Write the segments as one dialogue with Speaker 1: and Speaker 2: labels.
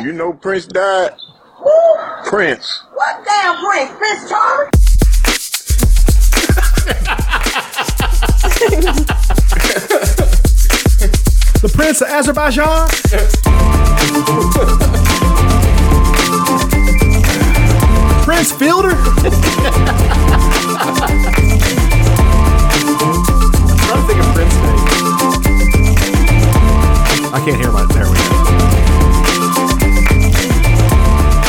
Speaker 1: You know Prince died?
Speaker 2: Woo!
Speaker 1: Prince.
Speaker 2: What damn Prince? Prince Charming?
Speaker 3: The Prince of Azerbaijan. Prince Fielder.
Speaker 4: trying to think of Prince name.
Speaker 3: I can't hear my. There we go.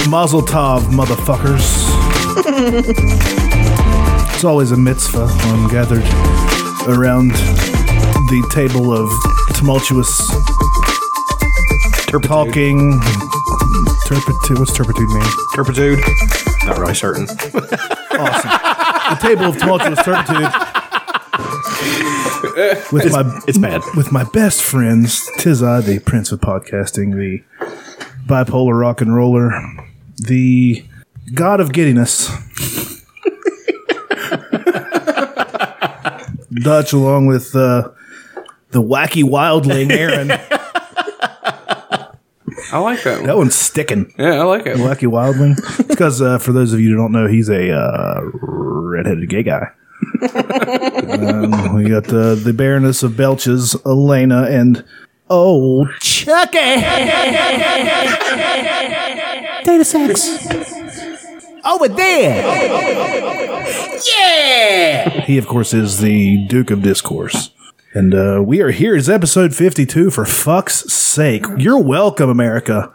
Speaker 3: Mazel tov, motherfuckers. it's always a mitzvah when gathered around the table of tumultuous talking. Turpitude. What's turpitude mean?
Speaker 4: Turpitude. Not really certain.
Speaker 3: The table of tumultuous turpitude. With my
Speaker 4: It's bad.
Speaker 3: with my best friends, tis I, the prince of podcasting, the bipolar rock and roller, the god of giddiness. Dutch, along with uh, the wacky wildling Aaron. that
Speaker 5: I like that one.
Speaker 3: one's sticking.
Speaker 5: Yeah, I like it.
Speaker 3: Wacky wildling. It's because, uh, for those of you who don't know, he's a uh, redheaded gay guy. um, we got the, the Baroness of Belches, Elena, and oh, Chucky! Data sex. Over there! Yeah! He, of course, is the Duke of Discourse. And uh, we are here. It's episode 52, for fuck's sake. You're welcome, America.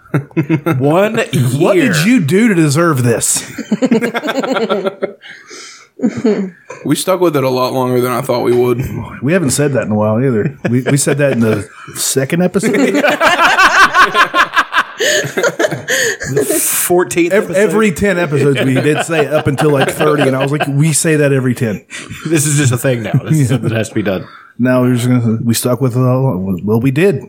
Speaker 4: One year.
Speaker 3: What did you do to deserve this?
Speaker 5: We stuck with it a lot longer than I thought we would.
Speaker 3: We haven't said that in a while either. We, we said that in the second episode.
Speaker 4: 14th episode.
Speaker 3: Every 10 episodes, we did say up until like 30. And I was like, we say that every 10.
Speaker 4: This is just a thing now. This is something that has to be done.
Speaker 3: Now we're just going to, we stuck with it all. along. Well, we did.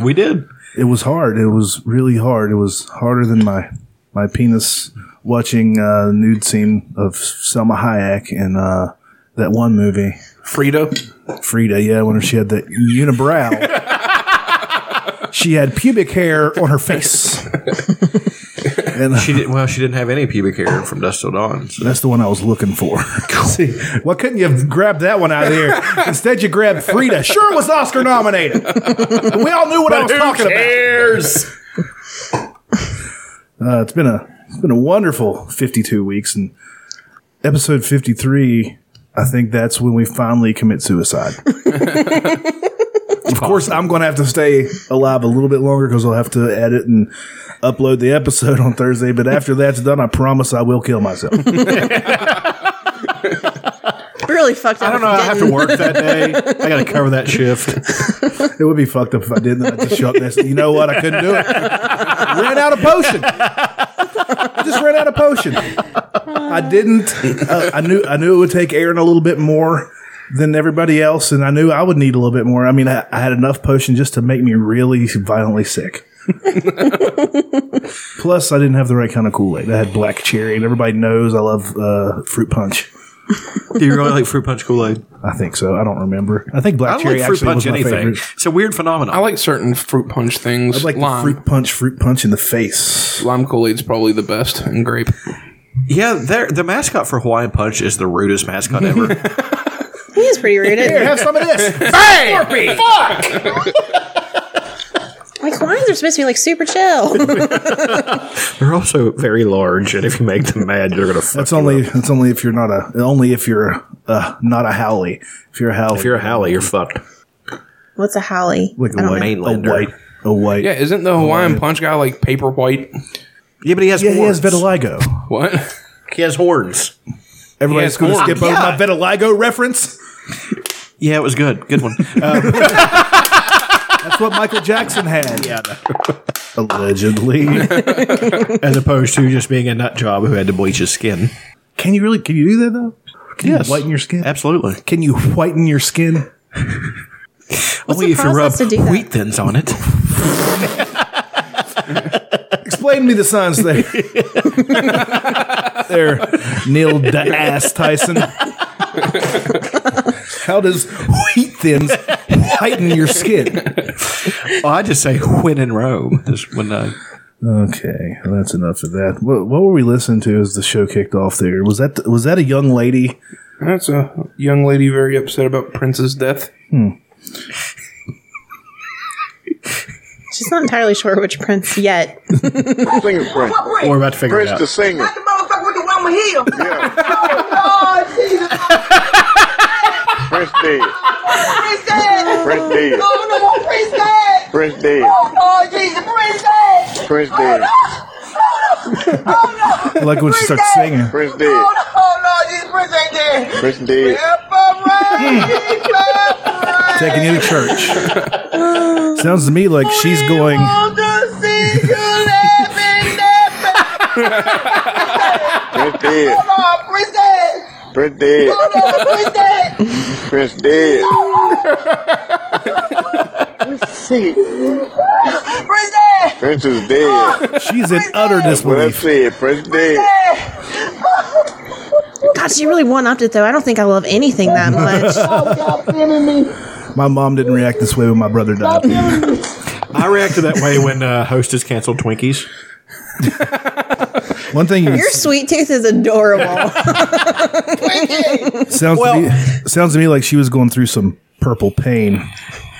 Speaker 4: We did.
Speaker 3: It was hard. It was really hard. It was harder than my, my penis watching uh, nude scene of Selma Hayek in uh, that one movie,
Speaker 5: Frida,
Speaker 3: Frida. Yeah, when she had the unibrow. she had pubic hair on her face. and, uh,
Speaker 4: She did well, she didn't have any pubic hair from Dust Till Dawn. So.
Speaker 3: That's the one I was looking for. See, why couldn't you have grabbed that one out of there? Instead, you grabbed Frida. Sure, it was Oscar nominated. But we all knew what I was talking
Speaker 4: cares?
Speaker 3: about. Uh, it's been a it's been a wonderful fifty two weeks, and episode fifty three. I think that's when we finally commit suicide. of course, I'm going to have to stay alive a little bit longer because I'll have to edit and upload the episode on Thursday. But after that's done, I promise I will kill myself.
Speaker 2: Really fucked up.
Speaker 4: I don't know. I have to work that day. I got to cover that shift.
Speaker 3: It would be fucked up if I didn't. I just shut this. You know what? I couldn't do it. ran out of potion. I just ran out of potion. I didn't. Uh, I knew. I knew it would take Aaron a little bit more than everybody else, and I knew I would need a little bit more. I mean, I, I had enough potion just to make me really violently sick. Plus, I didn't have the right kind of Kool Aid. I had black cherry, and everybody knows I love uh, fruit punch.
Speaker 4: Do you really like fruit punch Kool Aid?
Speaker 3: I think so. I don't remember. I think
Speaker 4: I
Speaker 3: black
Speaker 4: don't
Speaker 3: cherry
Speaker 4: like fruit
Speaker 3: actually
Speaker 4: punch
Speaker 3: was my
Speaker 4: anything.
Speaker 3: favorite.
Speaker 4: It's a weird phenomenon.
Speaker 5: I like certain fruit punch things.
Speaker 3: I'd like
Speaker 5: lime.
Speaker 3: the fruit punch, fruit punch in the face.
Speaker 5: Lime Kool Aid's probably the best, and grape.
Speaker 4: yeah, their the mascot for Hawaiian Punch is the rudest mascot ever.
Speaker 2: He's pretty rude. isn't he?
Speaker 3: Have some of this.
Speaker 2: Like lions are supposed to be like super chill.
Speaker 4: they're also very large, and if you make them mad, they're gonna. Fuck
Speaker 3: That's only. That's only if you're not a. Only if you're uh, not a Howley. If you're a Howley,
Speaker 4: If you're a Howley, you're fucked.
Speaker 2: What's a holly?
Speaker 3: like a
Speaker 4: don't
Speaker 3: white,
Speaker 4: know.
Speaker 3: a
Speaker 4: mainlander.
Speaker 3: white, a white.
Speaker 5: Yeah, isn't the Hawaiian punch guy like paper white?
Speaker 4: Yeah, but he has
Speaker 3: Yeah, he
Speaker 4: horns.
Speaker 3: has vitiligo.
Speaker 5: What?
Speaker 4: He has horns.
Speaker 3: Everybody's
Speaker 5: has
Speaker 3: going to
Speaker 5: horns.
Speaker 3: skip over my vitiligo reference.
Speaker 4: Yeah, it was good. Good one. Uh,
Speaker 3: That's what Michael Jackson had. Yeah, allegedly.
Speaker 4: as opposed to just being a nut job who had to bleach his skin.
Speaker 3: can you really? Can you do that though? Can
Speaker 4: Yes.
Speaker 3: you whiten your skin?
Speaker 4: Absolutely.
Speaker 3: Can you whiten your skin?
Speaker 4: only
Speaker 2: the
Speaker 4: if you rub
Speaker 2: process to do that?
Speaker 4: wheat thins on it.
Speaker 3: Explain to me the signs there. there, Neil the ass Tyson. How does wheat thins whiten your skin?
Speaker 1: Well, I just say when in Rome. Just when uh, I,
Speaker 3: Okay, well, that's enough of that. What, what were we listening to as the show kicked off? There was that was that a young lady?
Speaker 5: That's a young lady very upset about Prince's death.
Speaker 2: She's not entirely sure which prince yet.
Speaker 6: Singer Prince.
Speaker 7: What
Speaker 1: we're
Speaker 7: prince?
Speaker 1: about to figure
Speaker 6: Prince
Speaker 1: it out.
Speaker 6: the singer.
Speaker 7: Not the motherfucker with the one with heel.
Speaker 6: Yeah.
Speaker 7: Oh, Jesus.
Speaker 6: Prince dead.
Speaker 7: Prince dead.
Speaker 6: Prince dead.
Speaker 7: Oh, no more Prince dead.
Speaker 6: Prince dead.
Speaker 7: Oh, Lord Jesus. Prince dead.
Speaker 6: Prince
Speaker 7: Oh,
Speaker 6: dead.
Speaker 7: no. Oh, no. Oh, no.
Speaker 3: Like when she starts singing.
Speaker 6: Prince
Speaker 7: No,
Speaker 6: dead.
Speaker 7: no. Oh, Lord Jesus. Prince ain't dead.
Speaker 6: Prince dead.
Speaker 3: Taking you to church. Sounds to me like she's going.
Speaker 6: Prince dead.
Speaker 7: Prince dead.
Speaker 6: Prince dead.
Speaker 7: Oh, no, Prince dead.
Speaker 6: Prince dead.
Speaker 7: Prince dead.
Speaker 6: Prince is dead.
Speaker 3: She's in utter
Speaker 6: What I
Speaker 3: disbelief.
Speaker 6: said, Prince dead.
Speaker 7: Dead.
Speaker 2: God, she really one upped it though. I don't think I love anything that much.
Speaker 7: Oh, God, feeling me.
Speaker 3: My mom didn't react this way when my brother died.
Speaker 1: I reacted that way when uh, Hostess canceled Twinkies.
Speaker 3: One thing you
Speaker 2: Your sweet tooth is adorable.
Speaker 3: sounds to me, sounds to me like she was going through some purple pain.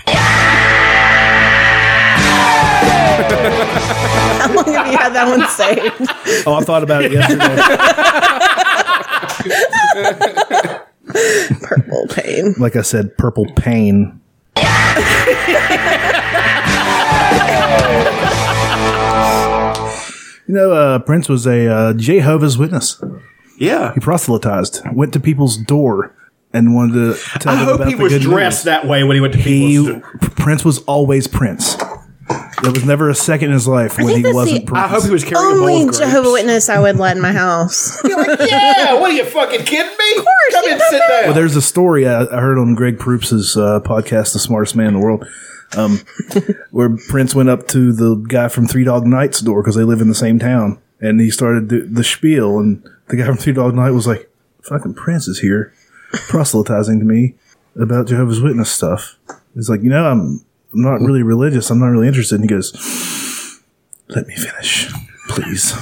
Speaker 2: How long have you had that one saved?
Speaker 3: Oh, I thought about it yesterday.
Speaker 2: Purple pain.
Speaker 3: like I said, purple pain. you know, uh, Prince was a uh, Jehovah's Witness.
Speaker 1: Yeah.
Speaker 3: He proselytized, went to people's door, and wanted to tell
Speaker 1: I
Speaker 3: them
Speaker 1: hope
Speaker 3: about
Speaker 1: he
Speaker 3: the
Speaker 1: was
Speaker 3: good
Speaker 1: dressed
Speaker 3: news.
Speaker 1: that way when he went to people's.
Speaker 3: He, Prince was always Prince. There was never a second in his life when
Speaker 2: think
Speaker 3: he
Speaker 2: that's
Speaker 3: wasn't
Speaker 2: the-
Speaker 3: Prince.
Speaker 1: I hope he was carrying a bowl
Speaker 2: Only
Speaker 1: of
Speaker 2: Jehovah Witness I would let in my house.
Speaker 1: You're like, yeah, what are you fucking kidding me? Of
Speaker 2: course,
Speaker 1: Come
Speaker 2: you
Speaker 1: and sit down.
Speaker 3: Well, there's a story I, I heard on Greg Proops' uh, podcast, The Smartest Man in the World, um, where Prince went up to the guy from Three Dog Night's door because they live in the same town, and he started the, the spiel, and the guy from Three Dog Night was like, "Fucking Prince is here, proselytizing to me about Jehovah's Witness stuff." He's like, "You know, I'm I'm not really religious. I'm not really interested." And he goes, "Let me finish." Please.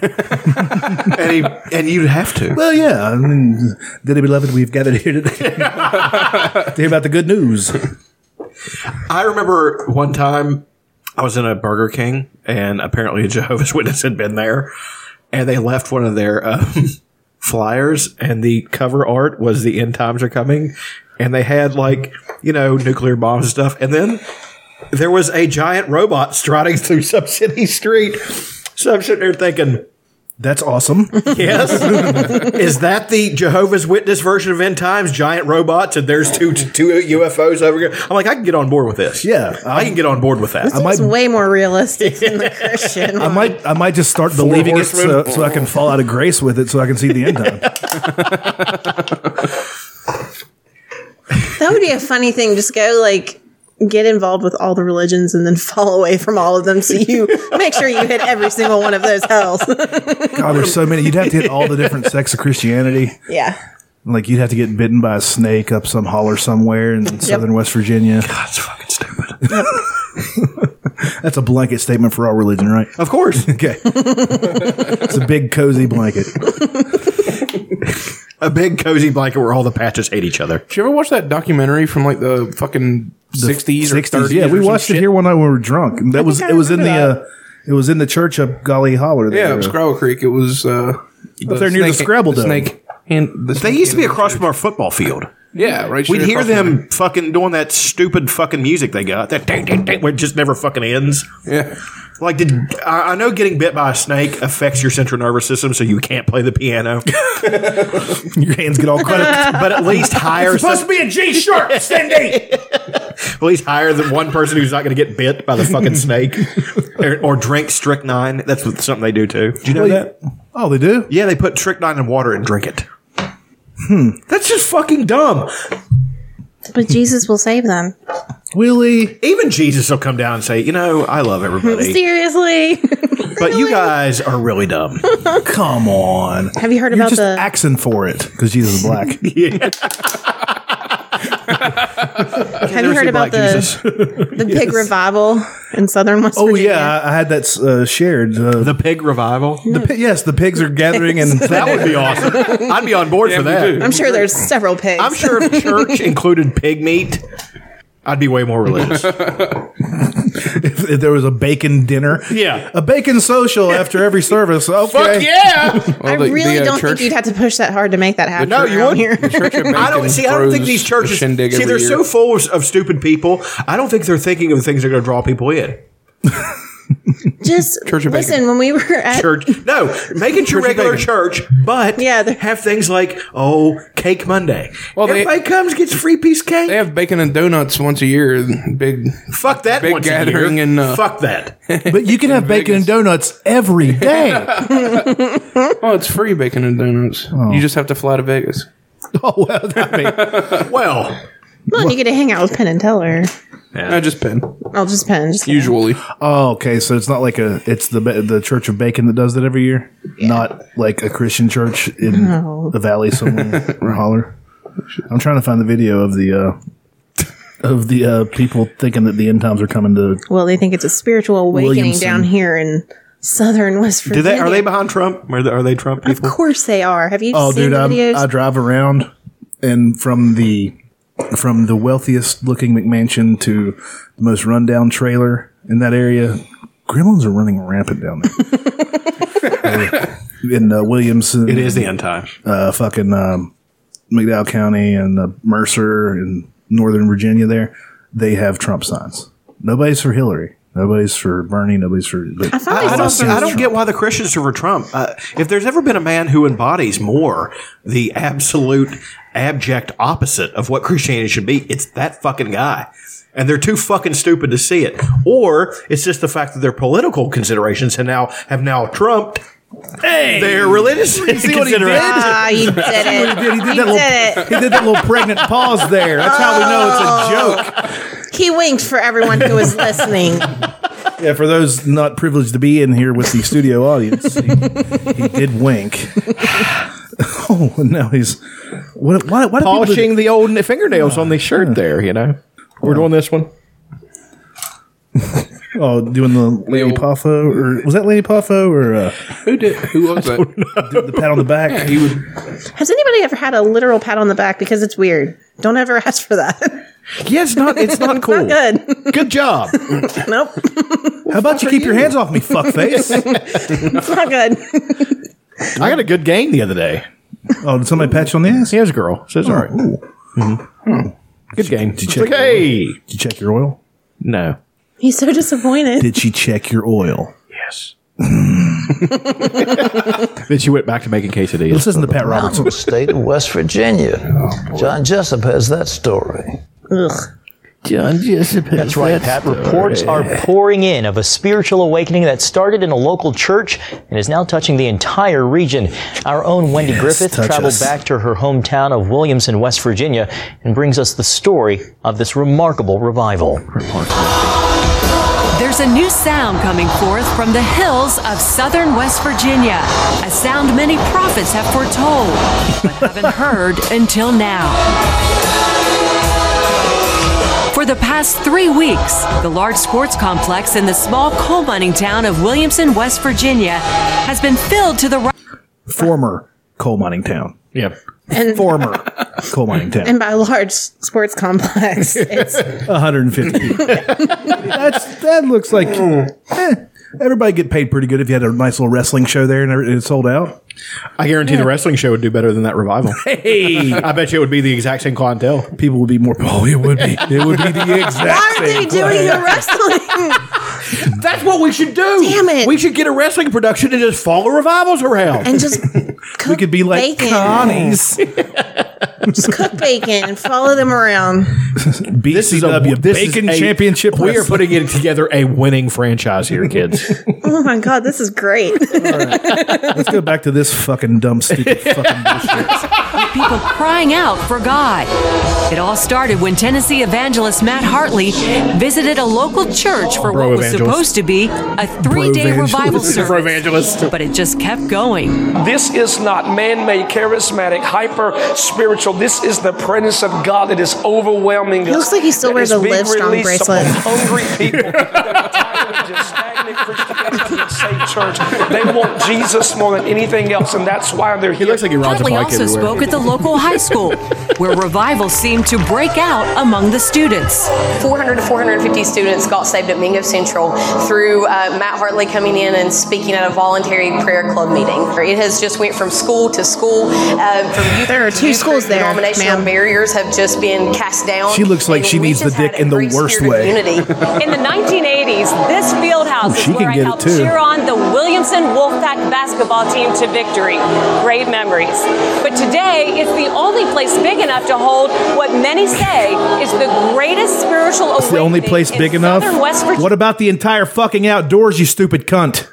Speaker 1: and, he, and you'd have to.
Speaker 3: Well, Oh, yeah. I mean, dearly beloved, we've gathered here today to hear about the good news.
Speaker 1: I remember one time I was in a Burger King, and apparently a Jehovah's Witness had been there, and they left one of their um, flyers, and the cover art was the end times are coming, and they had like you know nuclear bombs and stuff, and then there was a giant robot striding through some city street. So I'm sitting there thinking.
Speaker 3: That's awesome.
Speaker 1: Yes. Is that the Jehovah's Witness version of End Times? Giant robots and there's two two UFOs over here. I'm like, I can get on board with this.
Speaker 3: Yeah,
Speaker 1: I can get on board with that.
Speaker 3: I might,
Speaker 2: It's way more realistic than the Christian.
Speaker 3: I
Speaker 2: one.
Speaker 3: might, I might just start believing it so,
Speaker 5: horsemen.
Speaker 3: so I can fall out of grace with it, so I can see the end time.
Speaker 2: That would be a funny thing. Just go like get involved with all the religions and then fall away from all of them so you make sure you hit every single one of those hells.
Speaker 3: God, there's so many. You'd have to hit all the different sects of Christianity.
Speaker 2: yeah.
Speaker 3: Like you'd have to get bitten by a snake up some holler somewhere in southern West Virginia.
Speaker 1: That's fucking stupid.
Speaker 3: That's a blanket statement for all religion, right?
Speaker 1: Of course.
Speaker 3: Okay, it's a big cozy blanket.
Speaker 1: A big cozy blanket where all the patches hate each other.
Speaker 5: Did you ever watch that documentary from like the fucking sixties or thirties?
Speaker 3: yeah. We watched it here one night when we were drunk. And that was
Speaker 2: I
Speaker 3: it. Was in the.
Speaker 2: remember
Speaker 3: Uh, it was in the church up Golly Holler.
Speaker 5: Yeah,
Speaker 3: there.
Speaker 5: it was Scrabble Creek. It was uh,
Speaker 3: Up there near the Scrabble Dome.
Speaker 5: snake. And the
Speaker 1: They
Speaker 5: snake
Speaker 1: used to be
Speaker 5: hand-
Speaker 1: across from our football field.
Speaker 5: Yeah, right.
Speaker 1: We'd
Speaker 5: straight
Speaker 1: hear
Speaker 5: across
Speaker 1: them fucking doing that stupid fucking music they got. That ding ding ding, where it just never fucking ends.
Speaker 5: from there. Yeah.
Speaker 1: Like, did I, I know getting bit by a snake affects your central nervous system, so you can't play the piano.
Speaker 3: your hands get all cramped.
Speaker 1: but at least hire some-
Speaker 5: be a G sharp, Cindy.
Speaker 1: At least hire than one person who's not going to get bit by the fucking snake or, or drink strychnine. That's what, something they do too. Do you know that?
Speaker 3: oh, they do.
Speaker 1: Yeah, they put strychnine in water and drink it. Hmm. That's just fucking dumb.
Speaker 2: But Jesus will save them.
Speaker 3: Willie.
Speaker 1: Even Jesus will come down and say, "You know, I love everybody,
Speaker 2: Seriously.
Speaker 1: but you guys are really dumb."
Speaker 3: Come on.
Speaker 2: Have you heard
Speaker 3: You're
Speaker 2: about
Speaker 3: just
Speaker 2: the
Speaker 3: axing for it because Jesus is black.
Speaker 2: Have you
Speaker 1: never
Speaker 2: heard
Speaker 1: seen
Speaker 2: about
Speaker 1: Black Jesus.
Speaker 2: the the pig revival in southern West
Speaker 3: Oh
Speaker 2: Virginia?
Speaker 3: yeah, I, I had that uh, shared. Uh,
Speaker 1: the pig revival?
Speaker 3: the pi- yes, the pigs are gathering and
Speaker 1: That would be awesome. I'd be on board for
Speaker 5: we
Speaker 1: that.
Speaker 5: do.
Speaker 2: I'm sure there's several pigs.
Speaker 1: I'm sure if church included pig meat, I'd be way more religious.
Speaker 3: if, if there was a bacon dinner.
Speaker 1: Yeah.
Speaker 3: a bacon social after every service. Okay.
Speaker 5: Fuck yeah!
Speaker 2: I really don't think you'd have to push that hard to make that happen.
Speaker 5: uh, No,
Speaker 1: you
Speaker 2: around
Speaker 1: wouldn't.
Speaker 2: Here.
Speaker 1: I don't see. I don't think these churches. See,
Speaker 5: Shindig
Speaker 1: they're
Speaker 5: every year.
Speaker 1: so full of, of stupid people. I don't think they're thinking of the things that are going to draw people in.
Speaker 2: Just
Speaker 5: Church of
Speaker 2: listen.
Speaker 5: Bacon.
Speaker 2: When we were at
Speaker 1: Church, no, make it your
Speaker 5: Church of
Speaker 1: regular
Speaker 5: bacon.
Speaker 1: church, but
Speaker 2: Yeah, they're-
Speaker 1: have things like oh, Cake Monday.
Speaker 5: Well, they-
Speaker 1: everybody comes gets free piece cake.
Speaker 5: They have bacon and donuts once a year. Big.
Speaker 1: Fuck that
Speaker 5: big
Speaker 1: once a
Speaker 5: gathering
Speaker 1: year.
Speaker 5: and, uh,
Speaker 1: Fuck that.
Speaker 3: But you can have bacon and donuts every day.
Speaker 5: Oh, it's free bacon and donuts.
Speaker 1: Oh.
Speaker 5: You just have to fly to Vegas.
Speaker 3: oh well, I mean,
Speaker 1: Well,
Speaker 2: well, you get to hang out with Penn and Teller.
Speaker 5: I just pen
Speaker 2: I'll just Penn. Just
Speaker 5: usually.
Speaker 3: oh okay. So it's not like a it's the ba- the Church of Bacon that does that every year, not like a Christian church in the valley somewhere or holler. I'm trying to find the video of the. uh of the uh, people thinking that the end times are coming to
Speaker 2: Well, they think it's a spiritual awakening
Speaker 3: Williamson.
Speaker 2: down here in southern West
Speaker 1: do
Speaker 2: Virginia.
Speaker 1: they are they behind Trump? Are they, are they Trump people?
Speaker 2: Of course they are. Have you
Speaker 3: Oh,
Speaker 2: seen
Speaker 3: dude,
Speaker 2: the
Speaker 3: I'm,
Speaker 2: videos?
Speaker 3: I drive around, and from the from the wealthiest looking McMansion to the most rundown trailer in that area, gremlins are running rampant down there. in uh, Williamson,
Speaker 1: It is the end time.
Speaker 3: uh, fucking um, McDowell County and uh, Mercer and Northern Virginia. There, they have Trump signs. Nobody's for Hillary. Nobody's for Bernie. Nobody's for. but
Speaker 2: I thought
Speaker 1: I
Speaker 2: I,
Speaker 1: don't,
Speaker 3: see
Speaker 1: I
Speaker 3: it's
Speaker 1: don't
Speaker 3: Trump.
Speaker 1: get why the Christians are for Trump. Uh, if there's ever been a man who embodies more the absolute abject opposite of what Christianity should be, it's that fucking guy. And they're too fucking stupid to see it. Or it's just the fact that their political considerations have now have now trumped their religious considerations.
Speaker 2: ah, you did it.
Speaker 3: Dude, he did,
Speaker 2: You
Speaker 3: that little,
Speaker 2: did it.
Speaker 3: he did that little pregnant pause there. That's how we know
Speaker 2: Oh.
Speaker 3: it's a joke.
Speaker 2: He winked for everyone who was listening.
Speaker 3: Yeah, for those not privileged to be in here with the studio audience, he, he did wink. oh, now he's what? Why, why do people do-
Speaker 1: Polishing the old fingernails on the shirt there, you know. We're doing this one.
Speaker 3: oh, doing the Lady
Speaker 5: old-
Speaker 3: Poffo, or was that Lady Poffo, or uh,
Speaker 5: Who did? Who was that?
Speaker 3: the pat on the back?
Speaker 5: He would.
Speaker 2: Has anybody ever had a literal pat on the back? Because it's weird. Don't ever ask for that.
Speaker 1: Yeah, it's not it's not cool.
Speaker 2: Good.
Speaker 1: Good job.
Speaker 2: Nope.
Speaker 3: How about you keep your hands off me, fuckface?
Speaker 2: Not good.
Speaker 1: I got a good game the other day.
Speaker 3: oh, did somebody pat you on the ass?
Speaker 1: He has a girl. So it's all right.
Speaker 3: Ooh.
Speaker 1: Good game.
Speaker 3: you check
Speaker 1: It's like, hey.
Speaker 3: Did you check your oil?
Speaker 1: No.
Speaker 2: He's so disappointed.
Speaker 3: Did she check your oil?
Speaker 1: Yes. then she went back to making quesadillas.
Speaker 3: This isn't the Pat
Speaker 8: I'm
Speaker 3: Roberts.
Speaker 8: from the state of West Virginia. John Jessup has that story.
Speaker 2: Ugh.
Speaker 7: John Jessup.
Speaker 8: That's right, Pat. Reports are pouring in of a spiritual awakening that started in a local church and is now touching the entire region. Our own Wendy Griffith
Speaker 3: touch
Speaker 8: traveled
Speaker 3: us.
Speaker 8: back to her hometown of Williamson, West Virginia, and brings us the story of this remarkable revival.
Speaker 9: There's a new sound coming forth from the hills of southern West Virginia, a sound many prophets have foretold, but haven't heard until now. For the past three weeks, the large sports complex in the small coal mining town of Williamson, West Virginia, has been filled to the
Speaker 3: Former coal mining town.
Speaker 1: Yeah.
Speaker 2: And
Speaker 3: Former coal mining town.
Speaker 2: and by large sports complex, it's
Speaker 3: 150 people. That's that looks like eh, everybody get paid pretty good if you had a nice little wrestling show there and every- it sold out.
Speaker 1: I guarantee the wrestling show would do better than that revival. Hey. I bet you it would be the exact same clientele.
Speaker 3: People would be more. Oh, it would be. It would be the
Speaker 2: why
Speaker 3: exact
Speaker 2: are they
Speaker 3: same.
Speaker 2: doing the wrestling?
Speaker 1: That's what we should do.
Speaker 2: Damn it.
Speaker 1: We should get a wrestling production and just follow revivals around.
Speaker 2: and just cook
Speaker 3: We could be like
Speaker 2: bacon.
Speaker 3: Connie's
Speaker 2: Just cook bacon and follow them around.
Speaker 3: BCW
Speaker 1: this is
Speaker 3: Bacon
Speaker 1: a-
Speaker 3: Championship.
Speaker 1: We are
Speaker 3: Wrestling.
Speaker 1: putting it together a winning franchise here, kids.
Speaker 2: Oh my god, this is great.
Speaker 3: Let's go back to this fucking dumb, stupid fucking bullshit.
Speaker 9: people crying out for God. It all started when Tennessee evangelist Matt Hartley visited a local church for what was
Speaker 4: Bro-evangelist.
Speaker 9: supposed to be a three day
Speaker 3: Bro-evangelist.
Speaker 9: revival
Speaker 4: For
Speaker 9: service,
Speaker 4: evangelist.
Speaker 9: but it just kept going.
Speaker 10: This is not man made, charismatic, hyper spiritual. This is the presence of God that is overwhelming us.
Speaker 2: Looks like he still
Speaker 10: that
Speaker 2: wears
Speaker 10: is
Speaker 2: a
Speaker 10: being
Speaker 2: Livestrong
Speaker 10: released
Speaker 2: bracelet.
Speaker 10: upon Hungry people that are tired of just stagnant Christianity and saved church. They want Jesus more than anything else, and that's why they're here.
Speaker 4: Looks like he rides a
Speaker 9: Hartley
Speaker 4: bike
Speaker 9: also
Speaker 4: everywhere.
Speaker 9: spoke at the local high school, where revival seemed to break out among the students.
Speaker 11: 400 to 450 students got saved at Mingo Central through uh, Matt Hartley coming in and speaking at a voluntary prayer club meeting. It has just went from school to school. Uh, from youth
Speaker 2: There are
Speaker 11: to
Speaker 2: two
Speaker 11: youth
Speaker 2: schools
Speaker 11: group.
Speaker 2: there,
Speaker 11: Denominational
Speaker 2: ma'am.
Speaker 11: barriers have just been cast down.
Speaker 3: She looks like
Speaker 11: And
Speaker 3: she
Speaker 11: we
Speaker 3: needs the
Speaker 11: just
Speaker 3: dick
Speaker 11: had a
Speaker 3: in the
Speaker 11: great
Speaker 3: worst
Speaker 11: spirit of
Speaker 3: way.
Speaker 11: Unity.
Speaker 12: In the 1980s, this field house
Speaker 3: She
Speaker 12: is
Speaker 3: can
Speaker 12: where I
Speaker 3: get it
Speaker 12: helped
Speaker 3: too.
Speaker 12: cheer on the Williamson Wolfpack basketball team to victory. Great memories. But today, it's the only place big enough to hold what many say is the greatest spiritual
Speaker 3: It's the only
Speaker 12: awakening
Speaker 3: place
Speaker 12: in
Speaker 3: big enough.
Speaker 12: Southern West Virginia
Speaker 3: What about the entire fucking outdoors, you stupid cunt?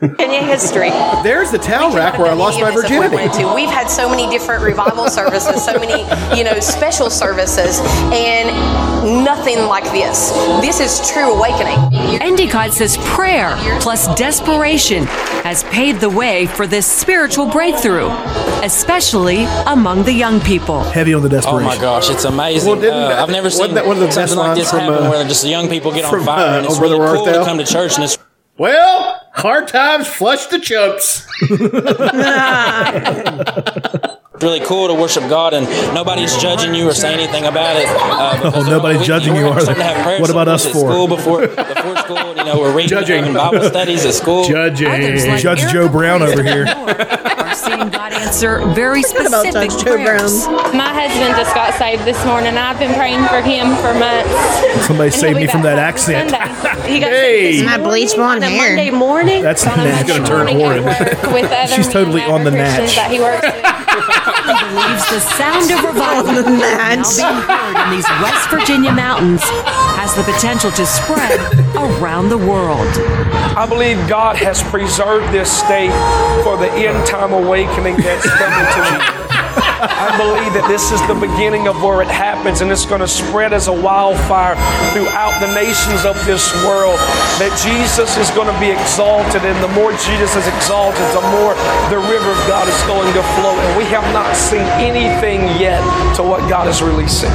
Speaker 12: history.
Speaker 1: There's the towel rack where I lost my
Speaker 11: Any of us if we
Speaker 1: virginity.
Speaker 11: wanted to. We've had so many different revival services, so many, you know, special services, and nothing like this. This is true awakening.
Speaker 9: Endicott says prayer plus desperation has paved the way for this spiritual breakthrough, especially among the young people.
Speaker 3: Heavy on the desperation.
Speaker 10: Oh gosh, it's amazing.
Speaker 1: Well, didn't Uh, that- I've never wasn't seen that one of the something best like lines this from, happen uh, where
Speaker 10: just the young people get
Speaker 1: on from, fire, uh, and it's Brother really cool to Orthel? come
Speaker 10: to church and it's
Speaker 1: Well, hard times flush the chumps.
Speaker 10: really cool to worship God and nobody's judging you or saying anything about it. Uh,
Speaker 3: Oh,
Speaker 10: because
Speaker 3: nobody's
Speaker 10: we-
Speaker 3: judging you,
Speaker 10: we're
Speaker 3: are
Speaker 10: trying
Speaker 3: they?
Speaker 10: to have prayer
Speaker 3: What about us
Speaker 10: at
Speaker 3: four?
Speaker 10: School before, before school, you know, we're reading judging. Bible studies at school.
Speaker 9: Others, like
Speaker 3: Judge Joe Brown over here.
Speaker 9: are seeing God answer very
Speaker 2: Forgot about
Speaker 9: specific
Speaker 2: Judge Joe
Speaker 9: prayers.
Speaker 12: My husband just got saved this morning. I've been praying for him for months.
Speaker 3: Somebody saved me from that accent.
Speaker 12: He got
Speaker 1: Hey.
Speaker 2: My bleach blonde hair.
Speaker 12: Monday morning.
Speaker 3: That's
Speaker 12: on a Monday
Speaker 3: natural. Gonna turn
Speaker 12: morning
Speaker 3: horrid.
Speaker 12: at work With other
Speaker 3: She's
Speaker 12: men,
Speaker 3: totally
Speaker 12: other
Speaker 3: on the
Speaker 12: Christians
Speaker 3: natch.
Speaker 12: That he works with.
Speaker 9: Believes the sound of revival
Speaker 2: On the
Speaker 9: now
Speaker 2: match.
Speaker 9: being heard in these West Virginia mountains has the potential to spread around the world.
Speaker 10: I believe God has preserved this state for the end time awakening that's coming to me. I believe that this is the beginning of where it happens, and it's going to spread as a wildfire throughout the nations of this world. That Jesus is going to be exalted, and the more Jesus is exalted, the more the river of God is going to flow. And we have not seen anything yet to what God is releasing.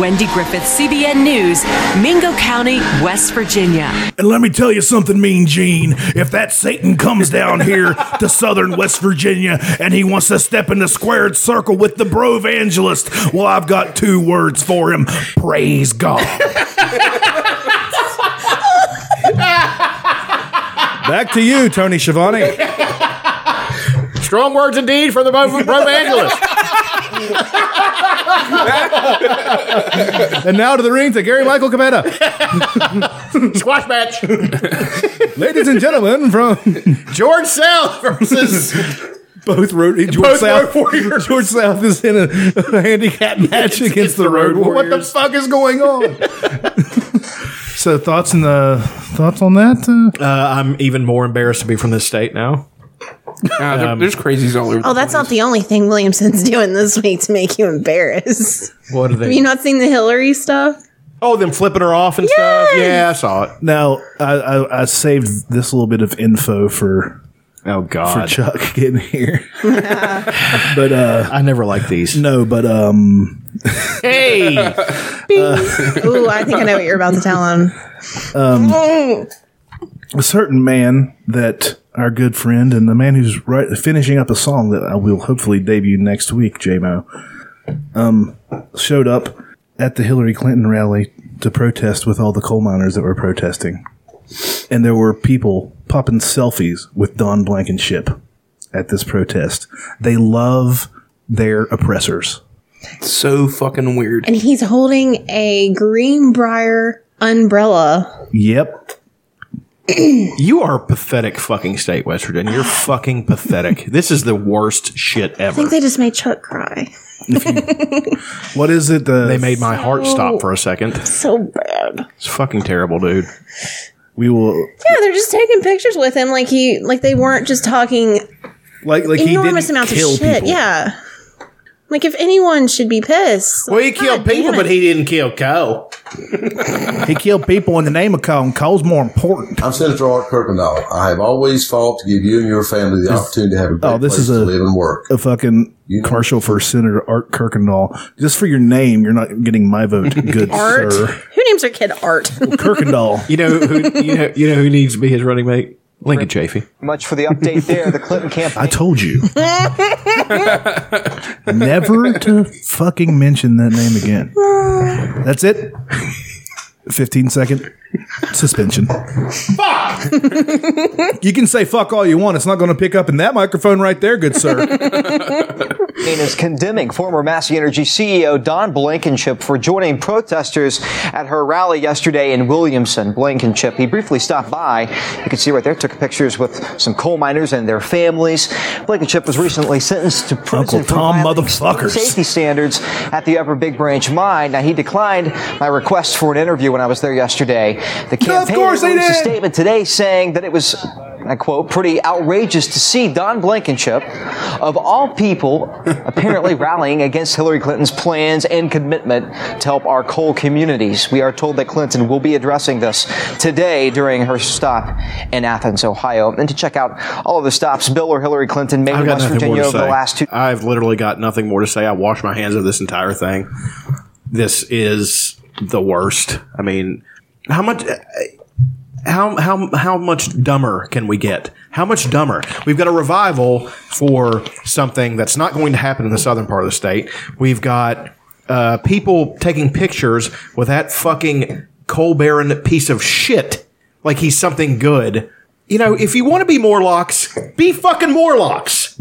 Speaker 9: Wendy Griffith, CBN News, Mingo County, West Virginia.
Speaker 3: And let me tell you something, Mean Gene. If that Satan comes down here to southern West Virginia and he wants to step in the squared circle with the bro evangelist, well, I've got two words for him praise God. Back to you, Tony Schiavone.
Speaker 1: Strong words indeed from the bro- bro evangelist.
Speaker 3: And now to the ring to Gary Michael Capetta.
Speaker 1: Squash match.
Speaker 3: Ladies and gentlemen, from
Speaker 1: George Sell versus
Speaker 3: both road George
Speaker 1: Both
Speaker 3: South.
Speaker 1: Road Warriors.
Speaker 3: George South is in a, a handicap match against
Speaker 1: it's
Speaker 3: the, Road Warriors.
Speaker 1: What the fuck is going on?
Speaker 3: so thoughts and the thoughts on that? Uh,
Speaker 4: I'm even more embarrassed to be from this state now.
Speaker 5: Nah,
Speaker 1: Um,
Speaker 5: there- there's crazies all over.
Speaker 2: Oh, that's not the only thing Williamson's doing this week to make you embarrassed.
Speaker 4: What are they?
Speaker 2: Have you not seen the Hillary stuff?
Speaker 4: oh, them flipping her off and stuff. Yeah, I saw it.
Speaker 3: now I, I, I saved this little bit of info for
Speaker 4: Oh
Speaker 3: for
Speaker 4: God,
Speaker 3: Chuck getting here, but uh,
Speaker 4: I never like these.
Speaker 3: no, but um,
Speaker 4: Hey,
Speaker 2: Ooh, I think I know what you're about to tell him.
Speaker 3: a certain man that our good friend and the man who's right, finishing up a song that I will hopefully debut next week, JMO, um, showed up at the Hillary Clinton rally to protest with all the coal miners that were protesting, and there were people popping selfies with Don Blankenship at this protest. They love their oppressors.
Speaker 5: so fucking weird.
Speaker 2: And he's holding a Greenbrier umbrella.
Speaker 3: Yep.
Speaker 4: you are a pathetic fucking state, West Virginia. You're fucking pathetic. This is the worst shit
Speaker 2: I
Speaker 4: ever.
Speaker 2: think they just made Chuck cry.
Speaker 3: What is it? The
Speaker 4: They made my heart stop for a second.
Speaker 2: So bad.
Speaker 4: It's fucking terrible, dude.
Speaker 3: we will
Speaker 2: Yeah, they're just taking pictures with him like he like they weren't just talking
Speaker 3: like like he
Speaker 2: enormous
Speaker 3: didn't
Speaker 2: amounts of
Speaker 3: kill
Speaker 2: shit.
Speaker 3: people.
Speaker 2: Yeah. Like, if anyone should be pissed.
Speaker 13: Well, he killed people, but he didn't kill Cole.
Speaker 3: he killed people in the name of Cole, and Cole's more important.
Speaker 14: Uh,
Speaker 15: I'm Senator Art Kirkendall. I have always fought to give you and your family the opportunity to have a great
Speaker 3: Oh, this
Speaker 15: place
Speaker 3: is
Speaker 15: to
Speaker 3: a,
Speaker 15: live and work.
Speaker 3: a fucking commercial for Senator Art Kirkendall. Just for your name, you're not getting my vote, good
Speaker 2: Art.
Speaker 3: sir.
Speaker 2: Who names their kid Art?
Speaker 3: Kirkendall.
Speaker 1: You know who you know, you know who needs to be his running mate? Lincoln Chafee.
Speaker 14: Much for the update there. The Clinton campaign.
Speaker 3: I told you never to fucking mention that name again. That's it. 15 second suspension.
Speaker 13: Fuck!
Speaker 3: You can say fuck all you want. It's not going to pick up in that microphone right there, good sir.
Speaker 14: Campaign is condemning former Massey Energy CEO Don Blankenship for joining protesters at her rally yesterday in Williamson. Blankenship, he briefly stopped by. You can see right there, took pictures with some coal miners and their families. Blankenship was recently sentenced to prison
Speaker 3: Uncle
Speaker 14: for
Speaker 3: Tom
Speaker 14: violating
Speaker 3: motherfuckers.
Speaker 14: safety standards at the Upper Big Branch mine. Now, he declined my request for an interview when I was there yesterday. The campaign
Speaker 3: course he
Speaker 14: released a
Speaker 3: did.
Speaker 14: statement today saying that it was, and I quote, pretty outrageous to see Don Blankenship, of all people, apparently rallying against Hillary Clinton's plans and commitment to help our coal communities. We are told that Clinton will be addressing this today during her stop in Athens, Ohio. And to check out all of the stops Bill or Hillary Clinton made
Speaker 1: I've
Speaker 14: in
Speaker 1: got
Speaker 14: West
Speaker 1: nothing
Speaker 14: Virginia
Speaker 1: more to
Speaker 14: over
Speaker 1: say.
Speaker 14: the last
Speaker 1: I've literally got nothing more to say. I wash my hands of this entire thing. This is the worst. I mean, how much? How how how much dumber can we get? How much dumber? We've got a revival for something that's not going to happen in the southern part of the state. We've got uh, people taking pictures with that fucking coal baron piece of shit like he's something good. You know, if you want to be Morlocks, be fucking Morlocks.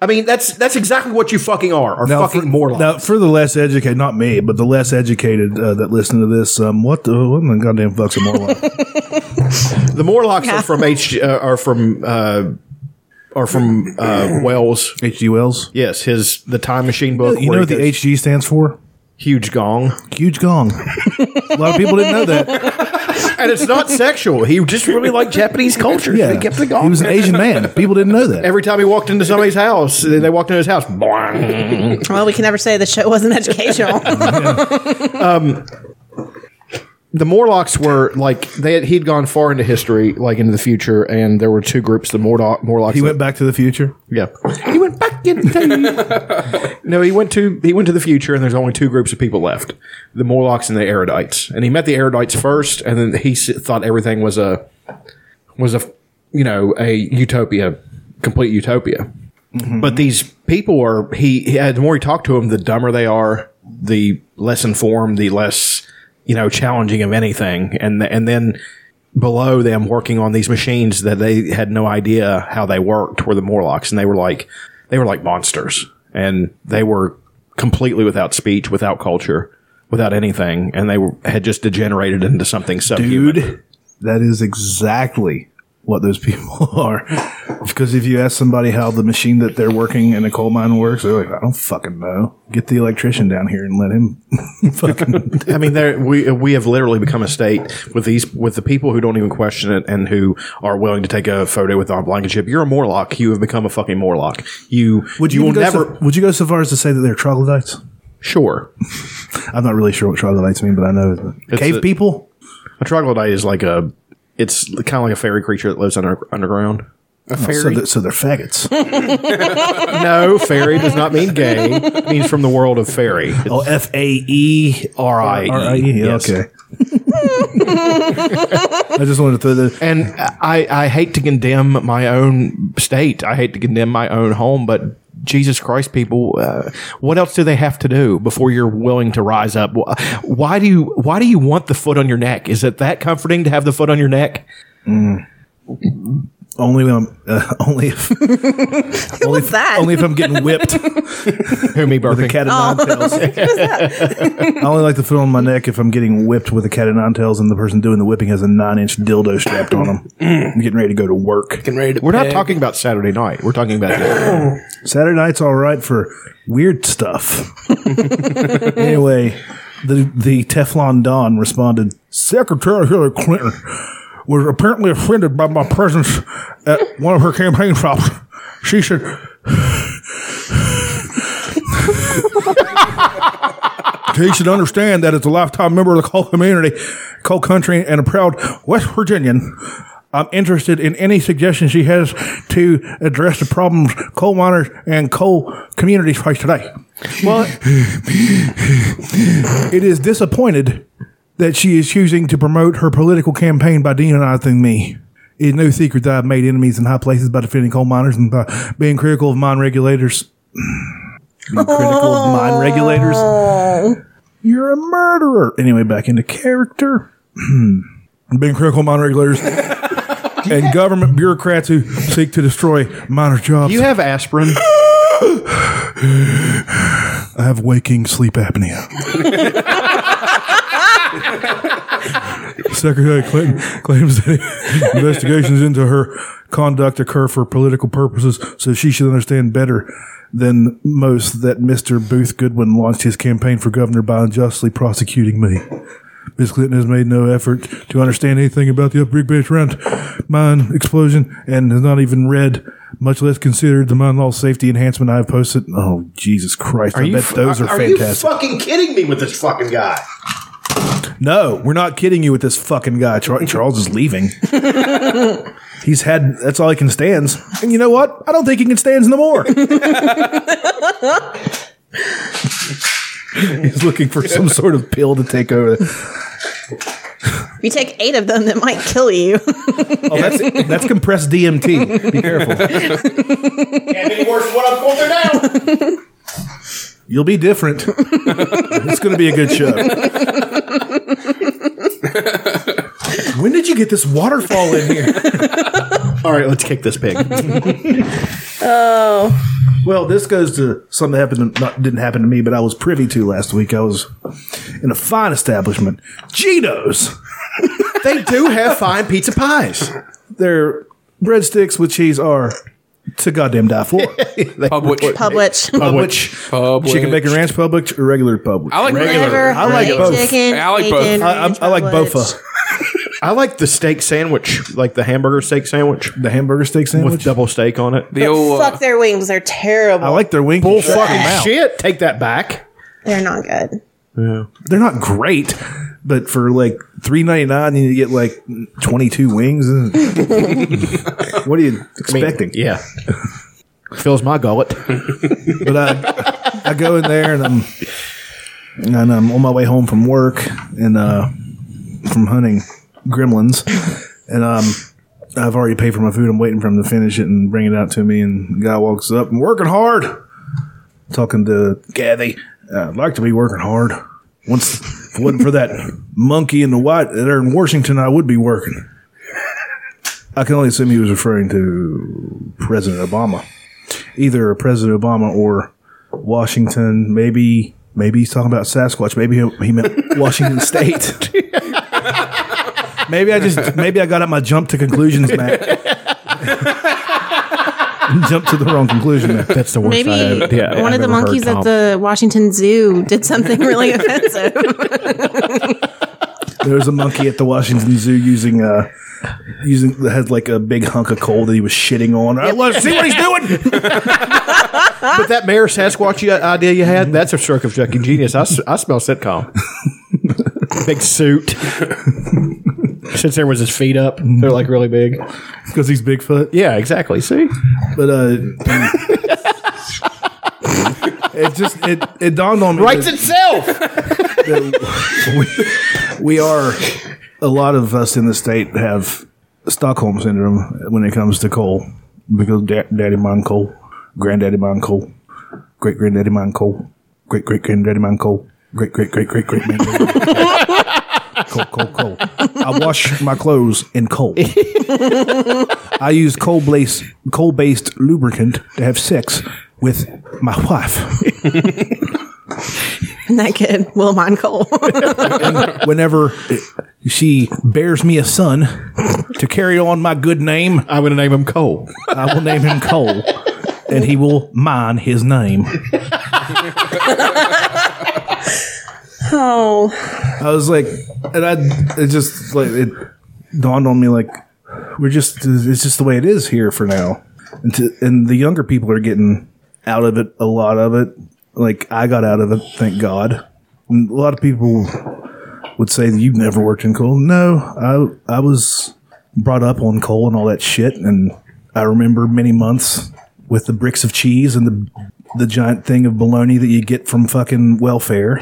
Speaker 1: I mean, that's that's exactly what you fucking are. Are fucking Morlocks.
Speaker 3: Now, for the less educated, not me, but the less educated uh, that listen to this, um, what the what in the goddamn fuck's a Morlock?
Speaker 1: The Morlocks are from H uh, are from uh, are from uh, Wells.
Speaker 3: H.G. Wells.
Speaker 1: Yes, his the Time Machine book.
Speaker 3: you know what the HG stands for?
Speaker 1: Huge gong.
Speaker 3: Huge gong. A lot of people didn't know that.
Speaker 1: and it's not sexual. He just really liked Japanese culture.
Speaker 3: Yeah.
Speaker 1: Yeah, he kept it going.
Speaker 3: He was an Asian man. People didn't know that.
Speaker 1: Every time he walked into somebody's house, they walked into his house. boing.
Speaker 2: well, we can never say the show wasn't educational.
Speaker 1: um, the Morlocks were like they had, he'd gone far into history, like into the future, and there were two groups: the Mordoc, Morlocks.
Speaker 3: He went back to the future.
Speaker 1: Yeah. He went back in No, he went to he went to the future, and there's only two groups of people left: the Morlocks and the Eredites. And he met the Eredites first, and then he s- thought everything was a was a you know a utopia, complete utopia. But these people are he, he uh, the more he talked to them, the dumber they are, the less informed, the less you know challenging of anything, and and then below them working on these machines that they had no idea how they worked were the Morlocks, and they were like they were like monsters, and they were completely without speech, without culture, without anything, and they were, had just degenerated into something subhuman.
Speaker 3: Dude, that is exactly what those people are. Because if you ask somebody how the machine that they're working in a coal mine works, they're like, I don't fucking know. Get the electrician down here and let him.
Speaker 1: I mean, there we we have literally become a state with these with the people who don't even question it and who are willing to take a photo with Don Blankenship. You're a Morlock. You have become a fucking Morlock. You
Speaker 3: Would you,
Speaker 1: will
Speaker 3: even go
Speaker 1: never.
Speaker 3: So, would you go so far as to say that they're troglodytes?
Speaker 1: Sure.
Speaker 3: I'm not really sure what troglodytes mean, but I know it's
Speaker 1: It's
Speaker 3: cave
Speaker 1: a-
Speaker 3: people.
Speaker 1: A troglodyte is like a. It's kind of like a fairy creature that lives under, underground.
Speaker 3: A So, that, so they're faggots.
Speaker 1: no, fairy does not mean gay. It means from the world of fairy.
Speaker 3: oh, F A E
Speaker 1: R I E.
Speaker 3: R I E,
Speaker 1: Yes.
Speaker 3: Okay. I just wanted to throw the
Speaker 1: and I I hate to condemn my own state. I hate to condemn my own home, but Jesus Christ, people, uh, what else do they have to do before you're willing to rise up? Wh- Why do you Why do you want the foot on your neck? Is it that comforting to have the foot on your neck?
Speaker 3: Only when I'm uh, only if only, if,
Speaker 2: that?
Speaker 3: only if I'm getting whipped.
Speaker 1: Who me burping?
Speaker 3: With a cat of nine tails. I only like to put on my neck if I'm getting whipped with a cat of nine tails, and the person doing the whipping has a nine inch dildo strapped on them. I'm getting ready to go to work.
Speaker 1: We're not talking about Saturday night. We're talking about
Speaker 3: Saturday night's all right for weird stuff. anyway, the the Teflon Don responded, Secretary Hillary Clinton was apparently offended by my presence at one of her campaign stops. She said, He should understand that as a lifetime member of the coal community, coal country, and a proud West Virginian, I'm interested in any suggestions she has to address the problems coal miners and coal communities face today. Well, it is disappointed that she is choosing to promote her political campaign by demonizing me. It is no secret that I've made enemies in high places by defending coal miners and by being critical of mine regulators. being critical of mine regulators. Oh. You're a murderer. Anyway, back into character. Being critical of mine regulators and government bureaucrats who seek to destroy minor jobs. You have aspirin. I have waking sleep apnea. Secretary Clinton claims that investigations into her conduct occur for political purposes, so she should understand better than most that Mr. Booth Goodwin launched his campaign for governor by unjustly prosecuting me. Ms. Clinton has made no effort to understand anything about the Upper Big Ranch mine explosion and has not even read, much less considered, the mine law safety enhancement I have posted. Oh, Jesus Christ. I bet
Speaker 1: f-
Speaker 3: those are,
Speaker 1: are
Speaker 3: fantastic.
Speaker 1: you fucking kidding me with this fucking guy?
Speaker 3: No, we're not kidding you with this fucking guy. Char- Charles is leaving. He's had that's all he can stand. And you know what? I don't think he can stand no more. He's looking for some sort of pill to take over.
Speaker 2: If you take eight of them, that might kill you.
Speaker 3: Oh, that's that's compressed DMT. Be careful.
Speaker 1: Can't be worse than what I'm going through now.
Speaker 3: You'll be different. it's going to be a good show. when did you get this waterfall in here?
Speaker 4: All right, let's kick this pig.
Speaker 3: Oh. Well, this goes to something that happened to, not didn't happen to me, but I was privy to last week. I was in a fine establishment, Geno's. they do have fine pizza pies. Their breadsticks with cheese are to goddamn die for.
Speaker 5: Public.
Speaker 2: Public.
Speaker 3: Public. Chicken bacon ranch public or regular public?
Speaker 5: I like
Speaker 1: Regular. regular.
Speaker 3: I like
Speaker 1: Fried
Speaker 3: both.
Speaker 1: chicken, I like both. bacon,
Speaker 3: I, I, I like
Speaker 1: ranch
Speaker 3: both.
Speaker 4: I like the steak sandwich, like the hamburger steak sandwich.
Speaker 3: The hamburger steak sandwich
Speaker 4: with double steak on it.
Speaker 5: The uh,
Speaker 1: uh,
Speaker 2: fuck their wings. They're terrible.
Speaker 3: I like their wings.
Speaker 4: Bull
Speaker 2: Shut
Speaker 4: fucking
Speaker 2: the hell out.
Speaker 4: shit. Take that back.
Speaker 2: They're not good.
Speaker 3: Yeah. They're not great, but for like three ninety nine, you get like twenty two wings. what are you expecting?
Speaker 4: yeah, fills my gullet.
Speaker 3: but I, I go in there and I'm and I'm on my way home from work and uh, from hunting gremlins, and um, I've already paid for my food. I'm waiting for him to finish it and bring it out to me. And the guy walks up and working hard, talking to Kathy. I'd like to be working hard. Once if it wasn't for that monkey in the white there in Washington, I would be working. I can only assume he was referring to President Obama, either President Obama or Washington. Maybe maybe he's talking about Sasquatch. Maybe he, he meant Washington State. maybe I just maybe I got at my jump to conclusions, Matt. Jumped to the wrong conclusion. Matt. That's the
Speaker 2: Maybe one of the monkeys at the Washington Zoo did something really offensive.
Speaker 3: There was a monkey at the Washington Zoo using uh using that had like a big hunk of coal that he was shitting on. I love see what he's doing.
Speaker 4: but that Mayor Sasquatch i- idea you had, that's a stroke of fucking genius. I, s- I smell sitcom. big suit. Since there was his feet up, they're like really big.
Speaker 3: Because he's Bigfoot?
Speaker 4: Yeah, exactly. See?
Speaker 3: But uh it just it, it dawned on me
Speaker 1: Writes
Speaker 3: that-
Speaker 1: itself.
Speaker 3: we, we are a lot of us in the state have Stockholm syndrome when it comes to coal because da- daddy mine coal, granddaddy mine coal, great granddaddy mine coal, great great granddaddy mine coal, great great great great great man. Coal, coal, coal. I wash my clothes in coal. I use coal based coal based lubricant to have sex with my wife.
Speaker 2: and that kid, Wilmon Cole.
Speaker 3: whenever she bears me a son to carry on my good name.
Speaker 4: I'm going to name him Cole.
Speaker 3: I will name him Cole, and he will mine his name.
Speaker 2: oh.
Speaker 3: I was like, and I, it just like it dawned on me like we're just it's just the way it is here for now, and to, and the younger people are getting out of it a lot of it. like I got out of it, thank God. And a lot of people would say that you've never worked in coal. No, I I was brought up on coal and all that shit, and I remember many months with the bricks of cheese and the the giant thing of bologna that you get from fucking welfare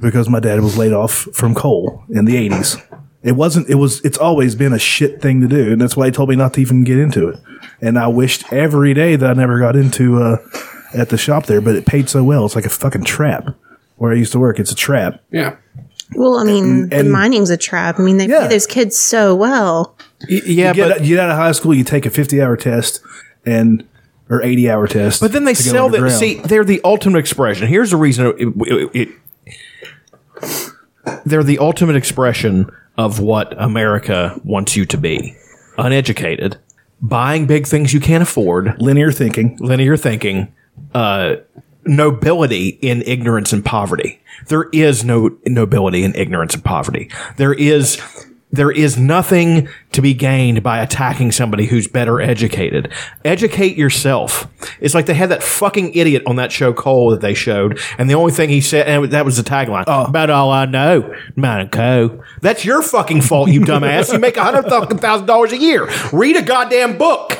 Speaker 3: because my dad was laid off from coal in the eighties. It wasn't. It was. It's always been a shit thing to do, and that's why he told me not to even get into it. And I wished every day that I never got into uh, at the shop there, but it paid so well. It's like a fucking trap where I used to work. It's a trap.
Speaker 5: Yeah.
Speaker 2: Well, I mean, the
Speaker 3: and-
Speaker 2: mining's a trap. I mean, they pay those kids so well.
Speaker 3: yeah, you get, out, you get out of high school, you take a fifty-hour test and or eighty-hour test,
Speaker 1: But then they
Speaker 3: to go
Speaker 1: sell that.
Speaker 3: underground.
Speaker 1: See, they're the ultimate expression. Here's the reason it, it- it- they're the ultimate expression of what America wants you to be: uneducated, buying big things you can't afford,
Speaker 3: linear thinking,
Speaker 1: linear thinking, uh, nobility in ignorance and poverty. There is no nobility in ignorance and poverty. There is. There is nothing to be gained by attacking somebody who's better educated. Educate yourself. It's like they had that fucking idiot on that show Cole that they showed, and the only thing he said, and that was the tagline, about all I know, mine co. That's your fucking fault, you dumbass. you make a hundred fucking thousand dollars a year. Read a goddamn book.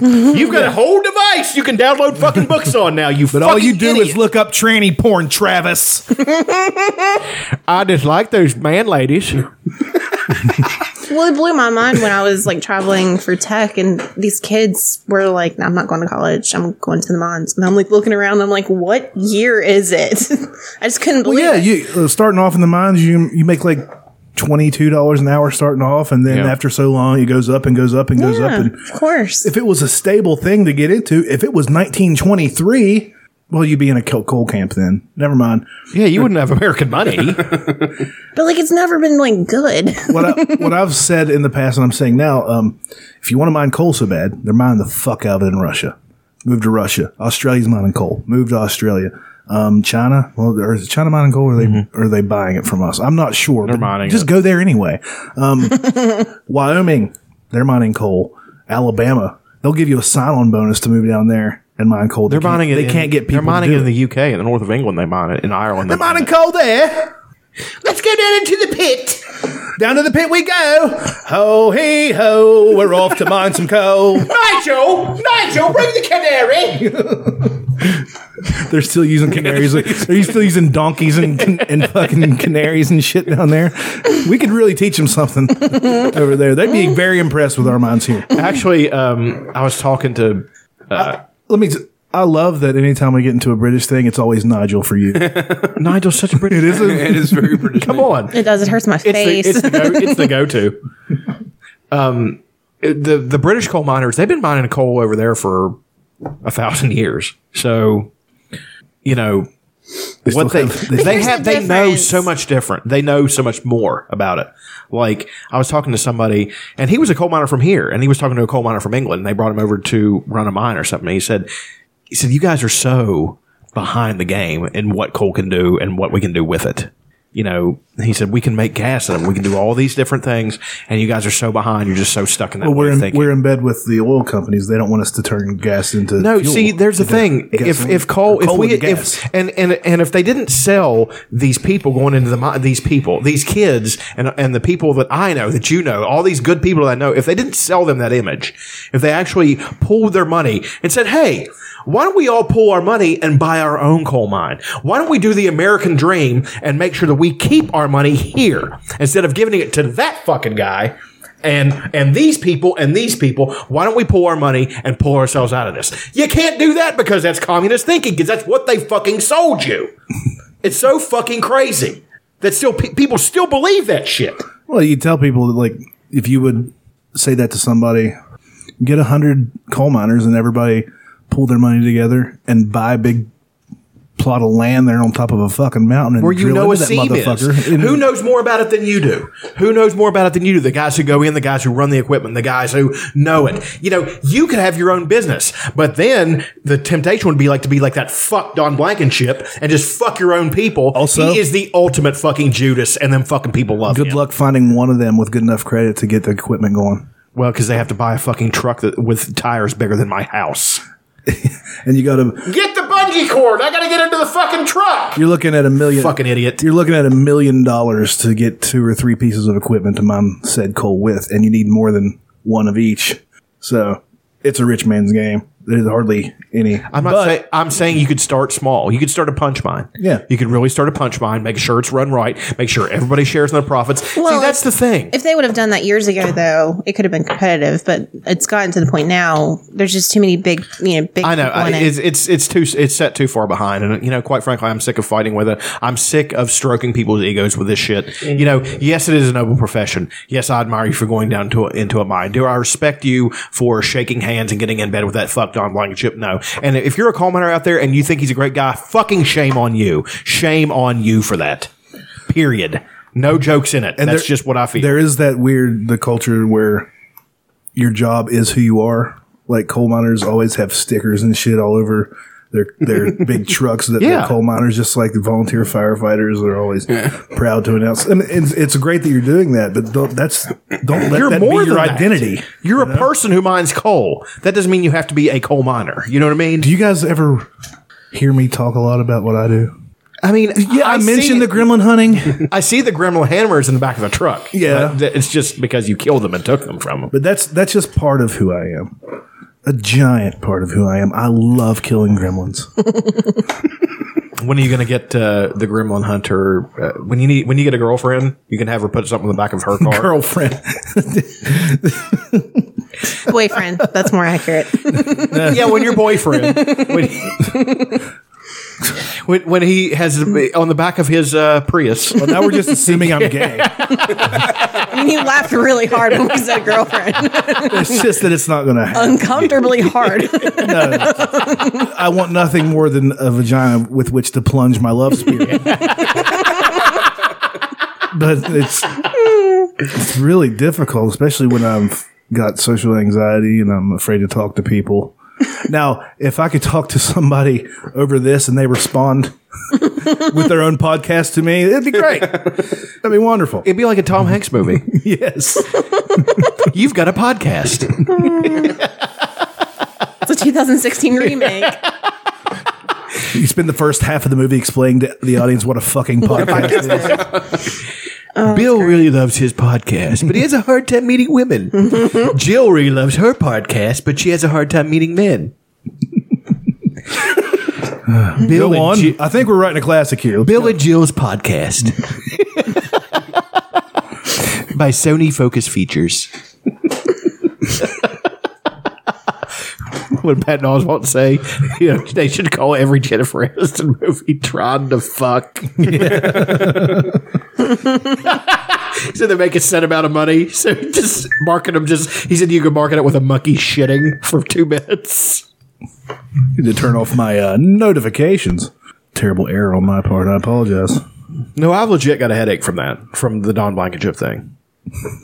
Speaker 1: You've got a whole device you can download fucking books on now. You. But all you do is
Speaker 3: look up tranny porn, Travis.
Speaker 1: I dislike those man ladies.
Speaker 2: Well, it blew my mind when I was like traveling for tech, and these kids were like, no, "I'm not going to college. I'm going to the mines." And I'm like looking around. I'm like, "What year is it?" I just couldn't
Speaker 3: Well,
Speaker 2: believe.
Speaker 3: yeah,
Speaker 2: it.
Speaker 3: you uh, starting off in the mines, you you make like twenty two dollars an hour starting off, and then
Speaker 1: Yeah.
Speaker 3: after so long, it goes up and goes up and goes up.
Speaker 2: Yeah,
Speaker 3: And
Speaker 2: of course,
Speaker 3: if it was a stable thing to get into, if it was nineteen twenty three, well, you'd be in a co- coal camp then. Never mind.
Speaker 1: Yeah, you wouldn't have American money.
Speaker 2: but like it's never been like good.
Speaker 3: what I, what I've said in the past, and I'm saying now, um, if you want to mine coal so bad, they're mining the fuck out of it in Russia. Move to Russia. Australia's mining coal. Move to Australia. Um, China. Well, or is China mining coal? Or are they
Speaker 1: Mm-hmm.
Speaker 3: or are they buying it from us? I'm not sure. They're mining. Just go there anyway. Um, Wyoming. They're mining coal. Alabama. They'll give you a sign-on bonus to move down there and mine coal.
Speaker 1: They're
Speaker 3: They can't-
Speaker 1: mining it.
Speaker 3: They
Speaker 1: in-
Speaker 3: can't get people.
Speaker 1: They're mining
Speaker 3: to
Speaker 1: it
Speaker 3: do
Speaker 1: in
Speaker 3: it.
Speaker 1: the UK, in the north of England. They mine it in Ireland.
Speaker 3: They're mining coal there. Let's go down into the pit. Down to the pit we go. Ho
Speaker 1: Oh,
Speaker 3: hee Oh, ho, we're off to mine some coal.
Speaker 7: Nigel! Nigel, bring the canary!
Speaker 3: They're still using canaries. They're still using donkeys and and fucking canaries and shit down there. We could really teach them something over there. They'd be very impressed with our mines here.
Speaker 1: Actually, um, I was talking to. Uh,
Speaker 3: Let me. I love that anytime we get into a British thing, it's always Nigel for you.
Speaker 1: Nigel's such a British.
Speaker 3: It is. A,
Speaker 5: it is very British.
Speaker 1: Come on.
Speaker 2: It does. It hurts my face.
Speaker 1: It's the, it's the, go, it's the go-to. Um, it- the the British coal miners they've been mining coal over there for a thousand years. So, you know, what they
Speaker 3: they
Speaker 1: they,
Speaker 3: still
Speaker 1: have
Speaker 3: have-
Speaker 1: they know
Speaker 3: difference.
Speaker 1: so much different. They know so much more about it. Like I was talking to somebody, and he was a coal miner from here, and he was talking to a coal miner from England, and they brought him over to run a mine or something. And he said, he said, you guys are so behind the game in what coal can do and what we can do with it. You know, he said we can make gas and we can do all these different things, and you guys are so behind. You're just so stuck in that
Speaker 3: well,
Speaker 1: way
Speaker 3: we're
Speaker 1: of
Speaker 3: in,
Speaker 1: thinking.
Speaker 3: we're in bed with the oil companies. They don't want us to turn gas into
Speaker 1: No,
Speaker 3: fuel.
Speaker 1: see, there's the
Speaker 3: Into
Speaker 1: thing. If
Speaker 3: gasoline.
Speaker 1: if coal, if
Speaker 3: Coal
Speaker 1: we,
Speaker 3: into gas.
Speaker 1: if and and and if they didn't sell these people going into the mi- these people, these kids, and and the people that I know, that you know, all these good people that I know, if they didn't sell them that image, if they actually pulled their money and said, hey. Why don't we all pull our money and buy our own coal mine? Why don't we do the American dream and make sure that we keep our money here instead of giving it to that fucking guy and and these people and these people why don't we pull our money and pull ourselves out of this you can't do that because that's communist thinking because that's what they fucking sold you it's so fucking crazy that still pe- people still believe that shit
Speaker 3: Well, you tell people that, like, if you would say that to somebody, get a hundred coal miners and everybody pull their money together and buy a big plot of land there on top of a fucking mountain and
Speaker 1: where you
Speaker 3: drill
Speaker 1: know a
Speaker 3: into that
Speaker 1: seam is.
Speaker 3: motherfucker. And-
Speaker 1: Who knows more about it than you do? Who knows more about it than you do? The guys who go in, the guys who run the equipment, the guys who know it. You know, you could have your own business, but then the temptation would be like to be like that fuck Don Blankenship and just fuck your own people. Also, he is the ultimate fucking Judas, and them fucking people love
Speaker 3: Good
Speaker 1: him.
Speaker 3: luck finding one of them with good enough credit to get the equipment going.
Speaker 1: Well, because they have to buy a fucking truck that, with tires bigger than my house.
Speaker 3: And you got to
Speaker 7: Get the bungee
Speaker 16: bungee cord. I gotta get into the fucking truck.
Speaker 3: You're looking at a million.
Speaker 16: Fucking idiot.
Speaker 3: You're looking at a million dollars to get two or three pieces of equipment to mine said coal with, and you need more than one of each. So it's a rich man's game. There's hardly any.
Speaker 1: I'm not saying I'm saying you could start small. You could start a punch mine.
Speaker 3: Yeah.
Speaker 1: You could really start a punch mine, make sure it's run right, make sure everybody shares in the profits. See, that's the thing.
Speaker 2: If they would have done that years ago, though, it could have been competitive. But it's gotten to the point now. There's just too many big, you know, big.
Speaker 1: I know
Speaker 2: people
Speaker 1: I-
Speaker 2: in it.
Speaker 1: it's, it's it's too it's set too far behind, and you know, quite frankly, I'm sick of fighting with it. I'm sick of stroking people's egos with this shit. You know, yes, it is a noble profession. Yes, I admire you for going down to a, into a mine. Do I respect you for shaking hands and getting in bed with that fuck Don Blankenship? No. And if you're a coal miner out there and you think he's a great guy, fucking shame on you. Shame on you for that. Period. No jokes in it.
Speaker 3: And
Speaker 1: That's
Speaker 3: there-
Speaker 1: just what I feel.
Speaker 3: There is that weird the culture where your job is who you are. Like coal miners always have stickers and shit all over their their big trucks that
Speaker 1: Yeah.
Speaker 3: they're coal miners, just like the volunteer firefighters are always proud to announce. And it's, it's great that you're doing that, but don't, that's don't let
Speaker 1: You're
Speaker 3: that
Speaker 1: more
Speaker 3: be your
Speaker 1: than that.
Speaker 3: identity.
Speaker 1: You're a person who mines coal. That doesn't mean you have to be a coal miner. You know what I mean? Do
Speaker 3: you guys ever hear me talk a lot about what I do?
Speaker 1: I mean, yeah,
Speaker 3: I mentioned the gremlin hunting.
Speaker 1: I see the gremlin hammers in the back of the truck.
Speaker 3: Yeah.
Speaker 1: But th- it's just because you killed them and took them from them.
Speaker 3: But that's that's just part of who I am. A giant part of who I am. I love killing gremlins.
Speaker 1: When are you going to get uh, the gremlin hunter? Uh, when you need when you get a girlfriend, you can have her put something in the back of her car.
Speaker 3: Girlfriend.
Speaker 2: boyfriend. That's more accurate.
Speaker 1: yeah, when your boyfriend, when, when, when he has on the back of his uh, Prius. Well,
Speaker 3: now we're just assuming I'm gay.
Speaker 2: I mean, you laughed really hard when we said girlfriend.
Speaker 3: It's just that it's not going to happen.
Speaker 2: Uncomfortably hard.
Speaker 3: I want nothing more than a vagina with which to plunge my love spear. but it's it's really difficult, especially when I've got social anxiety and I'm afraid to talk to people. Now, if I could talk to somebody over this and they respond with their own podcast to me, it'd be great. That'd be wonderful. It'd
Speaker 1: be like a Tom Hanks movie.
Speaker 3: yes.
Speaker 1: You've got a podcast.
Speaker 2: It's a 2016 remake.
Speaker 3: You spend the first half of the movie explaining to the audience what a fucking podcast is.
Speaker 2: Oh,
Speaker 1: Bill really loves his podcast, but he has a hard time meeting women. Jill really loves her podcast, but she has a hard time meeting men. Bill
Speaker 3: Go
Speaker 1: and
Speaker 3: on.
Speaker 1: Ji-
Speaker 3: I think we're writing a classic here. Let's
Speaker 1: Bill and Jill's podcast by Sony Focus Features. what Pat Oswalt would say, you know, they should call every Jennifer Aniston movie "Trying to Fuck." so they make a set amount of money. So he just market them. Just he said you could market it with a monkey shitting for two minutes.
Speaker 3: Need to turn off my uh, notifications. Terrible error on my part. I apologize.
Speaker 1: No, I've legit got a headache from that, from the Don Blankenship thing.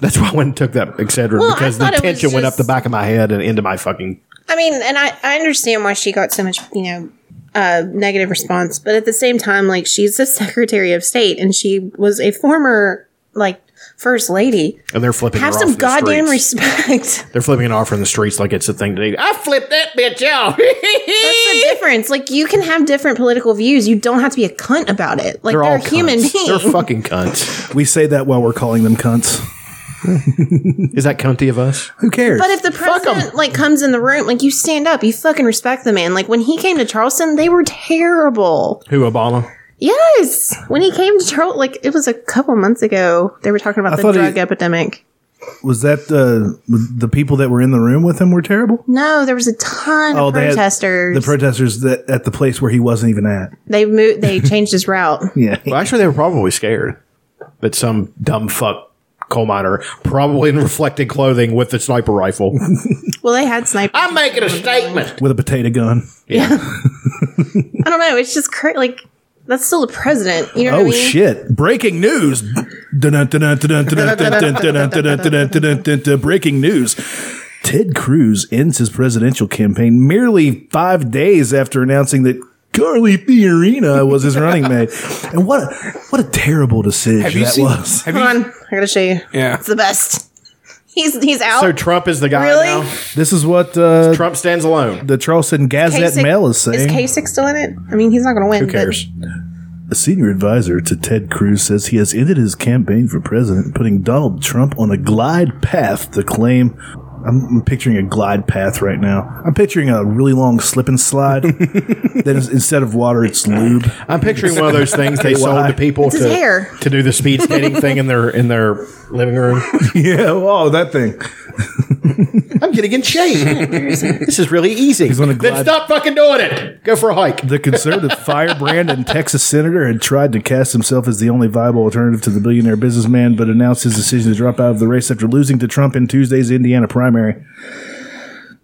Speaker 1: That's why I went and took that Excedrin
Speaker 2: Well, I
Speaker 1: because the
Speaker 2: thought it was
Speaker 1: tension went up
Speaker 2: just-
Speaker 1: the back of my head and into my fucking.
Speaker 2: I mean, and I, I understand why she got so much, you know, uh, negative response, but at the same time, like, she's the Secretary of State and she was a former, like, First Lady.
Speaker 1: And they're flipping.
Speaker 2: Have
Speaker 1: her
Speaker 2: some
Speaker 1: off
Speaker 2: goddamn
Speaker 1: In the streets.
Speaker 2: respect.
Speaker 1: they're flipping an offer in the streets like it's a thing to do. Ah, I flipped that bitch out.
Speaker 2: That's the difference. Like, you can have different political views. You don't have to be a cunt about it. Like, they're, a human
Speaker 1: cunts.
Speaker 2: beings.
Speaker 1: They're fucking cunts.
Speaker 3: We say that while we're calling them cunts.
Speaker 1: Is that cunty of us?
Speaker 3: Who cares?
Speaker 2: But if the president like comes in the room, like you stand up, you fucking respect the man. Like when he came to Charleston, they were terrible.
Speaker 1: Who Obama?
Speaker 2: Yes, when he came to Charleston, like it was a couple months ago, they were talking about
Speaker 3: I
Speaker 2: the
Speaker 3: thought he-
Speaker 2: drug epidemic.
Speaker 3: Was that uh, was the people that were in the room with him were terrible?
Speaker 2: No, there was a ton of
Speaker 3: Oh, they had-
Speaker 2: protesters.
Speaker 3: the protesters that at the place where he wasn't even at.
Speaker 2: they moved. They changed his route.
Speaker 3: Yeah.
Speaker 1: Well, actually, they were probably scared that some dumb fuck coal miner, probably in reflecting clothing with the sniper rifle.
Speaker 2: Well, they had snipers. I'm
Speaker 16: making a statement.
Speaker 3: With a potato gun.
Speaker 2: I don't know. It's just cra- like that's still the president. You know what I
Speaker 3: oh
Speaker 2: mean?
Speaker 3: shit! Breaking news. Dun-dun, dun-dun, dun-dun, dun-dun, dun-dun, dun-dun, dun-dun, dun-dun, dun-dun, dun-dun. Breaking news. Ted Cruz ends his presidential campaign merely five days after announcing that Carly Fiorina was his running mate. And what a, what a terrible decision
Speaker 2: Have you
Speaker 3: that
Speaker 2: seen-
Speaker 3: was.
Speaker 2: Come on, I gotta show you.
Speaker 17: Yeah.
Speaker 2: it's the best. He's he's out.
Speaker 1: So Trump is the guy
Speaker 2: Really?
Speaker 1: now.
Speaker 3: This is what uh,
Speaker 1: Trump stands alone.
Speaker 3: The Charleston Gazette
Speaker 2: Kasich-
Speaker 3: Mail is saying.
Speaker 2: Is Kasich still in it? I mean, he's not going to win. but-
Speaker 3: A senior advisor to Ted Cruz says he has ended his campaign for president, putting Donald Trump on a glide path to claim. I'm I'm picturing a glide path right now. I'm picturing a really long slip and slide. that is, instead of water, it's lube.
Speaker 1: I'm picturing one of those things they sold to people
Speaker 3: It's
Speaker 1: to,
Speaker 3: his hair.
Speaker 1: to do the speed skating thing in their in their living room.
Speaker 3: yeah, oh that thing.
Speaker 1: I'm getting in shape. this is really easy. Then stop fucking doing it. Go for a hike.
Speaker 3: The conservative firebrand and Texas senator had tried to cast himself as the only viable alternative to the billionaire businessman, but announced his decision to drop out of the race after losing to Trump in Tuesday's Indiana primary.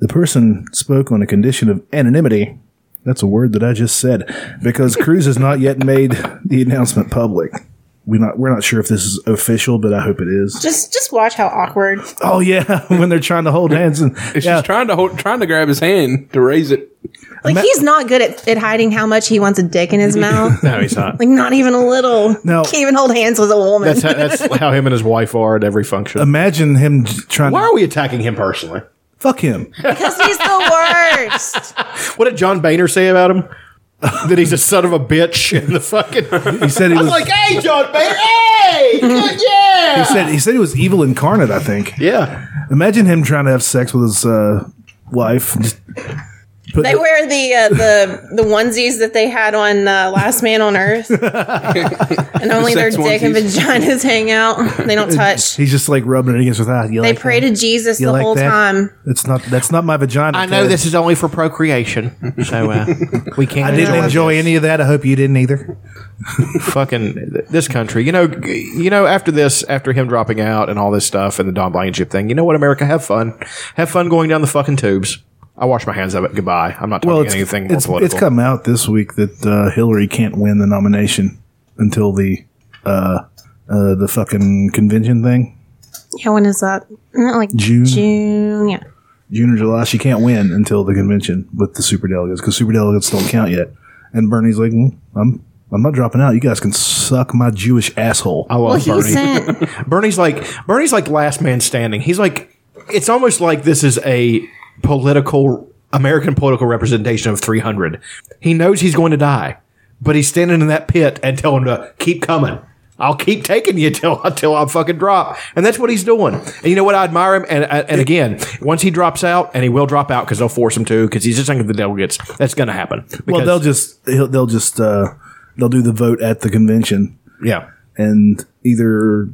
Speaker 3: The person spoke on a condition of anonymity. That's a word that I just said because Cruz has not yet made the announcement public. We not we're not sure if this is official, but I hope it is.
Speaker 2: Just just watch how awkward.
Speaker 3: Oh yeah, when they're trying to hold hands and
Speaker 5: She's trying to hold, trying to grab his hand to raise it.
Speaker 2: Like he's not good at, at hiding how much he wants a dick in his mouth.
Speaker 1: No, he's not.
Speaker 2: Like not even a little.
Speaker 3: No.
Speaker 2: Can't even hold hands with a woman.
Speaker 1: That's how, that's how him and his wife are at every function.
Speaker 3: Imagine him j- trying.
Speaker 1: Um, Why are we attacking him personally?
Speaker 3: Fuck him.
Speaker 2: because he's the worst.
Speaker 1: What did John Boehner say about him? that he's a son of a bitch and the fucking.
Speaker 3: He said he
Speaker 1: I'm
Speaker 3: was-
Speaker 1: like, hey, John Boehner, hey, good, yeah.
Speaker 3: He said he said he was evil incarnate. I think.
Speaker 1: Yeah.
Speaker 3: Imagine him trying to have sex with his uh, wife. Just put
Speaker 2: they
Speaker 3: the-
Speaker 2: wear the uh, the the onesies that they had on uh, Last Man on Earth, and only their
Speaker 3: sex
Speaker 2: dick and
Speaker 3: onesies.
Speaker 2: vaginas hang out. They don't touch.
Speaker 3: He's just like rubbing it against his eye. You
Speaker 2: they
Speaker 3: like
Speaker 2: pray
Speaker 3: that?
Speaker 2: to Jesus
Speaker 3: You
Speaker 2: the
Speaker 3: like
Speaker 2: whole
Speaker 3: that?
Speaker 2: time.
Speaker 3: It's not. That's not my vagina.
Speaker 1: I know
Speaker 3: Ted.
Speaker 1: this is only for procreation, so uh, we can't.
Speaker 3: I didn't enjoy any of that. I hope you didn't either.
Speaker 1: fucking th- this country. You know, g- you know. After this, after him dropping out and all this stuff and the Don Blankenship thing, you know what, America, have fun. Have fun going down the fucking tubes. I wash my hands of it. Goodbye. I'm not talking
Speaker 3: Well, it's,
Speaker 1: anything more
Speaker 3: it's,
Speaker 1: political.
Speaker 3: it's come out this week that uh, Hillary can't win the nomination until the uh, uh, the fucking convention thing,
Speaker 2: Yeah, when is that? Isn't that like
Speaker 3: June?
Speaker 2: June, yeah.
Speaker 3: June or July. She can't win until the convention with the superdelegates because superdelegates don't count yet. And Bernie's like, "Mm, I'm I'm not dropping out. You guys can suck my Jewish asshole.
Speaker 1: I love Bernie. Bernie's like Bernie's like last man standing. He's like it's almost like this is a political American political representation of 300. He knows he's going to die, but he's standing in that pit and telling him to keep coming. I'll keep taking you till until I fucking drop, and that's what he's doing. And you know what? I admire him. And and again, once he drops out, and he will drop out because they'll force him to, because he's just thinking the delegates. That's going to happen.
Speaker 3: well,
Speaker 1: Because-
Speaker 3: they'll just he'll, they'll just uh, they'll do the vote at the convention.
Speaker 1: Yeah.
Speaker 3: and either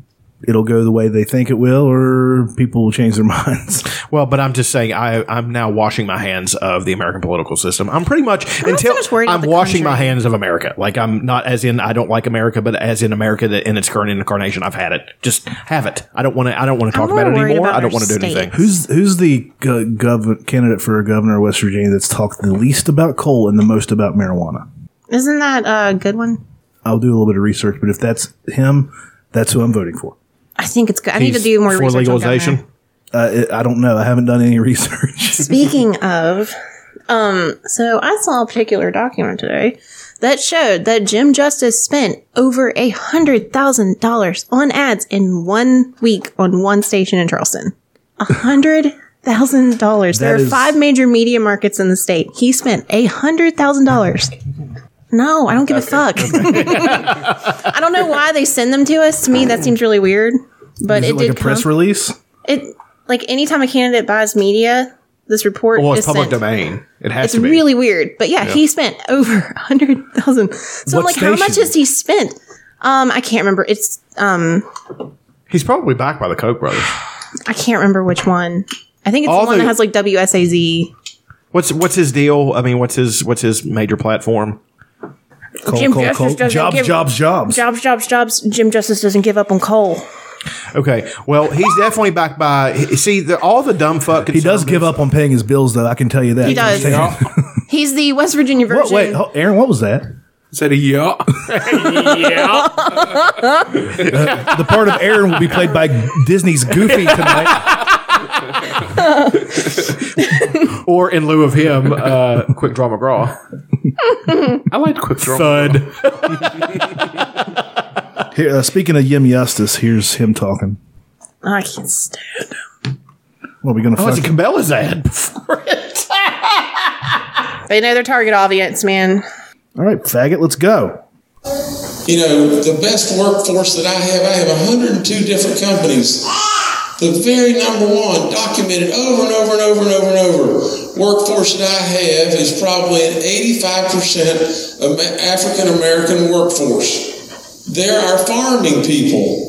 Speaker 3: it'll go the way they think it will, or people will change their minds.
Speaker 1: Well, but I'm just saying I I'm now washing my hands of the American political system. I'm pretty much until I'm washing my hands of America. Like I'm not as in I don't like America, but as in America that in its current incarnation. I've had it. Just have it. I don't want to. I don't want to talk
Speaker 3: more
Speaker 1: about it
Speaker 3: worried
Speaker 1: anymore.
Speaker 3: about
Speaker 1: I don't
Speaker 3: our
Speaker 1: want to do
Speaker 3: state.
Speaker 1: anything.
Speaker 3: Who's who's the uh, gov- candidate for governor of West Virginia that's talked the least about coal and the most about marijuana?
Speaker 2: Isn't that a good one?
Speaker 3: I'll do a little bit of research, but if that's him, that's who I'm voting for.
Speaker 2: I think it's good. I need to do more research On Governor.
Speaker 3: Uh, it- I don't know. I haven't done any research.
Speaker 2: Speaking of, um, so I saw a particular document today that showed that Jim Justice spent over a hundred thousand dollars on ads in one week on one station in Charleston. A hundred thousand dollars. There are
Speaker 15: That is-
Speaker 2: five major media markets in the state. He spent a hundred thousand dollars. No, I don't give a fuck. I don't know why they send them to us. To me, that seems really weird. But
Speaker 3: Is
Speaker 2: it,
Speaker 3: it like
Speaker 2: did
Speaker 3: a press
Speaker 2: come-
Speaker 3: release?
Speaker 2: It like anytime a candidate buys media, this report
Speaker 1: Well,
Speaker 2: is
Speaker 1: it's public
Speaker 2: sent.
Speaker 1: domain. It has
Speaker 2: It's
Speaker 1: to be.
Speaker 2: really weird, but yeah,
Speaker 1: Yeah.
Speaker 2: he spent over a hundred thousand. So I'm
Speaker 1: What
Speaker 2: like, how much
Speaker 1: station?
Speaker 2: has he spent? Um, I can't remember. It's um,
Speaker 1: He's probably backed by the Koch brothers.
Speaker 2: I can't remember which one. I think it's
Speaker 1: All
Speaker 2: the one
Speaker 1: the-
Speaker 2: that has like WSAZ.
Speaker 1: What's what's his deal? I mean, what's his what's his major platform?
Speaker 3: Coal,
Speaker 2: Jim coal, Justice coal. doesn't Jobs, give- jobs,
Speaker 3: jobs.
Speaker 2: Jobs, jobs, jobs. Jim Justice doesn't give up on coal.
Speaker 1: Okay. Well, he's definitely backed by. See, the, all the dumb fuck.
Speaker 3: He does give up on paying his bills, though. I can tell you that.
Speaker 2: He does.
Speaker 3: What-
Speaker 2: He's the West Virginia version.
Speaker 3: wait, ho- Aaron, what was that?
Speaker 5: Said a yeah.
Speaker 2: yeah.
Speaker 3: Uh, the part of Aaron will be played by Disney's Goofy tonight.
Speaker 1: Or in lieu of him, uh, Quick Draw McGraw.
Speaker 5: I like Quick
Speaker 1: Draw. Thud.
Speaker 3: Here, uh, speaking of Yim Justice, here's him talking.
Speaker 2: I can't stand him.
Speaker 3: What are we going to
Speaker 1: Oh, it's a
Speaker 3: fuck?
Speaker 1: Cabela's ad.
Speaker 2: They know their target audience, man.
Speaker 3: All right, faggot, let's go.
Speaker 15: You know, the best workforce that I have, I have 102 different companies. The very number one, documented over and over and over and over and over, workforce that I have is probably an 85% of African American workforce. They're our farming people.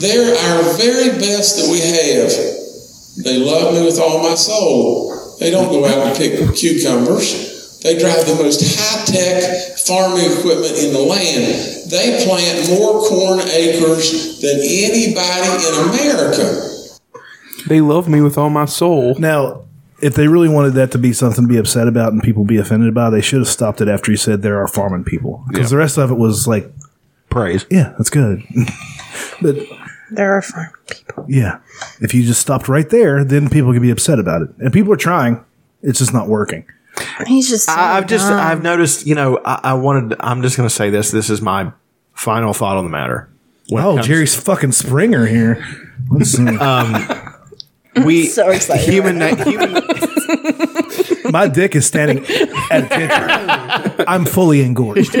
Speaker 15: They're our very best that we have. They love me with all my soul. They don't go out and pick cucumbers. They drive the most high tech farming equipment in the land. They plant more corn acres than anybody in America.
Speaker 3: They love me with all my soul. Now, if they really wanted that to be something to be upset about and people be offended by, they should have stopped it after you said there are farming people. Because the rest of it was like praise. Yeah, that's good. but
Speaker 2: There are farm.
Speaker 3: yeah, if you just stopped right there, then people could be upset about it. And people are trying, it's just not working.
Speaker 2: He's just.
Speaker 1: I, I've just
Speaker 2: dumb.
Speaker 1: I've noticed, you know, I, I wanted. I'm just going to say this. This is my final thought on the matter.
Speaker 3: oh, Jerry's fucking Springer here. Let's see.
Speaker 1: Um, we
Speaker 3: So excited
Speaker 1: Human,
Speaker 3: right
Speaker 1: na- human
Speaker 3: My dick is standing at attention. I'm fully engorged.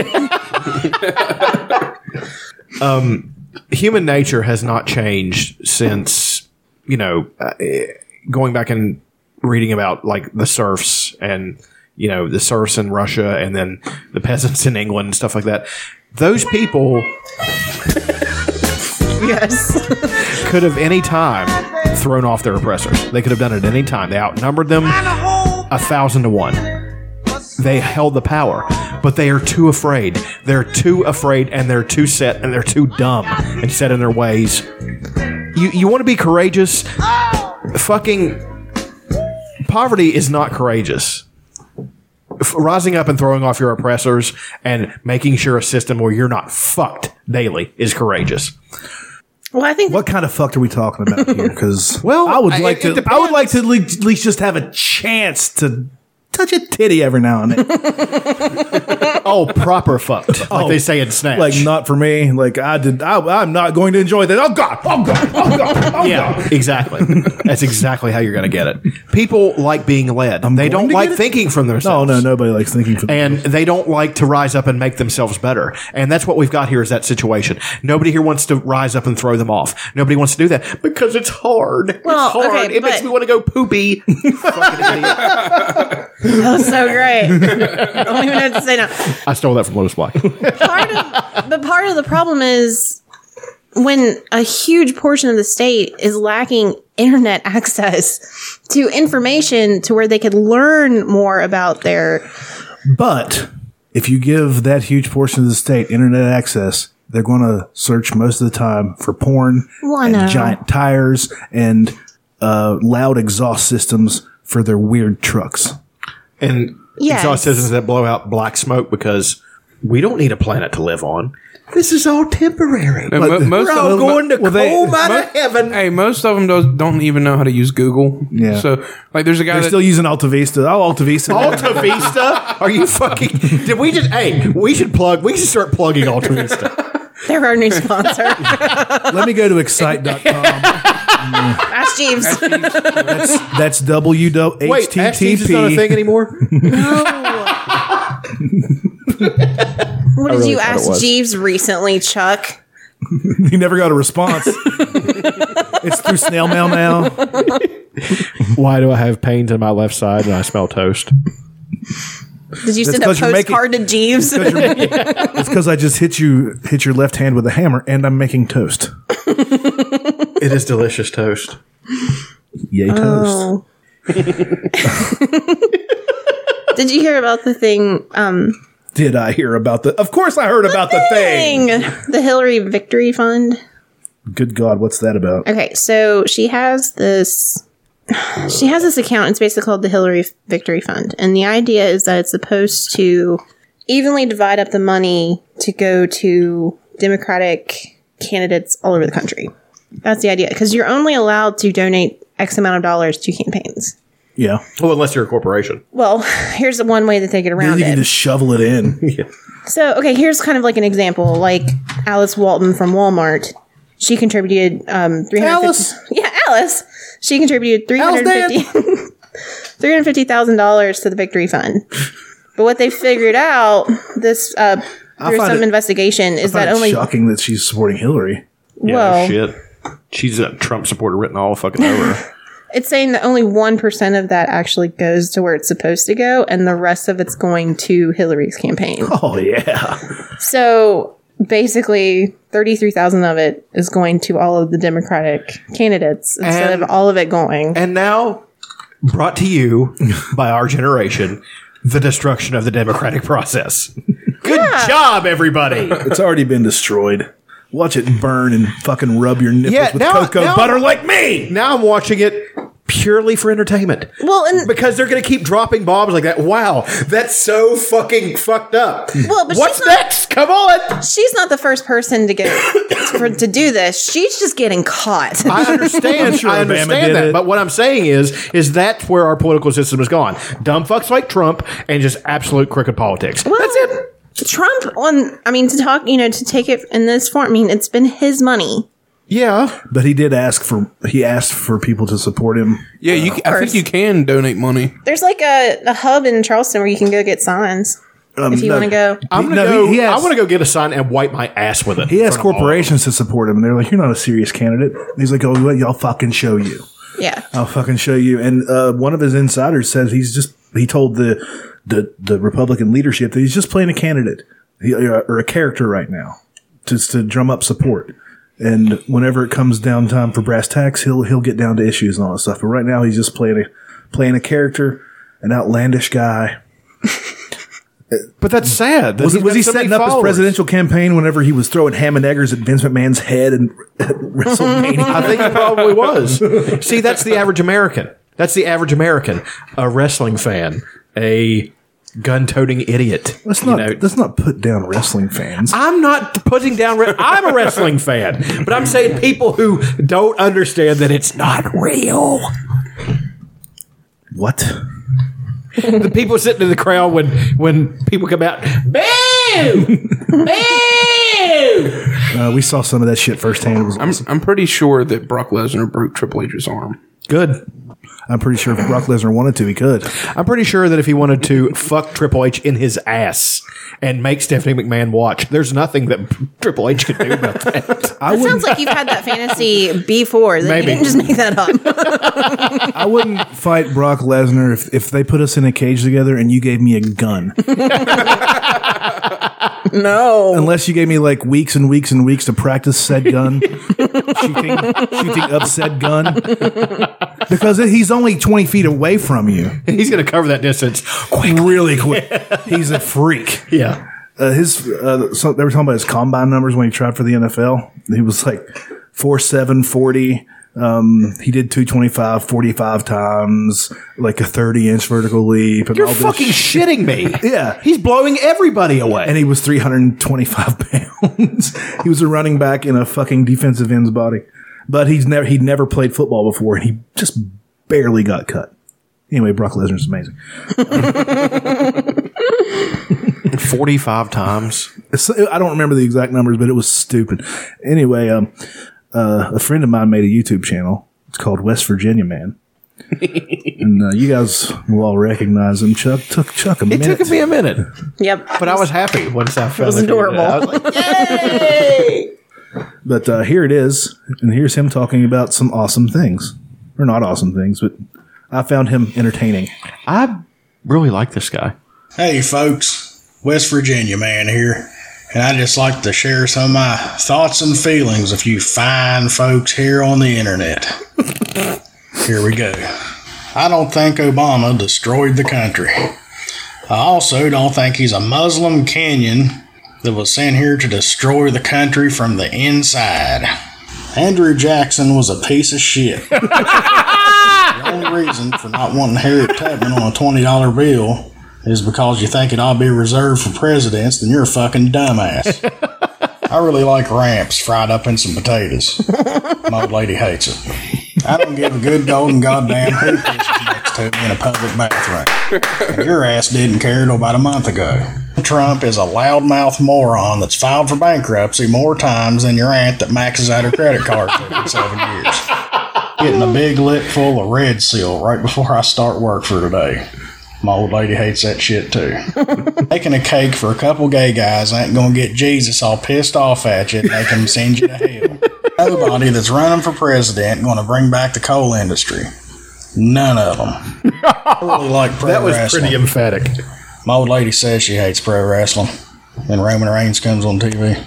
Speaker 1: um, human nature has not changed since you know uh, eh, going back and reading about like the serfs and you know the serfs in Russia and then the peasants in England and stuff like that. Those people
Speaker 2: yes
Speaker 1: could have any time thrown off their oppressors. They could have done it any time. They outnumbered them a thousand to one. They held the power, but they are too afraid. They're too afraid, and they're too set, and they're too dumb and set in their ways. You you want to be courageous? Fucking poverty is not courageous. F- rising up and throwing off your oppressors and making sure a system where you're not fucked daily is courageous.
Speaker 2: Well, I think
Speaker 3: what kind of fucked are we talking about here? Because
Speaker 1: well,
Speaker 3: I would
Speaker 1: I-
Speaker 3: like
Speaker 1: it
Speaker 3: to. I would like to at le- at least just have a chance to touch a titty every now and then.
Speaker 1: oh, proper fucked, like
Speaker 3: Oh,
Speaker 1: they say in Snatch.
Speaker 3: Like not for me. Like I did. I, I'm not going to enjoy that. Oh god. Oh god. Oh god. Oh god.
Speaker 1: yeah, exactly. That's exactly how you're going to get it. People like being led. Um, they don't
Speaker 3: to
Speaker 1: like
Speaker 3: get it?
Speaker 1: thinking from themselves.
Speaker 3: Oh, No, no, nobody likes thinking from.
Speaker 1: And they don't like to rise up and make themselves better. And that's what we've got here is that situation. Nobody here wants to rise up and throw them off. Nobody wants to do that because it's hard.
Speaker 2: Well,
Speaker 1: it's hard.
Speaker 2: okay,
Speaker 1: it makes
Speaker 2: but-
Speaker 1: me want to go poopy.
Speaker 2: That was so great. I don't even know what to say now.
Speaker 1: I stole that from Lotus Black.
Speaker 2: But part of the problem is when a huge portion of the state is lacking internet access to information to where they could learn more about their.
Speaker 3: But if you give that huge portion of the state internet access, they're going to search most of the time for porn
Speaker 2: Well, I
Speaker 3: and
Speaker 2: know.
Speaker 3: giant tires and uh, loud exhaust systems for their weird trucks.
Speaker 1: and
Speaker 2: Yes.
Speaker 1: exhaust systems that blow out black smoke because we don't need a planet to live on.
Speaker 5: This is all temporary.
Speaker 1: Like, we're all going to coal mine of
Speaker 5: heaven. Hey, most of them does, don't even know how to use Google.
Speaker 3: Yeah.
Speaker 5: So, like, there's a guy
Speaker 3: They're
Speaker 5: that
Speaker 3: still using AltaVista. I'll AltaVista.
Speaker 1: Alta Vista? Are you fucking? Did we just? Hey, we should plug. We should start plugging Alta Vista.
Speaker 2: They're our new sponsor.
Speaker 3: Let me go to excite.com.
Speaker 2: Ask Jeeves.
Speaker 3: That's, that's WHTTP.
Speaker 1: Wait, Ask Jeeves is not a thing anymore?
Speaker 2: what
Speaker 3: I
Speaker 2: did
Speaker 3: really
Speaker 2: you
Speaker 3: thought it
Speaker 2: ask
Speaker 3: was.
Speaker 2: Jeeves recently, Chuck?
Speaker 3: you never got a response. it's through snail mail now.
Speaker 1: Why do I have pains in my left side and I smell toast?
Speaker 2: Did you
Speaker 3: That's
Speaker 2: send a
Speaker 3: 'cause you're making-
Speaker 2: postcard to Jeeves?
Speaker 3: It's because I just hit you, hit your left hand with a hammer, and I'm making toast.
Speaker 1: It is delicious toast.
Speaker 3: Yay, toast.
Speaker 2: Oh. Did you hear about the thing? Um,
Speaker 3: Did I hear about the? Of course, I heard about the thing.
Speaker 2: thing, the Hillary Victory Fund.
Speaker 3: Good God, what's that about?
Speaker 2: Okay, so she has this. She has this account. It's basically called the Hillary Victory Fund, and the idea is that it's supposed to evenly divide up the money to go to Democratic candidates all over the country. That's the idea, because you're only allowed to donate X amount of dollars to campaigns.
Speaker 3: Yeah.
Speaker 1: Well, unless you're a corporation.
Speaker 2: Well, here's the one way that they get around
Speaker 3: you
Speaker 2: it.
Speaker 3: can just shovel it in.
Speaker 2: So, okay, here's kind of like an example. Like Alice Walton from Walmart, she contributed um, 350.
Speaker 3: Alice?
Speaker 2: Yeah, Alice. She contributed
Speaker 7: Alice did.
Speaker 2: $350 $350,000 to the Victory Fund. But what they figured out, this uh,
Speaker 3: I
Speaker 2: through
Speaker 3: find
Speaker 2: some
Speaker 3: it-
Speaker 2: investigation,
Speaker 3: I
Speaker 2: is
Speaker 3: find
Speaker 2: that
Speaker 3: it
Speaker 2: only
Speaker 3: shocking that she's supporting Hillary?
Speaker 2: Well-
Speaker 1: Oh, shit. She's a Trump supporter written all fucking over.
Speaker 2: It's saying that only 1% of that actually goes to where it's supposed to go, and the rest of it's going to Hillary's campaign.
Speaker 3: Oh yeah.
Speaker 2: So basically, 33,000 of it is going to all of the Democratic candidates instead
Speaker 1: And-
Speaker 2: of all of it going.
Speaker 1: and now, brought to you by our generation, the destruction of the democratic process. Good job, everybody.
Speaker 3: it's already been destroyed. Watch it burn and fucking rub your nipples with cocoa butter like me.
Speaker 1: Now I'm watching it purely for entertainment.
Speaker 2: Well, and
Speaker 1: because they're going to keep dropping bombs like that. Wow, that's so fucking fucked up.
Speaker 2: Well, but
Speaker 1: what's
Speaker 2: she's not,
Speaker 1: next? Come on!
Speaker 2: She's not the first person to get for, to do this. She's just getting caught.
Speaker 1: I understand. I understand that. But what I'm saying is, is that's where our political system has gone. Dumb fucks like Trump and just absolute crooked politics.
Speaker 2: That's it. Trump on. I mean, to talk, you know, to take it in this form. I mean, it's been his money.
Speaker 1: Yeah,
Speaker 3: but he did ask for he asked for people to support him.
Speaker 5: Yeah, you. ca- I think you can donate money.
Speaker 2: There's like a, a hub in Charleston where you can go get signs
Speaker 3: Um,
Speaker 2: if you
Speaker 3: no.
Speaker 2: want to go.
Speaker 1: I'm gonna
Speaker 3: No,
Speaker 1: go.
Speaker 3: he- he has-
Speaker 1: I want to go get a sign and wipe my ass with it.
Speaker 3: He
Speaker 1: in
Speaker 3: asked
Speaker 1: front of all-
Speaker 3: corporations to support him, and they're like, "You're not a serious candidate." And he's like, "Oh, well, y'all fucking show you.
Speaker 2: Yeah.
Speaker 3: I'll fucking show you." And uh, one of his insiders says he's just he told the the the Republican leadership that he's just playing a candidate he, uh, or a character right now, just to drum up support. And whenever it comes down time for brass tacks, he'll he'll get down to issues and all that stuff. But right now, he's just playing a playing a character, an outlandish guy.
Speaker 1: But that's sad. that
Speaker 3: Was,
Speaker 1: he's
Speaker 3: was
Speaker 1: got
Speaker 3: he
Speaker 1: so many
Speaker 3: setting up his
Speaker 1: followers.
Speaker 3: presidential campaign whenever he was throwing ham and eggers at Vince McMahon's head and WrestleMania?
Speaker 1: I think he probably was. See, that's the average American. That's the average American, a wrestling fan, a gun-toting idiot.
Speaker 3: Let's not let's not put down wrestling fans.
Speaker 1: I'm not putting down. Re- I'm a wrestling fan, but I'm saying people who don't understand that it's not real.
Speaker 3: What?
Speaker 1: the people sitting in the crowd when when people come out, boo, boo.
Speaker 3: Uh, we saw some of that shit firsthand. It was
Speaker 5: I'm, I'm pretty sure that Brock Lesnar broke Triple H's arm.
Speaker 1: Good.
Speaker 3: I'm pretty sure if Brock Lesnar wanted to, he could.
Speaker 1: I'm pretty sure that if he wanted to fuck Triple H in his ass and make Stephanie McMahon watch, there's nothing that Triple H could do about that.
Speaker 3: I
Speaker 2: It sounds like you've had that fantasy before. That
Speaker 3: Maybe.
Speaker 2: You didn't just make that up.
Speaker 3: I wouldn't fight Brock Lesnar if, if they put us in a cage together and you gave me a gun.
Speaker 2: no.
Speaker 3: Unless you gave me like weeks and weeks and weeks to practice said gun, shooting, shooting up said gun. Because he's only 20 feet away from you.
Speaker 1: He's going to cover that distance
Speaker 3: really quick. He's a freak.
Speaker 1: Yeah.
Speaker 3: Uh, his uh, so they were talking about his combine numbers when he tried for the NFL. He was like 47 40. Um, he did 225 45 times, like a 30 inch vertical leap. And
Speaker 1: You're
Speaker 3: all this
Speaker 1: fucking
Speaker 3: shit.
Speaker 1: shitting me.
Speaker 3: Yeah.
Speaker 1: He's blowing everybody away.
Speaker 3: And he was 325 pounds. he was a running back in a fucking defensive end's body. But he's never he'd never played football before and he just barely got cut. Anyway, Brock Lesnar's amazing.
Speaker 1: 45 times.
Speaker 3: So- I don't remember the exact numbers, but it was stupid. Anyway, um, uh, a friend of mine made a YouTube channel. It's called West Virginia Man. and uh, you guys will all recognize him. Chuck took Chuck a
Speaker 1: It
Speaker 3: minute.
Speaker 1: took me a minute,
Speaker 2: Yep.
Speaker 1: but I was happy once I found
Speaker 2: was
Speaker 1: it.
Speaker 2: adorable.
Speaker 1: I was like,
Speaker 3: But uh, here it is, and here's him talking about some awesome things, or not awesome things, but I found him entertaining.
Speaker 1: I really like this guy.
Speaker 6: Hey, folks, West Virginia man here, and I just like to share some of my thoughts and feelings of you fine folks here on the internet. here we go. I don't think Obama destroyed the country. I also don't think he's a Muslim Kenyan that was sent here to destroy the country from the inside. Andrew Jackson was a piece of shit. the only reason for not wanting Harriet Tubman on a $20 bill is because you think it ought to be reserved for presidents, then you're a fucking dumbass. I really like ramps fried up in some potatoes. My old lady hates it. I don't give a good golden goddamn who pisses next to me in a public bathroom. And your ass didn't care till about a month ago. Trump is a loudmouth moron that's filed for bankruptcy more times than your aunt that maxes out her credit card for seven years. Getting a big lip full of red seal right before I start work for today. My old lady hates that shit too. Making a cake for a couple gay guys ain't gonna get Jesus all pissed off at you and make him send you to hell. Nobody that's running for president gonna bring back the coal industry. None of them. really like pro
Speaker 1: That was
Speaker 6: wrestling.
Speaker 1: pretty emphatic.
Speaker 6: My old lady says she hates pro wrestling. Then Roman Reigns comes on TV.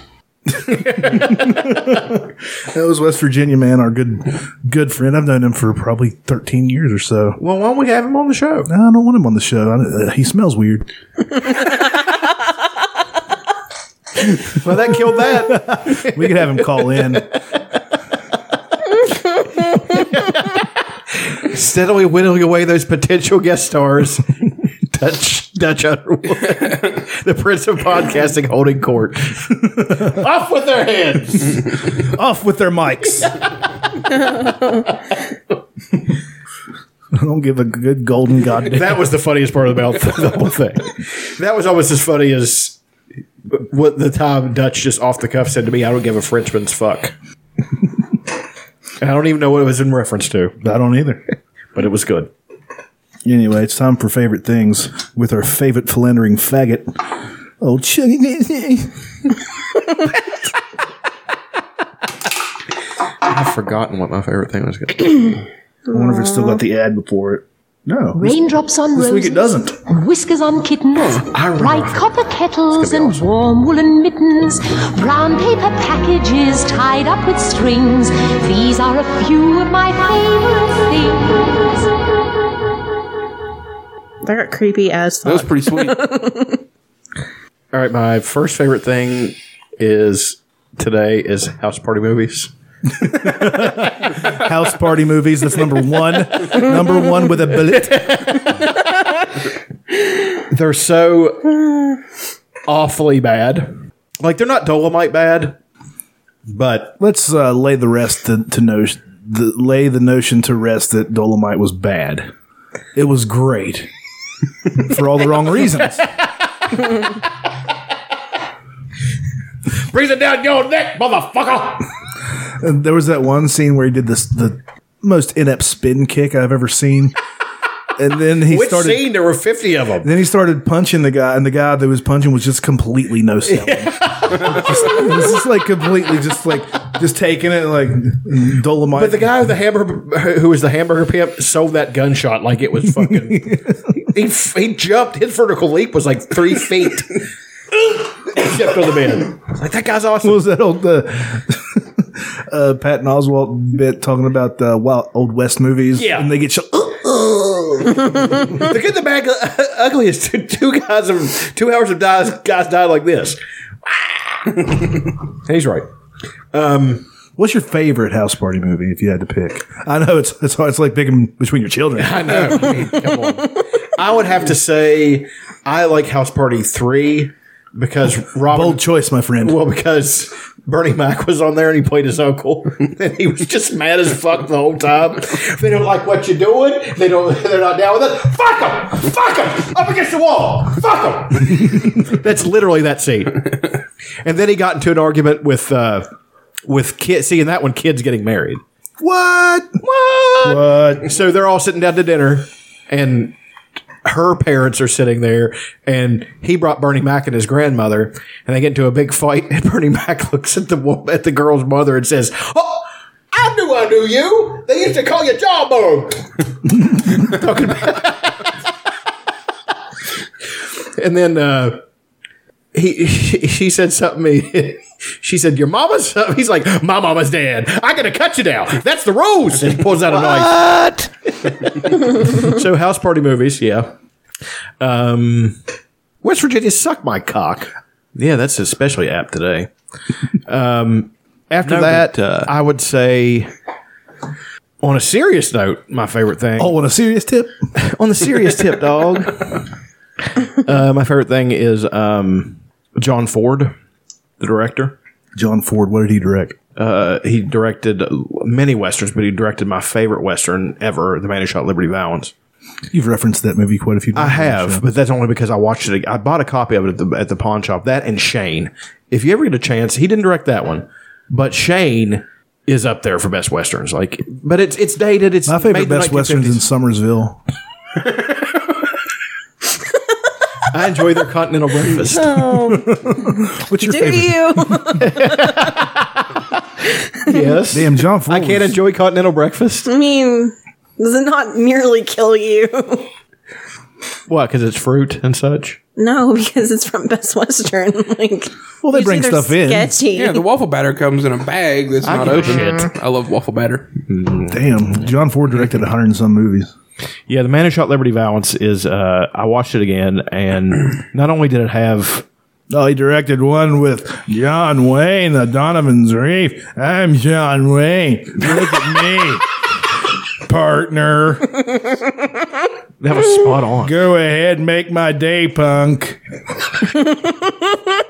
Speaker 3: That was West Virginia man, our good good friend. I've known him for probably thirteen years or so.
Speaker 1: Well, why don't we have him on the show?
Speaker 3: No, I don't want him on the show. I, uh, he smells weird.
Speaker 1: well, that killed that.
Speaker 3: we could have him call in.
Speaker 1: Steadily whittling away those potential guest stars. Dutch Dutch Underwood, the Prince of Podcasting, holding court.
Speaker 3: Off with their hands. Off with their mics. I don't give a good golden goddamn.
Speaker 1: That was the funniest part about the whole thing. That was almost as funny as what the time Dutch just off the cuff said to me. I don't give a Frenchman's fuck. And I don't even know what it was in reference to.
Speaker 3: I don't either.
Speaker 1: But it was good.
Speaker 3: Anyway, it's time for favorite things with our favorite philandering faggot, old Chuggy.
Speaker 4: I've forgotten what my favorite thing was.
Speaker 3: I wonder if it's still got the ad before it. No.
Speaker 18: Raindrops on
Speaker 3: This
Speaker 18: roses.
Speaker 3: week it doesn't.
Speaker 18: And whiskers on kittens. Bright copper kettles and warm woolen mittens. Brown paper packages tied up with strings. These are a few of my favorite things.
Speaker 2: They're creepy as fuck.
Speaker 1: That was pretty sweet. All right, my first favorite thing is today is house party movies.
Speaker 3: House party movies. That's number one. number one with a bullet.
Speaker 1: They're so awfully bad. Like they're not Dolomite bad. But
Speaker 3: let's uh, lay the rest to, to no, the, lay the notion to rest that Dolomite was bad. It was great for all the wrong reasons.
Speaker 1: Breathe it down your neck, motherfucker.
Speaker 3: And there was that one scene where he did this the most inept spin kick I've ever seen, and then he
Speaker 1: Which
Speaker 3: started.
Speaker 1: scene? There were fifty of them.
Speaker 3: Then he started punching the guy, and the guy that was punching was just completely no selling. just, it was just like completely, just like just taking it like Dolomite.
Speaker 1: But the guy with the hamburger, who was the hamburger pimp, sold that gunshot like it was fucking. he he jumped. His vertical leap was like three feet. Except on the man. Like that guy's awesome.
Speaker 3: What was that old uh, uh, Patton Oswalt bit talking about uh, wild, old West movies?
Speaker 1: Yeah.
Speaker 3: and they get shot.
Speaker 1: the good, the bad, uh, ugly is two, two guys of two hours of dies, guys died like this. He's right.
Speaker 3: Um, What's your favorite house party movie if you had to pick? I know it's it's, it's like picking between your children.
Speaker 1: I know. I mean, come on. I would have to say I like House Party three because Robin bold
Speaker 3: choice, my friend.
Speaker 1: Well, because Bernie Mac was on there and he played his uncle, and he was just mad as fuck the whole time. They don't like what you're doing. They don't. They're not down with it. Fuck them. Fuck them. Up against the wall. Fuck them. That's literally that scene. And then he got into an argument with uh, with kids. See, in that one, kids getting married.
Speaker 3: What?
Speaker 1: What? What? So they're all sitting down to dinner, and her parents are sitting there, and he brought Bernie Mac and his grandmother, and they get into a big fight, and Bernie Mac looks at the wo- at the girl's mother and says, "Oh, I knew I knew you. They used to call you Jawbone." Talking about- and then uh, he she said something. She said, "Your mama's." up." He's like, "My mama's dead. I gotta cut you down. That's the rules." And he pulls out a knife. so house party movies, yeah. Um, West Virginia suck my cock. Yeah, that's especially apt today. Um, after
Speaker 4: No,
Speaker 1: that, I would say, on a serious note, my favorite thing.
Speaker 3: Oh, on a serious tip.
Speaker 1: on the serious tip, dog. Uh, my favorite thing is um, John Ford, the director.
Speaker 3: John Ford, what did he direct?
Speaker 1: Uh, he directed many westerns, but he directed my favorite western ever, The Man Who Shot Liberty Valance.
Speaker 3: You've referenced that movie quite a few
Speaker 1: I
Speaker 3: times.
Speaker 1: have, but that's only because I watched it. I bought a copy of it at the, at the pawn shop. That and Shane. If you ever get a chance, he didn't direct that one, but Shane is up there for best westerns. Like, but it's it's dated. It's
Speaker 3: My
Speaker 1: made
Speaker 3: favorite
Speaker 1: in
Speaker 3: best
Speaker 1: 1950s.
Speaker 3: westerns in Summersville.
Speaker 1: I enjoy their continental breakfast.
Speaker 3: What's your
Speaker 2: Do
Speaker 3: favorite?
Speaker 1: yes. Damn, John. I can't enjoy continental breakfast.
Speaker 2: you? I mean, does it not nearly kill you?
Speaker 1: What? Because it's fruit and such.
Speaker 2: no, because it's from Best Western. Like,
Speaker 3: well,
Speaker 5: they
Speaker 2: bring stuff in. sketchy.
Speaker 5: Yeah, the waffle batter comes in a bag that's
Speaker 2: I
Speaker 5: not
Speaker 2: give a
Speaker 5: open.
Speaker 1: shit.
Speaker 5: I love waffle batter.
Speaker 3: Damn, John Ford directed a hundred and some movies.
Speaker 1: Yeah, the man who shot Liberty Valance is. Uh, I watched it again, and not only did it have
Speaker 3: Oh, he directed one with John Wayne, the Donovan's Reef. I'm John Wayne. Look at me, partner.
Speaker 1: That was spot on.
Speaker 3: Go ahead, make my day, punk.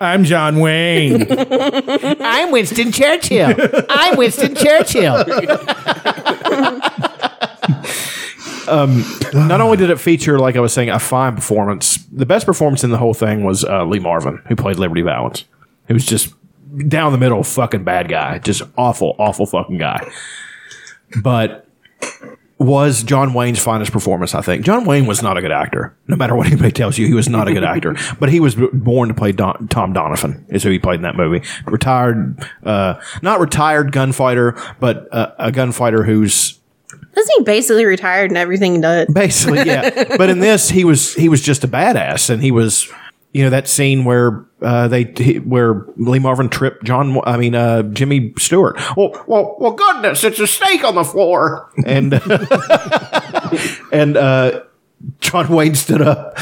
Speaker 3: I'm John Wayne.
Speaker 19: I'm Winston Churchill. I'm Winston Churchill.
Speaker 1: um, not only did it feature, like I was saying, a fine performance, the best performance in the whole thing was uh, Lee Marvin, who played Liberty Valance. He was just down the middle, fucking bad guy, just awful, awful fucking guy. But was John Wayne's finest performance, I think. John Wayne was not a good actor. No matter what anybody tells you, he was not a good actor. But he was b- born to play Don- Tom Donovan, is who he played in that movie. Retired, uh, not retired gunfighter, but uh, a gunfighter who's
Speaker 2: Doesn't he basically retired and everything he does?
Speaker 1: Basically, yeah. but in this, he was he was just a badass, and he was, you know, that scene where uh, they he, where Lee Marvin tripped John, I mean uh, Jimmy Stewart. Well, well, well, goodness, it's a snake on the floor, and and uh, John Wayne stood up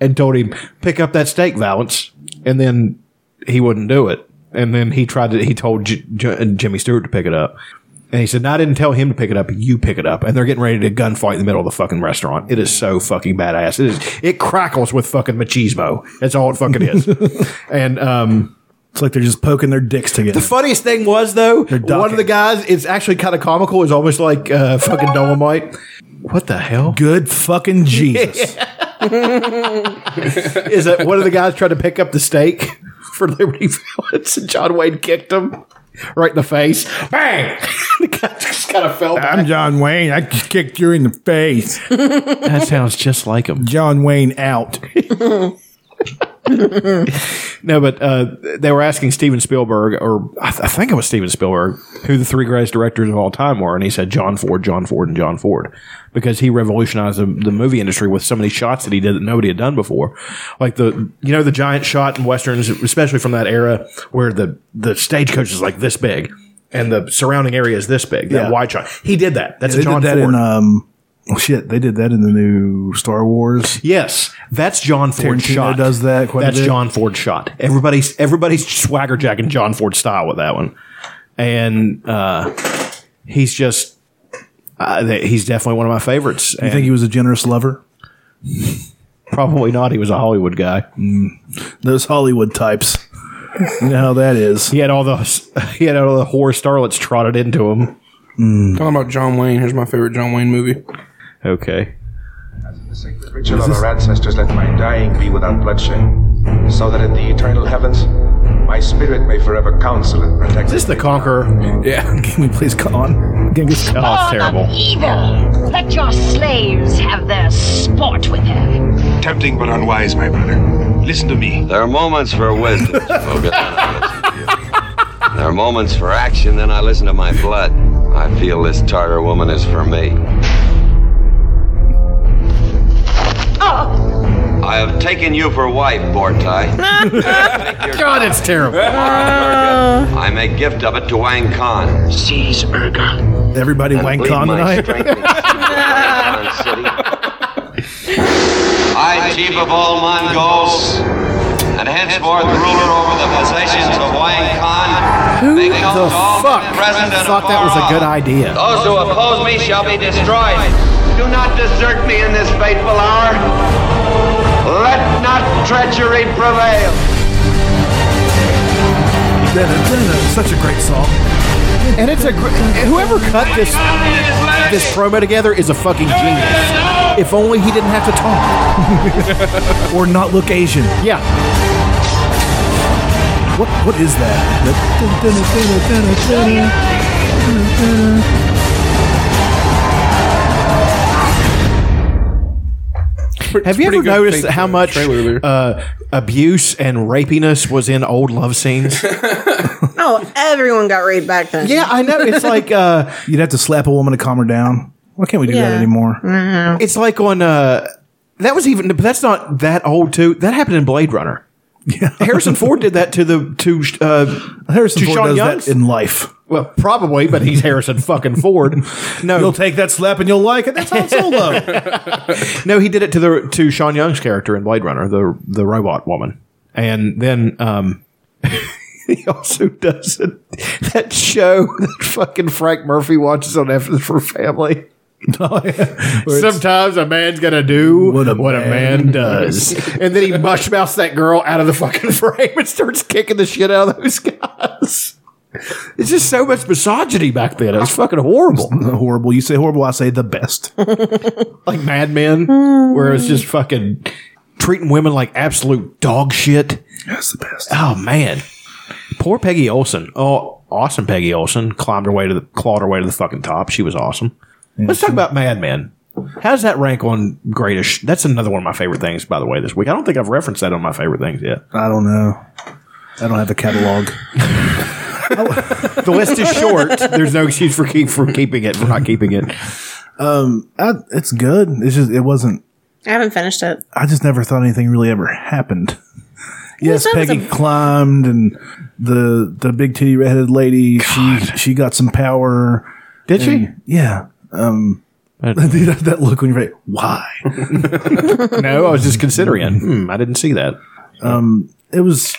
Speaker 1: and told him, "Pick up that steak, Valance," and then he wouldn't do it. And then he tried to. He told J- J- Jimmy Stewart to pick it up, and he said, "No, I didn't tell him to pick it up. You pick it up." And they're getting ready to gunfight in the middle of the fucking restaurant. It is so fucking badass. It is. It crackles with fucking machismo. That's all it fucking is. and um,
Speaker 3: it's like they're just poking their dicks together.
Speaker 1: The funniest thing was though,
Speaker 3: docking.
Speaker 1: one of the guys. It's actually kind of comical. Is almost like uh, fucking Dolomite. What the hell?
Speaker 3: Good fucking Jesus.
Speaker 1: is that one of the guys tried to pick up the steak for Liberty Valance and John Wayne kicked him right in the face. Bang! the guy just kind of fell
Speaker 3: I'm John Wayne. I just kicked you in the face. that
Speaker 1: sounds just like him.
Speaker 3: John Wayne out.
Speaker 1: No, but uh, they were asking Steven Spielberg, or I, th- I think it was Steven Spielberg, who the three greatest directors of all time were, and he said John Ford, John Ford, and John Ford, because he revolutionized the, the movie industry with so many shots that he did that nobody had done before, like the you know the giant shot in westerns, especially from that era where the the stagecoach is like this big. And the surrounding area is this big. That
Speaker 3: Yeah.
Speaker 1: wide shot. He did that. That's
Speaker 3: they
Speaker 1: a John
Speaker 3: did that in
Speaker 1: Ford.
Speaker 3: um. Oh shit! They did that in the new Star Wars.
Speaker 1: Yes, that's John Ford
Speaker 3: Tarantino
Speaker 1: shot.
Speaker 3: does that quite a
Speaker 1: that's
Speaker 3: bit.
Speaker 1: John Ford shot. Everybody's everybody's swagger jacking John Ford style with that one, and uh, he's just uh, th- he's definitely one of my favorites.
Speaker 3: You think he was a generous lover?
Speaker 1: Probably not. He was a Hollywood guy.
Speaker 3: Those Hollywood types. you know how that is.
Speaker 1: He had all the he had all the whore starlets trotted into him.
Speaker 5: Talking about John Wayne, here's my favorite John Wayne movie.
Speaker 1: Okay.
Speaker 20: Ritual of our ancestors, let my dying be without bloodshed, so that in the eternal heavens, my spirit may forever counsel and protect. Is
Speaker 1: this the Conqueror?
Speaker 5: Yeah.
Speaker 3: Can we please come on? Genghis Khan.
Speaker 20: Oh,
Speaker 1: terrible.
Speaker 21: Evil! Let your slaves have their sport with her.
Speaker 20: Tempting but unwise, my brother. Listen to me.
Speaker 22: There are moments for wisdom, Jacob, and I listen to you. There are moments for action, then I listen to my blood. I feel this Tartar woman is for me. I have taken you for wife, Bortai.
Speaker 1: God, it's terrible.
Speaker 22: I make gift of it to Wang Khan. Seize Urga.
Speaker 3: Everybody
Speaker 22: And
Speaker 3: wank
Speaker 22: bleed
Speaker 3: on
Speaker 22: my
Speaker 3: tonight.
Speaker 22: strength into Khan City. I, chief of all Mongols, and henceforth ruler over the possessions of Wang Khan,
Speaker 1: Who the
Speaker 22: make known to all
Speaker 1: fuck
Speaker 22: men present and
Speaker 1: thought that was a good idea?
Speaker 22: Those who oppose me shall be destroyed. Do not desert me in this fateful hour. Let not treachery prevail.
Speaker 3: Such a great song.
Speaker 1: And it's a gr- whoever cut this this promo together is a fucking genius. If only he didn't have to talk
Speaker 3: or not look Asian.
Speaker 1: Yeah.
Speaker 3: What what is that?
Speaker 1: Have you ever noticed how much uh, abuse and rapiness was in old love scenes?
Speaker 2: Oh, everyone got raped back then.
Speaker 1: Yeah, I know. It's like uh,
Speaker 3: you'd have to slap a woman to calm her down. Why can't we do that
Speaker 2: Yeah.
Speaker 3: anymore?
Speaker 1: It's like on uh, that was even, but that's not that old too. That happened in Blade Runner. Harrison Ford did that to the to uh,
Speaker 3: Harrison
Speaker 1: to
Speaker 3: Ford
Speaker 1: Sean
Speaker 3: does
Speaker 1: Young.
Speaker 3: that in life.
Speaker 1: Well, probably, but he's Harrison fucking Ford. No, you'll
Speaker 3: take that slap and you'll like it. That's Han Solo.
Speaker 1: no, he did it to the to Sean Young's character in Blade Runner, the the robot woman, and then um, he also does it, that show that fucking Frank Murphy watches on F for Family.
Speaker 3: Oh,
Speaker 1: Sometimes a man's gonna do what a, man, does, and then he mush mouths that girl out of the fucking frame and starts kicking the shit out of those guys. It's just so much misogyny back then. It was fucking horrible.
Speaker 3: horrible. You say horrible, I say the best.
Speaker 1: like Mad Men, where it's just fucking treating women like absolute dog shit.
Speaker 3: That's the best.
Speaker 1: Oh man, poor Peggy Olson. Oh, awesome Peggy Olson climbed her way to the clawed her way to the fucking top. She was awesome. Let's talk about Mad Men. How does that rank on greatest? That's another one of my favorite things, by the way, this week. I don't think I've referenced that on my favorite things yet.
Speaker 3: I don't know. I don't have a catalog.
Speaker 1: The list is short. There's no excuse for keep for keeping it for not keeping it.
Speaker 3: Um, I, it's good. It's just it wasn't.
Speaker 2: I haven't finished it.
Speaker 3: I just never thought anything really ever happened. Yes,
Speaker 2: that was
Speaker 3: Peggy
Speaker 2: a-
Speaker 3: climbed, and the the big titty redheaded lady. She she got some power.
Speaker 1: Did she?
Speaker 3: And- Yeah. Um, dude, that, that look when you're right. Why?
Speaker 1: No, I was just considering. it. Hmm, I didn't see that.
Speaker 3: Um, it was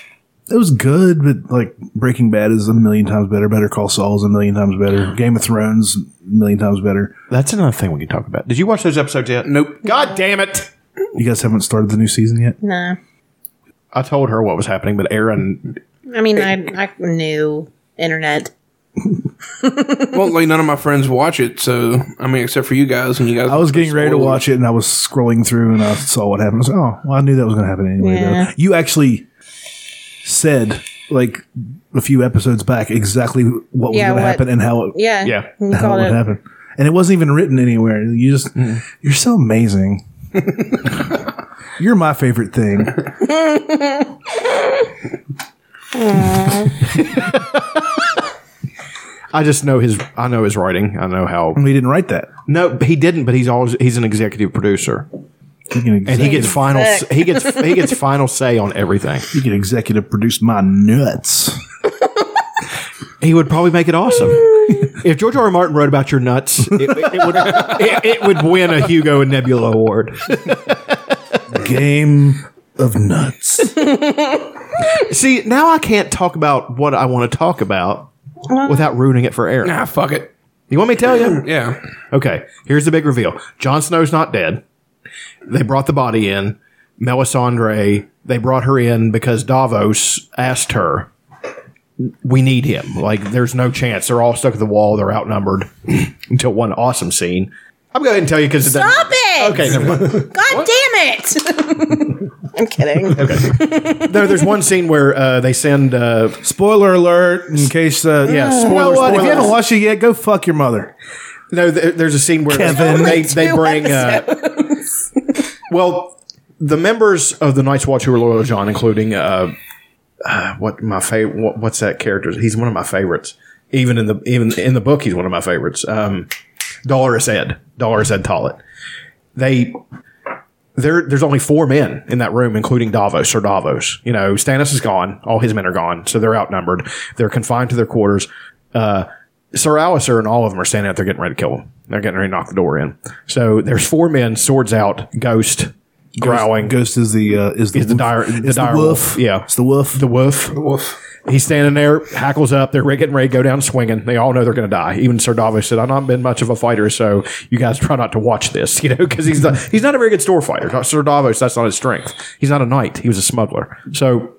Speaker 3: it was good, but like Breaking Bad is a million times better. Better Call Saul is a million times better. Game of Thrones, a million times better.
Speaker 1: That's another thing we can talk about. Did you watch those episodes yet? Nope. God damn it.
Speaker 3: You guys haven't started the new season yet.
Speaker 2: Nah.
Speaker 1: I told her what was happening, but Aaron
Speaker 2: I mean, I, I knew internet.
Speaker 5: well, like none of my friends watch it, so I mean, except for you guys, and you guys.
Speaker 3: I was getting ready to watch it, and I was scrolling through, and I saw what happened. I was like, oh, well, I knew that was going to happen anyway.
Speaker 5: Yeah.
Speaker 3: Though you actually said like a few episodes back exactly what was
Speaker 2: Yeah,
Speaker 3: going to
Speaker 2: what-
Speaker 3: happen and how it,
Speaker 2: yeah, Yeah. you
Speaker 3: how
Speaker 2: called
Speaker 3: it would
Speaker 2: it.
Speaker 3: happen, and it wasn't even written anywhere. You just you're so amazing. you're my favorite thing.
Speaker 1: I just know his I know his writing. I know how
Speaker 3: He didn't write that.
Speaker 1: No, he didn't, but he's always he's an executive producer. And he gets final s- he gets he gets final say on everything.
Speaker 3: You can executive produce my nuts.
Speaker 1: He would probably make it awesome. if George R. R. Martin wrote about your nuts, it, it would it, it would win a Hugo and Nebula award.
Speaker 3: Game of nuts.
Speaker 1: See, now I can't talk about what I want to talk about without ruining it for Aaron. Nah,
Speaker 5: fuck it.
Speaker 1: You want me to tell you?
Speaker 5: yeah.
Speaker 1: Okay, here's the big reveal. Jon Snow's not dead. They brought the body in. Melisandre, they brought her in because Davos asked her, we need him. Like, there's no chance. They're all stuck at the wall. They're outnumbered until one awesome scene. I'm going to tell you because
Speaker 2: Stop it!
Speaker 1: Okay, never mind.
Speaker 2: God damn it! I'm kidding.
Speaker 1: Okay. There, there's one scene where uh, they send. Uh,
Speaker 3: spoiler alert! In case, uh,
Speaker 1: yeah, spoiler.
Speaker 3: you know what? If you
Speaker 1: spoilers.
Speaker 3: haven't watched it yet, go fuck your mother.
Speaker 1: No, th- there's a scene where
Speaker 3: Kevin.
Speaker 1: they,
Speaker 3: Only
Speaker 1: they
Speaker 3: two
Speaker 1: bring. Uh, well, the members of the Night's Watch who are loyal to John, including uh, uh, what my favorite. What, what's that character? He's one of my favorites. Even in the even in the book, he's one of my favorites. Um, Dolores Ed, Dolores Ed Tollett. They. There, there's only four men in that room, including Davos, Sir Davos. You know, Stannis is gone. All his men are gone. So they're outnumbered. They're confined to their quarters. Uh, Sir Alistair and all of them are standing out there getting ready to kill him. They're getting ready to knock the door in. So there's four men, swords out, ghost growling.
Speaker 3: Ghost is the uh, is the
Speaker 1: is the dire the
Speaker 3: It's the
Speaker 1: dire wolf.
Speaker 3: wolf.
Speaker 1: Yeah,
Speaker 3: it's the wolf.
Speaker 1: The wolf. The
Speaker 5: wolf.
Speaker 1: He's standing there, hackles up. They're getting ready to go down swinging. They all know they're going to die. Even Sir Davos said, "I've not been much of a fighter, so you guys try not to watch this." You know, because he's not, he's not a very good store fighter. Sir Davos, that's not his strength. He's not a knight. He was a smuggler. So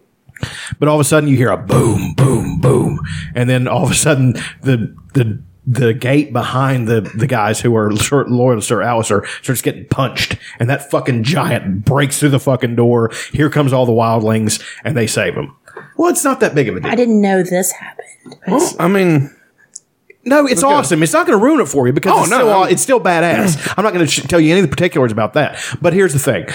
Speaker 1: but all of a sudden, you hear a boom, boom, boom, and then all of a sudden, the the the gate behind the the guys who are Sir- loyal to Sir Alistair starts getting punched, and that fucking giant breaks through the fucking door. Here comes all the wildlings, and they save him. Well, it's not that big of a deal.
Speaker 2: I didn't know this happened.
Speaker 5: Well, I mean,
Speaker 1: No, it's awesome. It's not going to ruin it for you because
Speaker 4: Oh,
Speaker 1: it's,
Speaker 4: no,
Speaker 1: still,
Speaker 4: I'm-
Speaker 1: it's still badass. I'm not going to sh- tell you any of the particulars about that. But here's the thing.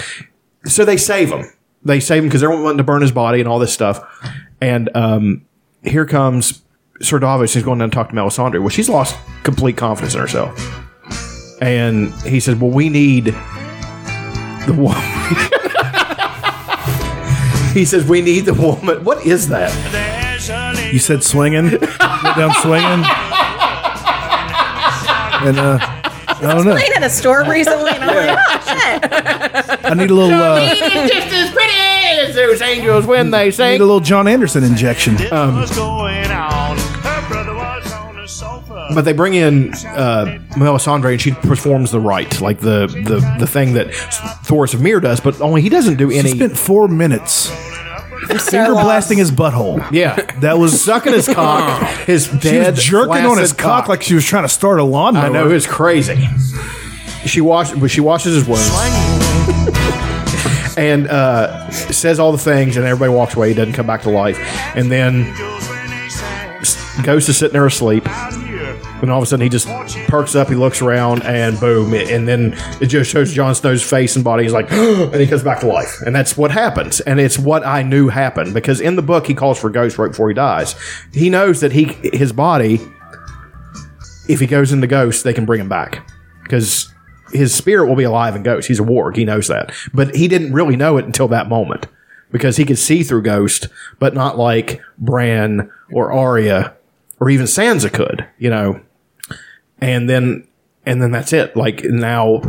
Speaker 1: So they save him. They save him because they're wanting to burn his body and all this stuff. And um, here comes Sir Davos. He's going down to talk to Melisandre. Well, she's lost complete confidence in herself. And he says, well, we need the woman. he says, we need the woman. What is that?
Speaker 3: You said swinging, Went down swinging, and uh, I don't know.
Speaker 2: Played at a store recently, and I'm like, oh shit.
Speaker 3: I need a little. Uh,
Speaker 19: Jolene is just as pretty as those angels when they
Speaker 3: need
Speaker 19: sing.
Speaker 3: a little John Anderson injection.
Speaker 1: Uh,
Speaker 3: Um,
Speaker 1: But they bring in uh, Melisandre, and she performs the rite, like the the, the thing that Thoris of Mir does, but only he doesn't do
Speaker 3: she
Speaker 1: any.
Speaker 3: spent four minutes finger blasting his butthole.
Speaker 1: Yeah,
Speaker 3: that was
Speaker 1: sucking his cock, his
Speaker 3: She
Speaker 1: dead,
Speaker 3: was jerking on his
Speaker 1: flaccid
Speaker 3: cock, like she was trying to start a lawnmower.
Speaker 1: I know it's crazy. She washes, but she washes his wounds, and uh, says all the things, and everybody walks away. He doesn't come back to life, and then Ghost is sitting there asleep. And all of a sudden, he just perks up. He looks around, and boom! It, and then it just shows Jon Snow's face and body. He's like, and he comes back to life. And that's what happens. And it's what I knew happened because in the book, he calls for Ghost right before he dies. He knows that he his body, if he goes into Ghost, they can bring him back because his spirit will be alive in Ghost. He's a warg. He knows that, but he didn't really know it until that moment because he could see through Ghost, but not like Bran or Arya or even Sansa could, you know. And then and then that's it. Like now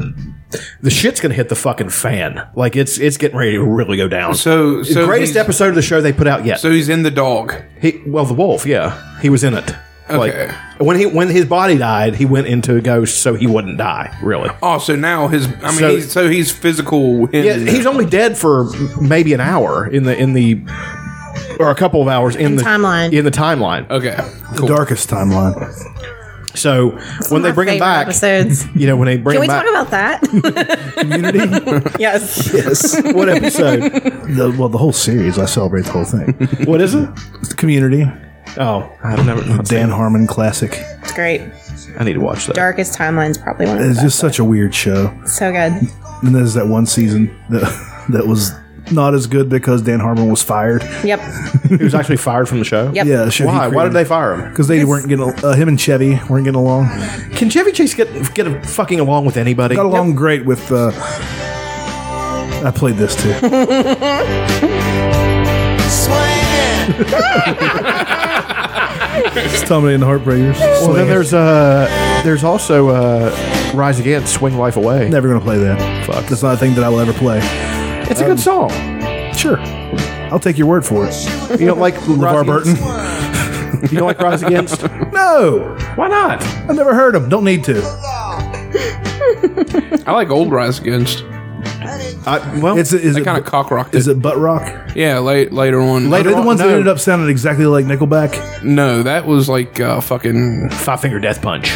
Speaker 1: the shit's gonna hit the fucking fan. Like it's it's getting ready to really go down.
Speaker 5: So,
Speaker 1: The
Speaker 5: so
Speaker 1: greatest
Speaker 5: he's-
Speaker 1: episode of the show they put out yet.
Speaker 5: So he's in the dog.
Speaker 1: He well the wolf, yeah. He was in it.
Speaker 5: Okay.
Speaker 1: Like when he when his body died, he went into a ghost so he wouldn't die, really.
Speaker 5: Oh, so now his. I mean,
Speaker 1: So-
Speaker 5: he's, so he's physical. In,
Speaker 1: Yeah, he's only dead for maybe an hour in the in the or a couple of hours in,
Speaker 2: In
Speaker 1: the
Speaker 2: timeline.
Speaker 1: In the timeline.
Speaker 5: Okay.
Speaker 3: the darkest timeline.
Speaker 1: So when they bring him
Speaker 2: favorite
Speaker 1: back,
Speaker 2: episodes.
Speaker 1: you know when they
Speaker 2: Can
Speaker 1: bring him
Speaker 2: we
Speaker 1: back,
Speaker 2: talk about that? Community. yes.
Speaker 3: Yes.
Speaker 1: What episode?
Speaker 3: The, well, the whole series. I celebrate the whole thing.
Speaker 1: What is it?
Speaker 3: It's the Community.
Speaker 1: Oh, I've never.
Speaker 3: Dan Harmon classic.
Speaker 2: It's great.
Speaker 1: I need to watch that.
Speaker 2: Darkest Timeline's probably one of the
Speaker 3: It's
Speaker 2: best.
Speaker 3: just such a weird show.
Speaker 2: So good.
Speaker 3: And there's that one season that that was not as good because Dan Harmon was fired.
Speaker 2: Yep.
Speaker 1: he was actually fired from the show.
Speaker 2: Yep.
Speaker 3: Yeah. the show he
Speaker 1: Why? Why did
Speaker 3: created.
Speaker 1: they fire him?
Speaker 3: Because they weren't getting uh, him and Chevy weren't getting along.
Speaker 1: Can Chevy Chase get get a fucking along with anybody?
Speaker 3: Got along great with. Uh, I played this too. It's Tommy and the Heartbreakers.
Speaker 1: Well, then
Speaker 3: Swing it.
Speaker 1: there's uh there's also uh Rise Again, Swing Life Away.
Speaker 3: Never gonna play that.
Speaker 1: Fuck.
Speaker 3: That's not a thing that I will ever play.
Speaker 1: It's a good song.
Speaker 3: Sure. I'll take your word for it.
Speaker 1: You don't like
Speaker 3: LeVar
Speaker 1: Rise
Speaker 3: Burton?
Speaker 1: Against? You don't like Rise Against?
Speaker 3: No.
Speaker 1: Why not?
Speaker 3: I've never heard him. Don't need to.
Speaker 5: I like old Rise Against.
Speaker 1: I, Uh, well,
Speaker 3: It's is it
Speaker 5: kind of cock rocked.
Speaker 3: Is it butt rock?
Speaker 5: Yeah, late, later on.
Speaker 3: Are they the ones
Speaker 5: no,
Speaker 3: that ended up sounding exactly like Nickelback?
Speaker 5: No, that was like uh, fucking
Speaker 1: Five Finger Death Punch.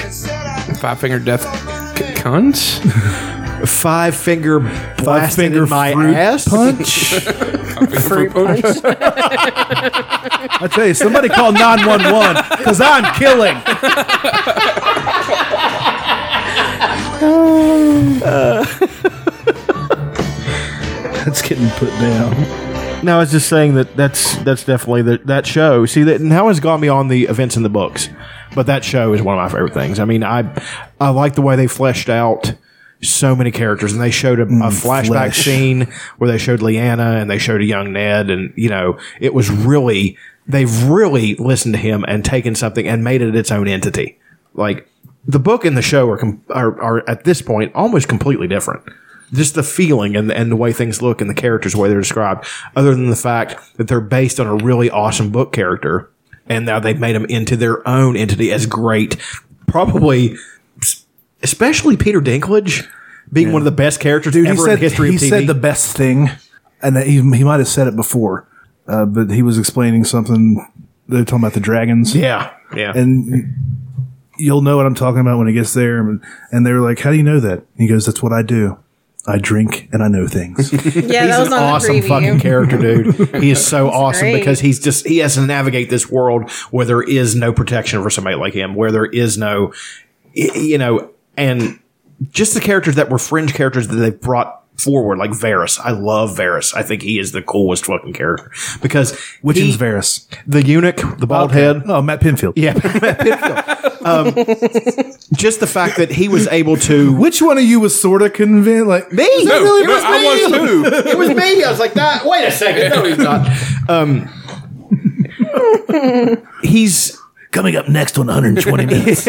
Speaker 5: Five Finger Death c- Cunts?
Speaker 1: Five finger
Speaker 3: Five
Speaker 1: blasted
Speaker 3: finger
Speaker 1: in my
Speaker 3: fruit
Speaker 1: ass.
Speaker 3: punch.
Speaker 5: Fruit punch.
Speaker 3: I tell you, somebody call nine one one because I'm killing. That's getting put down.
Speaker 1: No, I was just saying that that's that's definitely the, that show. See that now has gone beyond the events in the books, but that show is one of my favorite things. I mean, I I like the way they fleshed out so many characters, and they showed a, a flashback
Speaker 3: flesh.
Speaker 1: scene where they showed Leanna and they showed a young Ned, and you know it was really they've really listened to him and taken something and made it its own entity. Like the book and the show are com- are, are at this point almost completely different just the feeling and and the way things look and the characters the way they're described other than the fact that they're based on a really awesome book character and now they've made them into their own entity as great probably s- especially peter dinklage being one of the best characters
Speaker 3: Dude,
Speaker 1: ever
Speaker 3: he said
Speaker 1: in the history of
Speaker 3: he
Speaker 1: TV.
Speaker 3: said the best thing, and that he he might have said it before, uh, but he was explaining something. They're talking about the dragons.
Speaker 1: yeah yeah
Speaker 3: and you'll know what I'm talking about when it gets there. And, and they were like, "How do you know that?" And he goes, "That's what I do. I drink and I know things.
Speaker 2: Yeah,
Speaker 1: he's
Speaker 2: that was
Speaker 1: an
Speaker 2: on the
Speaker 1: awesome
Speaker 2: preview.
Speaker 1: fucking character, dude. He is so awesome
Speaker 2: great.
Speaker 1: because he's just he has to navigate this world where there is no protection for somebody like him, where there is no, y- you know, and just the characters that were fringe characters that they brought forward, like Varys. I love Varys. I think he is the coolest fucking character because which
Speaker 3: one's
Speaker 1: Varys? The eunuch, the bald head.
Speaker 3: Oh, Matt Pinfield.
Speaker 1: Yeah, Matt Pinfield. Um, just the fact that he was able to.
Speaker 3: Which one of you was sort of convinced? Like
Speaker 1: me?
Speaker 3: Is that
Speaker 1: No,
Speaker 3: really
Speaker 1: it was
Speaker 3: me?
Speaker 1: me. It was me. I was like, nah, wait a second. No, he's not. Um, he's
Speaker 23: coming up next on 120 minutes.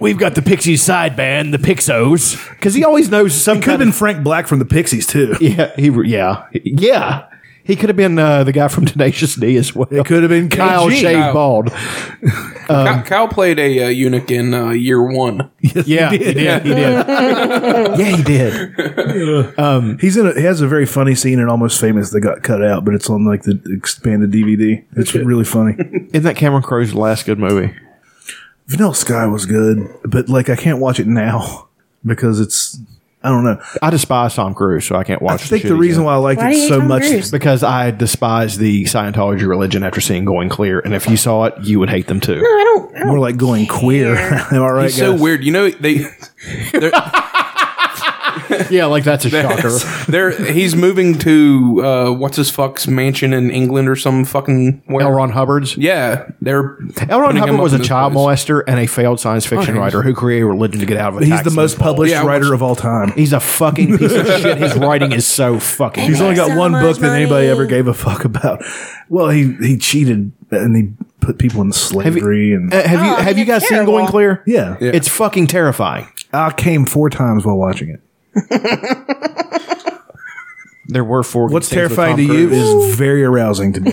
Speaker 23: We've got the Pixies side band, the Pixos,
Speaker 1: because he always knows some.
Speaker 3: Could have been Frank Black from the Pixies too.
Speaker 1: Yeah, he. Yeah, yeah. He could have been uh, the guy from Tenacious D as well. It
Speaker 3: could have been
Speaker 1: Kyle
Speaker 5: KG.
Speaker 1: Shave
Speaker 5: Kyle.
Speaker 1: Bald. Um,
Speaker 5: Kyle, Kyle played a uh, eunuch in uh, year one.
Speaker 1: Yeah, he did. He did. yeah, he
Speaker 3: did. um, he's in. A, he has a very funny scene in Almost Famous that got cut out, but it's on like the expanded DVD. It's really funny.
Speaker 1: Isn't that Cameron Crowe's last good movie?
Speaker 3: Vanilla Sky was good, but like I can't watch it now because it's. I don't know.
Speaker 1: I despise Tom Cruise, so I can't watch.
Speaker 3: I think the reason why I liked it so much
Speaker 1: because I despise the Scientology religion after seeing Going Clear, and if you saw it, you would hate them too. No,
Speaker 2: I don't.
Speaker 3: More like going queer. Am I right,
Speaker 5: He's so
Speaker 3: guys?
Speaker 5: weird. You know they.
Speaker 1: yeah, like that's a shocker.
Speaker 5: They're, he's moving to uh, what's his fuck's mansion in England or some fucking. Where. L.
Speaker 1: Ron Hubbard's.
Speaker 5: Yeah, they're.
Speaker 1: L. Ron
Speaker 5: putting him
Speaker 1: Hubbard
Speaker 5: up
Speaker 1: was
Speaker 5: in
Speaker 1: a
Speaker 5: this
Speaker 1: child
Speaker 5: place.
Speaker 1: molester and a failed science
Speaker 5: Oh,
Speaker 1: fiction
Speaker 5: he's-
Speaker 1: writer who created a religion to get out of a
Speaker 3: He's
Speaker 1: tax
Speaker 3: the most
Speaker 1: loophole.
Speaker 3: published writer of all time.
Speaker 1: He's a fucking piece of shit. His writing is so fucking.
Speaker 3: He's only got
Speaker 1: bad.
Speaker 3: one book that anybody ever gave a fuck about. Well, he he cheated and he put people in slavery and
Speaker 1: Uh, have you have you guys seen Going Clear?
Speaker 3: Yeah.
Speaker 1: it's fucking terrifying.
Speaker 3: I came four times while watching it.
Speaker 1: There were four.
Speaker 3: What's
Speaker 1: good scenes with
Speaker 3: terrifying to
Speaker 1: Tom
Speaker 3: you
Speaker 1: Cruise.
Speaker 3: is very arousing to me.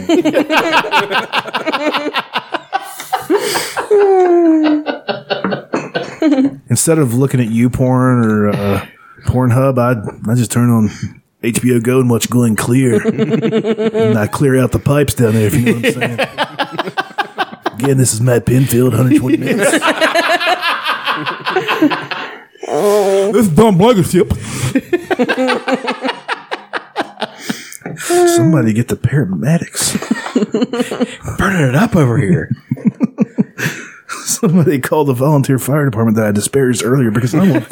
Speaker 3: Instead of looking at you porn or uh, Pornhub, I I just turn on HBO Go and watch Glenn Clear, and I clear out the pipes down there. If you know what I'm saying. Again, this is Matt Pinfield, 120 minutes. this is Don Blankenship. Somebody get the paramedics. Burning it up over here. Somebody call the volunteer fire department that I disparaged earlier because I'm on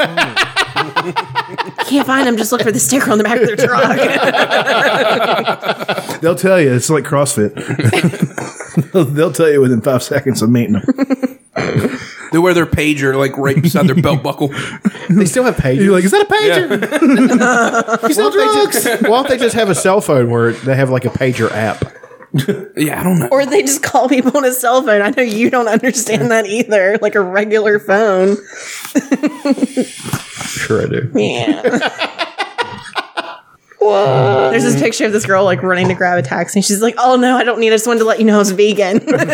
Speaker 2: Can't find them. Just look for the sticker on the back of their truck.
Speaker 3: They'll tell you it's like CrossFit. They'll- They'll tell you within five seconds of meeting them.
Speaker 5: They wear their pager like right beside their belt buckle.
Speaker 1: They still have pagers.
Speaker 3: You're like, is that a
Speaker 5: pager?
Speaker 1: Why don't they just- why don't they just have a cell phone where they have like a pager app?
Speaker 5: yeah, I don't know.
Speaker 2: or they just call people on a cell phone. I know you don't understand that either. Like a regular phone.
Speaker 1: Sure, I do.
Speaker 2: Yeah. Whoa. There's this picture of this girl like running to grab a taxi. And she's like, "Oh no, I don't need. it. I just wanted to let you know I was vegan." just wanted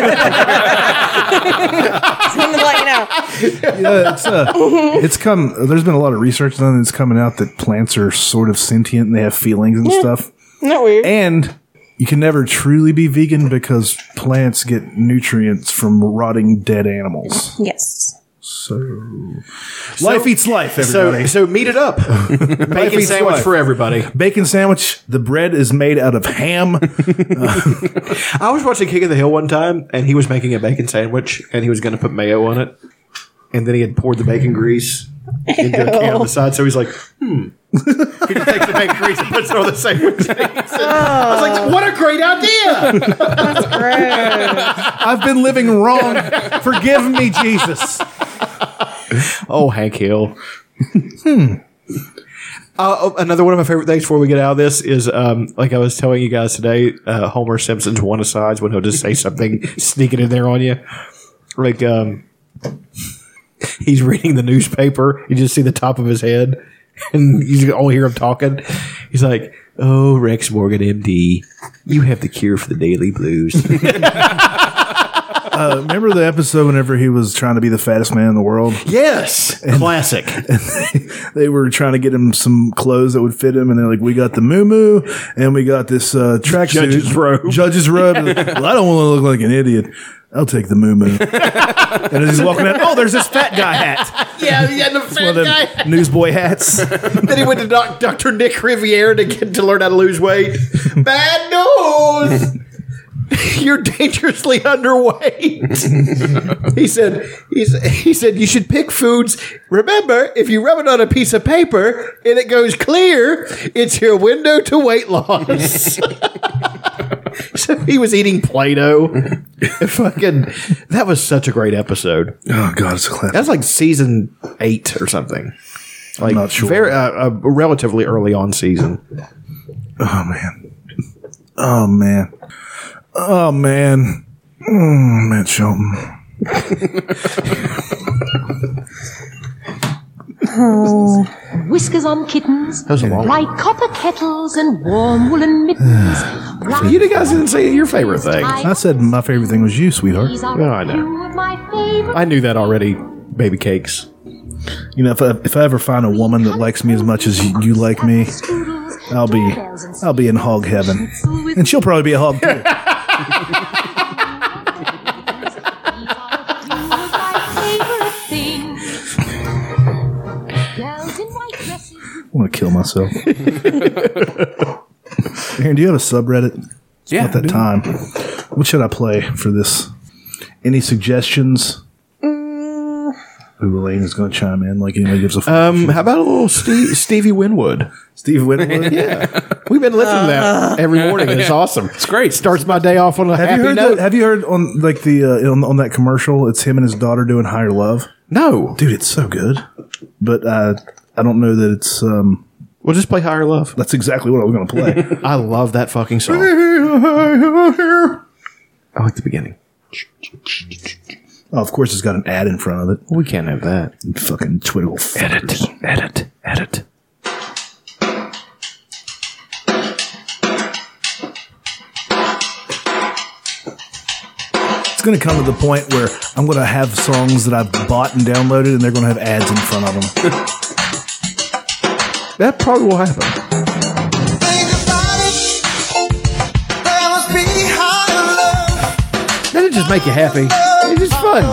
Speaker 2: to let you know.
Speaker 3: yeah, it's, uh, it's come. There's been a lot of research done. and It's coming out that plants are sort of sentient and they have feelings and stuff.
Speaker 2: Not weird.
Speaker 3: And you can never truly be vegan because plants get nutrients from rotting dead animals.
Speaker 2: Yes.
Speaker 3: So, life eats life,
Speaker 1: So-
Speaker 3: everybody.
Speaker 1: so meet it up.
Speaker 3: Life
Speaker 1: Bacon
Speaker 3: eats
Speaker 1: sandwich
Speaker 3: life.
Speaker 1: for everybody.
Speaker 3: Bacon sandwich. The bread is made out of ham.
Speaker 1: I was watching King of the Hill one time, and he was making a bacon sandwich, and he was going to put mayo on it, and then he had poured the bacon grease into a can on the side. So he's like, "Hmm." he just takes the bacon grease and puts it on the sandwich. I was like, "What a great idea!"
Speaker 3: I've been living wrong. Forgive me, Jesus.
Speaker 1: oh, Hank Hill. Hmm. Uh, oh, another one of my favorite things before we get out of this is, um, like I was telling you guys today, uh, Homer Simpson's one asides when he'll just say something, sneak it in there on you. Like, um, he's reading the newspaper. You just see the top of his head, and you can only hear him talking. He's like, "Oh, Rex Morgan, MD, you have the cure for the daily blues."
Speaker 3: uh, remember the episode whenever he was trying to be the fattest man in the world?
Speaker 1: Yes, classic.
Speaker 3: they were trying to get him some clothes that would fit him, and they're like, "We got the moo and we got this uh, tracksuit,
Speaker 1: Judge's robe.
Speaker 3: judge's robe." well, I don't want to look like an idiot. I'll take the moo and as he's walking out, oh, there's this fat guy hat.
Speaker 1: yeah, he had the
Speaker 3: It's one
Speaker 1: fat
Speaker 3: of them
Speaker 1: guy.
Speaker 3: newsboy hats.
Speaker 1: then he went to doc, Dr. Nick Riviere to get to learn how to lose weight. Bad news. You're dangerously underweight. he said. He's, he said you should pick foods. Remember, if you rub it on a piece of paper and it goes clear, it's your window to weight loss. so he was eating Play-Doh. Fucking, that was such a great episode.
Speaker 3: Oh god, it's a classic.
Speaker 1: That's like season eight or something. Like
Speaker 3: not sure.
Speaker 1: very uh, a relatively early on season.
Speaker 3: Oh man. Oh man. Oh man. Mm, Matt Shelton.
Speaker 18: Whiskers on kittens,
Speaker 1: That was a long one.
Speaker 18: bright copper kettles, and warm woolen mittens. Brown
Speaker 1: You guys didn't say your favorite thing.
Speaker 3: I said my favorite thing was you, sweetheart.
Speaker 18: peas
Speaker 1: No,
Speaker 18: are
Speaker 1: I know.
Speaker 18: my favorite.
Speaker 1: I knew that already. Baby cakes.
Speaker 3: You know, if I, if I ever find a woman that likes me as much as you, you like me, I'll be I'll be in hog heaven, and she'll probably be a hog too. I want to kill myself. Aaron, do you have a subreddit? It's
Speaker 5: Yeah,
Speaker 3: about
Speaker 5: I do.
Speaker 3: that time. What should I play for this? Any suggestions?
Speaker 5: Mm.
Speaker 3: Ooh, Elaine is going to chime in like anybody gives a fuck.
Speaker 1: Um, how about a little Steve, Stevie Winwood?
Speaker 3: Steve Winwood?
Speaker 1: yeah, we've been listening to that every morning. It's awesome. It's great. Starts my day off on a
Speaker 3: Have
Speaker 1: happy
Speaker 3: you heard?
Speaker 1: note.
Speaker 3: The, have you heard on like the uh, on, on that commercial? It's him and his daughter doing "Higher Love."
Speaker 1: No,
Speaker 3: dude, it's so good. But uh, I don't know that it's. Um,
Speaker 1: we'll just play "Higher Love."
Speaker 3: That's exactly what I was going to play.
Speaker 1: I love that fucking song.
Speaker 3: oh,
Speaker 1: I like the beginning.
Speaker 3: Oh, of course, it's got an ad in front of it.
Speaker 1: We can't have that.
Speaker 3: Fucking Twitter. Edit.
Speaker 1: Edit. Edit.
Speaker 3: It's going to come to the point where I'm going to have songs that I've bought and downloaded, and they're going to have ads in front of them.
Speaker 1: that probably will happen. Doesn't it just make you happy? It's just fun.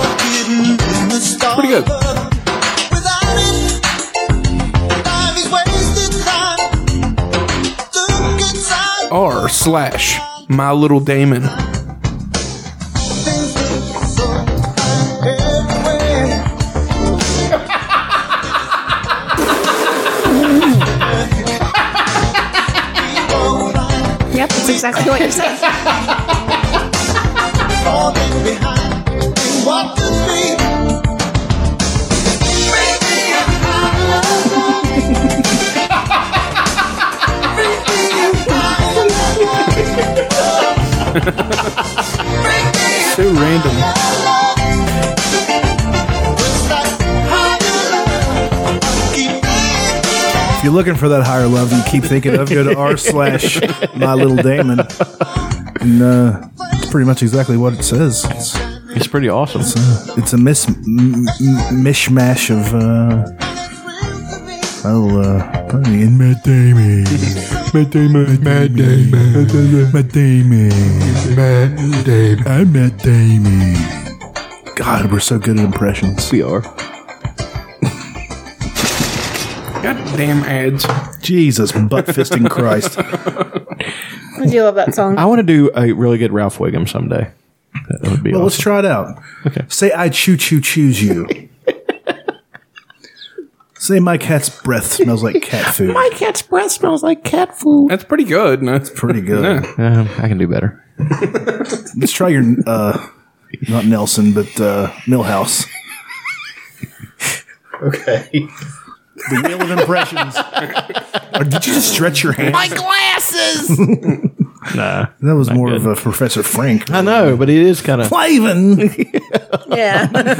Speaker 5: Pretty good. R slash My Little Damon.
Speaker 2: Yep, that's exactly what you said.
Speaker 5: So random.
Speaker 3: If you're looking for that higher love that you keep thinking of, go to r slash my little Damon, and uh, it's pretty much exactly what it says. It's,
Speaker 1: It's pretty awesome.
Speaker 3: It's a, it's a mis- m- m- mishmash of. Uh, well, uh, put me in Matt Damon. Matt Damon. Matt Damon. Matt Damon. Matt Damon. I'm Matt Damon. God, we're so good at impressions.
Speaker 1: We are.
Speaker 5: Goddamn ads.
Speaker 3: Jesus, butt fisting Christ.
Speaker 2: I do love that song.
Speaker 1: I want to do a really good Ralph Wiggum someday. That would be
Speaker 3: Well, let's
Speaker 1: awesome.
Speaker 3: try it out.
Speaker 1: Okay.
Speaker 3: Say I choo choo choose you. Say my cat's breath smells like cat food.
Speaker 1: cat's breath smells like cat food.
Speaker 5: That's pretty good. No, it's
Speaker 3: Pretty good.
Speaker 1: Um, I can do better.
Speaker 3: Let's try your uh, not Nelson, but uh, Millhouse.
Speaker 1: Okay.
Speaker 3: The wheel of impressions. or did you just stretch your hand?
Speaker 19: My glasses.
Speaker 1: Nah.
Speaker 3: That was more of a Professor Frank.
Speaker 1: I know, but it is kind of.
Speaker 3: Flavin.
Speaker 2: Yeah, that's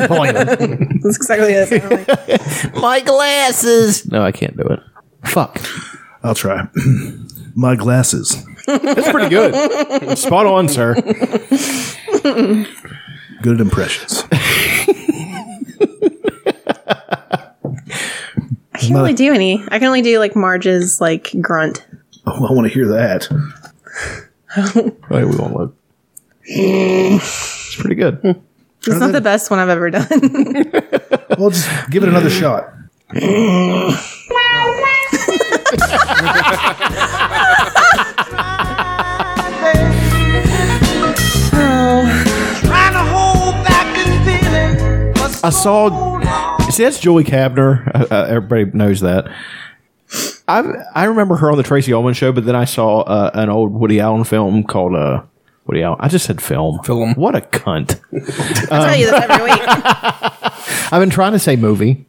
Speaker 2: exactly what it sounded like.
Speaker 19: My glasses.
Speaker 1: no, I can't do it. Fuck.
Speaker 3: I'll try. my glasses.
Speaker 1: That's pretty good. Spot on, sir.
Speaker 3: good at impressions.
Speaker 2: I can't really do any. I can only do like Marge's like grunt.
Speaker 3: Oh, I want to hear that.
Speaker 1: Wait, we won't look. It's pretty good.
Speaker 2: It's not the best one I've ever done.
Speaker 3: well, just give it another shot.
Speaker 7: Trying to hold back this feeling.
Speaker 1: I saw. See, that's Julie Kavner. Uh, uh, everybody knows that. I I remember her on the Tracy Ullman show, but then I saw uh, an old Woody Allen film called uh, Woody Allen. I just said film. Film. What a cunt!
Speaker 2: I tell you this every week.
Speaker 1: I've been trying to say movie.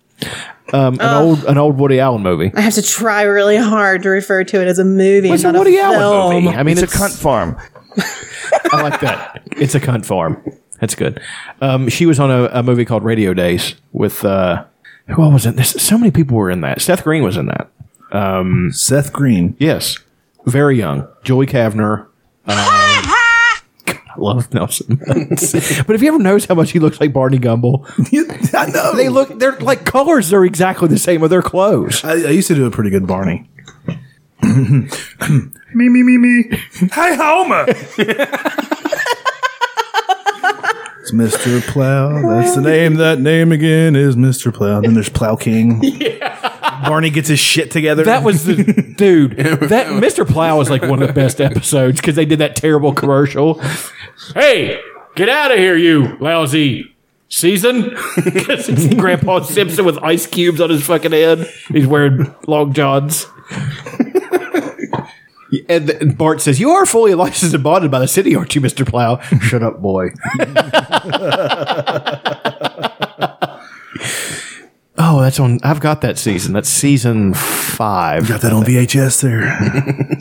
Speaker 1: Um, an
Speaker 2: Ugh.
Speaker 1: old an old Woody Allen movie.
Speaker 2: I have to try really hard to refer to it as a movie.
Speaker 1: It's a
Speaker 2: and not
Speaker 1: Woody
Speaker 2: a
Speaker 1: Allen
Speaker 2: film.
Speaker 1: movie. I mean,
Speaker 23: It's a cunt
Speaker 1: farm. I like that. It's a cunt farm. That's good. Um, she was on a, a movie called Radio Days with uh, who all was in this? So many people were in that. Seth Green was in that. Um,
Speaker 3: Seth Green.
Speaker 1: Yes. Very young. Joey Kavner. Um, God, I love Nelson. Muntz. but if you ever notice how much he looks like Barney Gumble, I know they look. They're like colors. They're exactly the same of their clothes.
Speaker 3: I, I used to do a pretty good Barney. me, me, me, me. Hey, Homer. It's Mr. Plow. That's the name. That name again is Mr. Plow. Then there's Plow King. Barney gets his shit together.
Speaker 1: That was the dude. That Mr. Plow is like one of the best episodes because they did that terrible commercial. Hey, get out of here, you lousy season. 'Cause it's Grandpa Simpson with ice cubes on his fucking head. He's wearing long johns. And th- and Bart says, "You are fully licensed and bonded by the city, aren't you, Mister Plow?" Shut up, boy. oh, that's on. I've got that season. That's season five. You
Speaker 3: got that on VHS there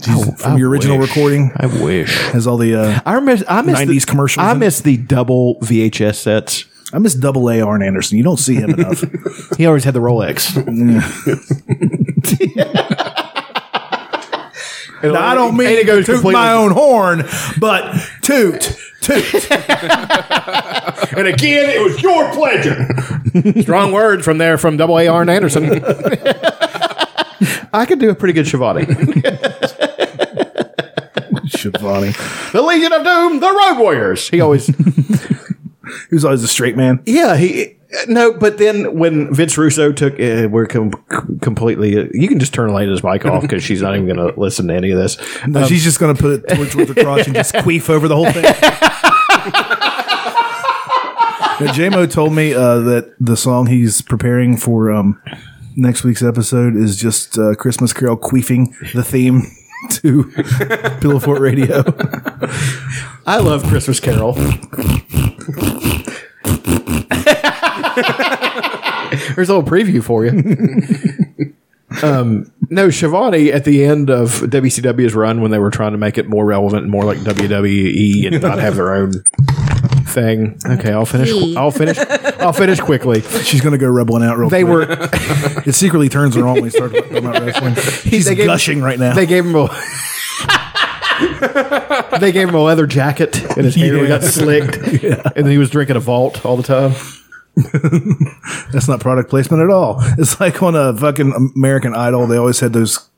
Speaker 1: Oh,
Speaker 3: from your original recording.
Speaker 1: I wish
Speaker 3: has all the uh,
Speaker 1: I miss I miss
Speaker 3: 90s
Speaker 1: the,
Speaker 3: commercials
Speaker 1: I
Speaker 3: in
Speaker 1: miss the double VHS sets.
Speaker 3: I miss double A Arn Anderson. You don't see him enough. Mm.
Speaker 1: he always had the Rolex.
Speaker 3: Now, I don't mean
Speaker 1: And
Speaker 3: to
Speaker 1: it goes
Speaker 3: toot
Speaker 1: completely-
Speaker 3: my own horn, but toot, toot.
Speaker 1: and again, it was your pleasure. Strong words from there from Double A Arn Anderson. I could do a pretty good Shivani.
Speaker 3: Shivani.
Speaker 1: the Legion of Doom, the Road Warriors. He always
Speaker 3: He was always a straight man.
Speaker 1: Yeah, he no, but then when Vince Russo took, uh, we're com- completely. you can just turn Elena's mic off because she's not even going to listen to any of this.
Speaker 3: No,
Speaker 1: Um,
Speaker 3: she's just going to put it towards with the crotch and just queef over the whole thing. Now, JMO told me uh, that the song he's preparing for um, next week's episode is just uh, Christmas Carol queefing the theme to Pillowfort Radio.
Speaker 1: I love Christmas Carol. There's a little preview for you. um, no, Shivani at the end of WCW's run when they were trying to make it more relevant and more like WWE and not have their own thing. Okay, I'll finish. I'll finish. I'll finish quickly.
Speaker 3: She's going to go rub one out real
Speaker 1: They
Speaker 3: quick.
Speaker 1: were.
Speaker 3: it secretly turns her on when we start talking about wrestling. She's
Speaker 1: they gave-
Speaker 3: gushing right now.
Speaker 1: They gave him a. they gave him a leather jacket, and his hair
Speaker 3: Yeah.
Speaker 1: got slicked, and he was drinking a vault all the time.
Speaker 3: That's not product placement at all. It's like on a fucking American Idol, they always had those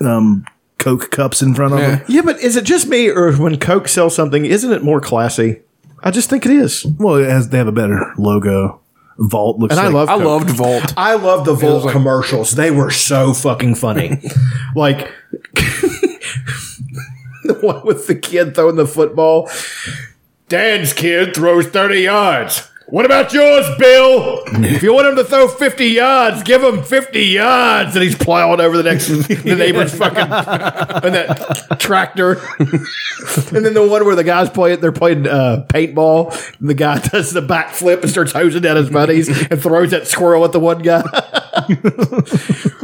Speaker 3: um, Coke cups in front of them.
Speaker 1: Yeah, but is it just me, or when Coke sells something, isn't it more classy? I just think it is.
Speaker 3: Well, it has, they have a better logo. Vault looks.
Speaker 1: And I
Speaker 3: like-
Speaker 1: love. Coke. I loved the Volt commercials. They were so fucking funny. like the one with the kid throwing the football. Dan's kid throws thirty yards. What about yours, Bill? if you want him to throw fifty yards, give him fifty yards, and he's plowing over the next the neighbor's fucking and that tractor. and then the one where the guys play they're playing uh, paintball. And the guy does the backflip and starts hosing down his buddies and throws that squirrel at the one guy.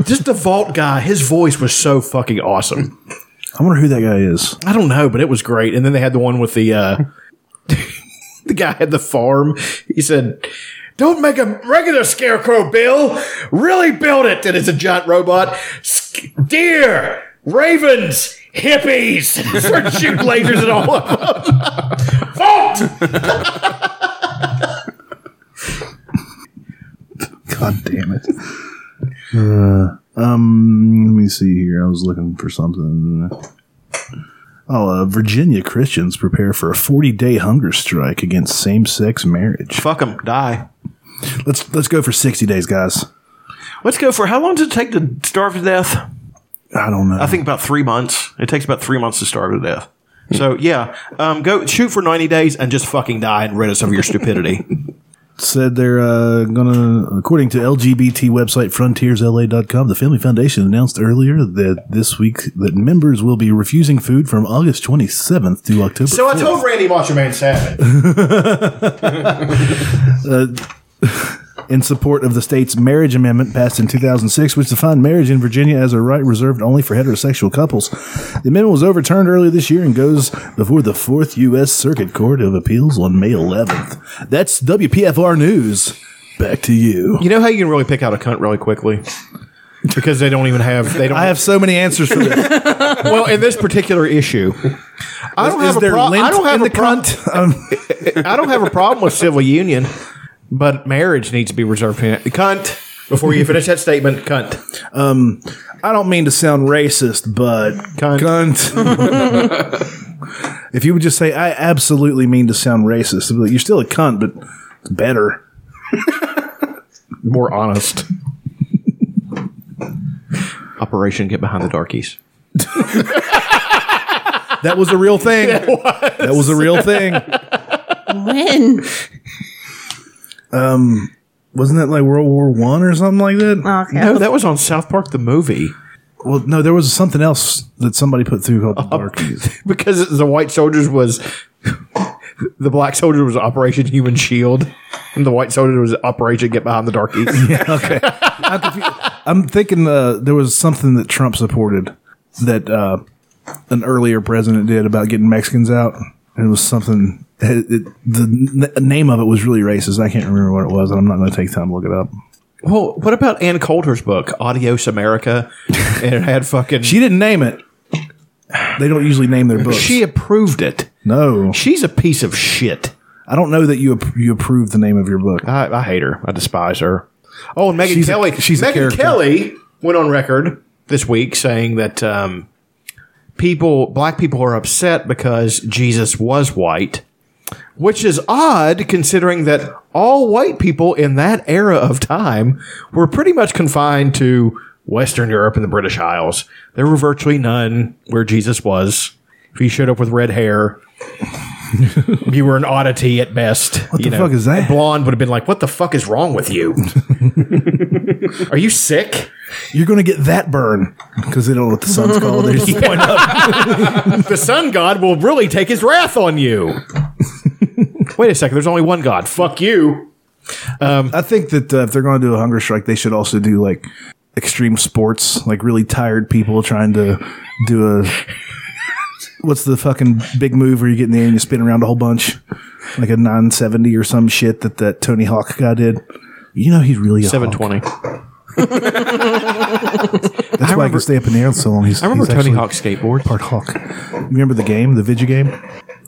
Speaker 1: Just the vault guy. His voice was so fucking awesome.
Speaker 3: I wonder who that guy is.
Speaker 1: I don't know, but it was great. And then they had the one with the uh, the guy had the farm. He said. Don't make a regular scarecrow, Bill. Really build it. And it's a giant robot. Sk- deer, ravens, hippies. Start shooting lasers at all of them. Vault!
Speaker 3: God damn it. Uh, um, let me see here. I was looking for something. Oh, uh, Virginia Christians prepare for a 40 day hunger strike against same sex marriage.
Speaker 4: Fuck them. Die.
Speaker 3: Let's let's go for 60 days, guys.
Speaker 4: Let's go for how long does it take to starve to death?
Speaker 3: I don't know.
Speaker 4: I think about three months. It takes about three months to starve to death. So yeah, um, go shoot for ninety days and just fucking die and rid us of your stupidity.
Speaker 3: said they're uh, gonna according to lgbt website frontiersla.com the family foundation announced earlier that this week that members will be refusing food from august 27th through october
Speaker 1: So I told Randy Macho Man Savage.
Speaker 3: 4th, uh, in support of the state's marriage amendment passed in 2006 which defined marriage in virginia as a right reserved only for heterosexual couples the amendment was overturned earlier this year and goes before the fourth u.s circuit court of appeals on may 11th that's wpfr news back to you
Speaker 1: You know how you can really pick out a cunt really quickly because they don't even have they don't. I have
Speaker 3: so many answers for this.
Speaker 1: well, in this particular issue, I don't
Speaker 3: Is- is
Speaker 1: have a
Speaker 3: there
Speaker 1: pro- I
Speaker 3: lint
Speaker 1: don't have
Speaker 3: in
Speaker 1: a
Speaker 3: the
Speaker 1: pro-
Speaker 3: um,
Speaker 1: I don't have a problem with civil union, but marriage needs to be reserved. for Cunt. Before you finish that statement, cunt.
Speaker 3: Um, I don't mean to sound racist, but cunt. if you would just say, I absolutely mean to sound racist, I'd be like, you're still a cunt, but it's better.
Speaker 1: More honest. Operation Get Behind the Darkies.
Speaker 3: That was a real thing.
Speaker 1: That was.
Speaker 3: That was a real thing.
Speaker 2: when?
Speaker 3: Um, wasn't that like World War One or something like that?
Speaker 2: Okay.
Speaker 1: No, Oh, that was on South Park the movie.
Speaker 3: Well, no, there was something else that somebody put through called the Darkies.
Speaker 1: because the white soldiers was the black soldier was Operation Human Shield, and the white soldier was Operation Get Behind the Darkies.
Speaker 3: yeah, okay. I'm thinking uh, there was something that Trump supported that uh, an earlier president did about getting Mexicans out. And it was something. It, it- the n- name of it was really racist. I can't remember what it was, and I'm not going to take time to look it up.
Speaker 1: Well, what about Ann Coulter's book, Adios America? And it had fucking.
Speaker 3: She didn't name it. They don't usually name their books.
Speaker 1: She approved it.
Speaker 3: No,
Speaker 1: she's a piece of shit.
Speaker 3: I don't know that you ap- you approve the name of your book.
Speaker 1: I, I hate her. I despise her. Oh, and Megan
Speaker 3: She's a-
Speaker 1: Kelly.
Speaker 3: she's a
Speaker 1: Megan
Speaker 3: character.
Speaker 1: Kelly went on record this week saying that um, people, black people, are upset because Jesus was white, which is odd considering that all white people in that era of time were pretty much confined to Western Europe and the British Isles. There were virtually none where Jesus was. If you showed up with red hair, you were an oddity at best. What
Speaker 3: the fuck is that?
Speaker 1: Blonde would have been like, "What the fuck is wrong with you? Are you sick?"
Speaker 3: You're going to get that burn because they don't know what the sun's called. They just point up.
Speaker 1: the sun god will really take his wrath on you. Wait a second. There's only one god. Fuck you.
Speaker 3: I think that uh, if they're going to do a hunger strike, they should also do like extreme sports, like really tired people trying to do a what's the fucking big move where you get in the air and you spin around a whole bunch, like a nine seventy or some shit that that Tony Hawk guy did. You know he's really a
Speaker 1: Seven
Speaker 3: hawk.
Speaker 1: twenty.
Speaker 3: That's why I can stay up in the air so long. He's,
Speaker 1: I remember
Speaker 3: he's
Speaker 1: Tony
Speaker 3: actually
Speaker 1: Hawk's skateboard.
Speaker 3: part hawk. Remember the game, the video game?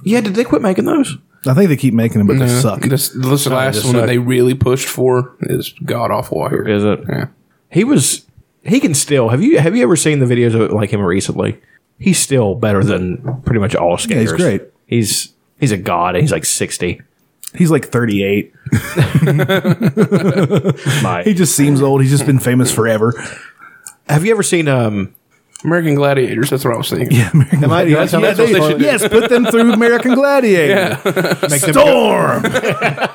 Speaker 1: Yeah, did they quit making those?
Speaker 3: I think they keep making them, but they
Speaker 5: No,
Speaker 3: suck.
Speaker 5: This, this
Speaker 3: Oh, they
Speaker 5: last
Speaker 3: just
Speaker 5: one that
Speaker 3: suck.
Speaker 5: they really pushed for is god awful out here.
Speaker 1: Is it? He was. He can still. Have you have you ever seen the videos of like him recently? He's still better than pretty much all
Speaker 3: Yeah, he's
Speaker 1: skaters.
Speaker 3: great.
Speaker 1: He's he's a god. and He's like sixty.
Speaker 3: He's like thirty eight.
Speaker 1: My-
Speaker 3: He just seems old. He's just been famous forever.
Speaker 1: Have you ever seen um
Speaker 5: American Gladiators? That's what I was thinking.
Speaker 3: Yeah, American
Speaker 5: Am I-
Speaker 3: Gladiators.
Speaker 5: that's- that's what they should do.
Speaker 3: yes, put them through American Gladiator. Storm,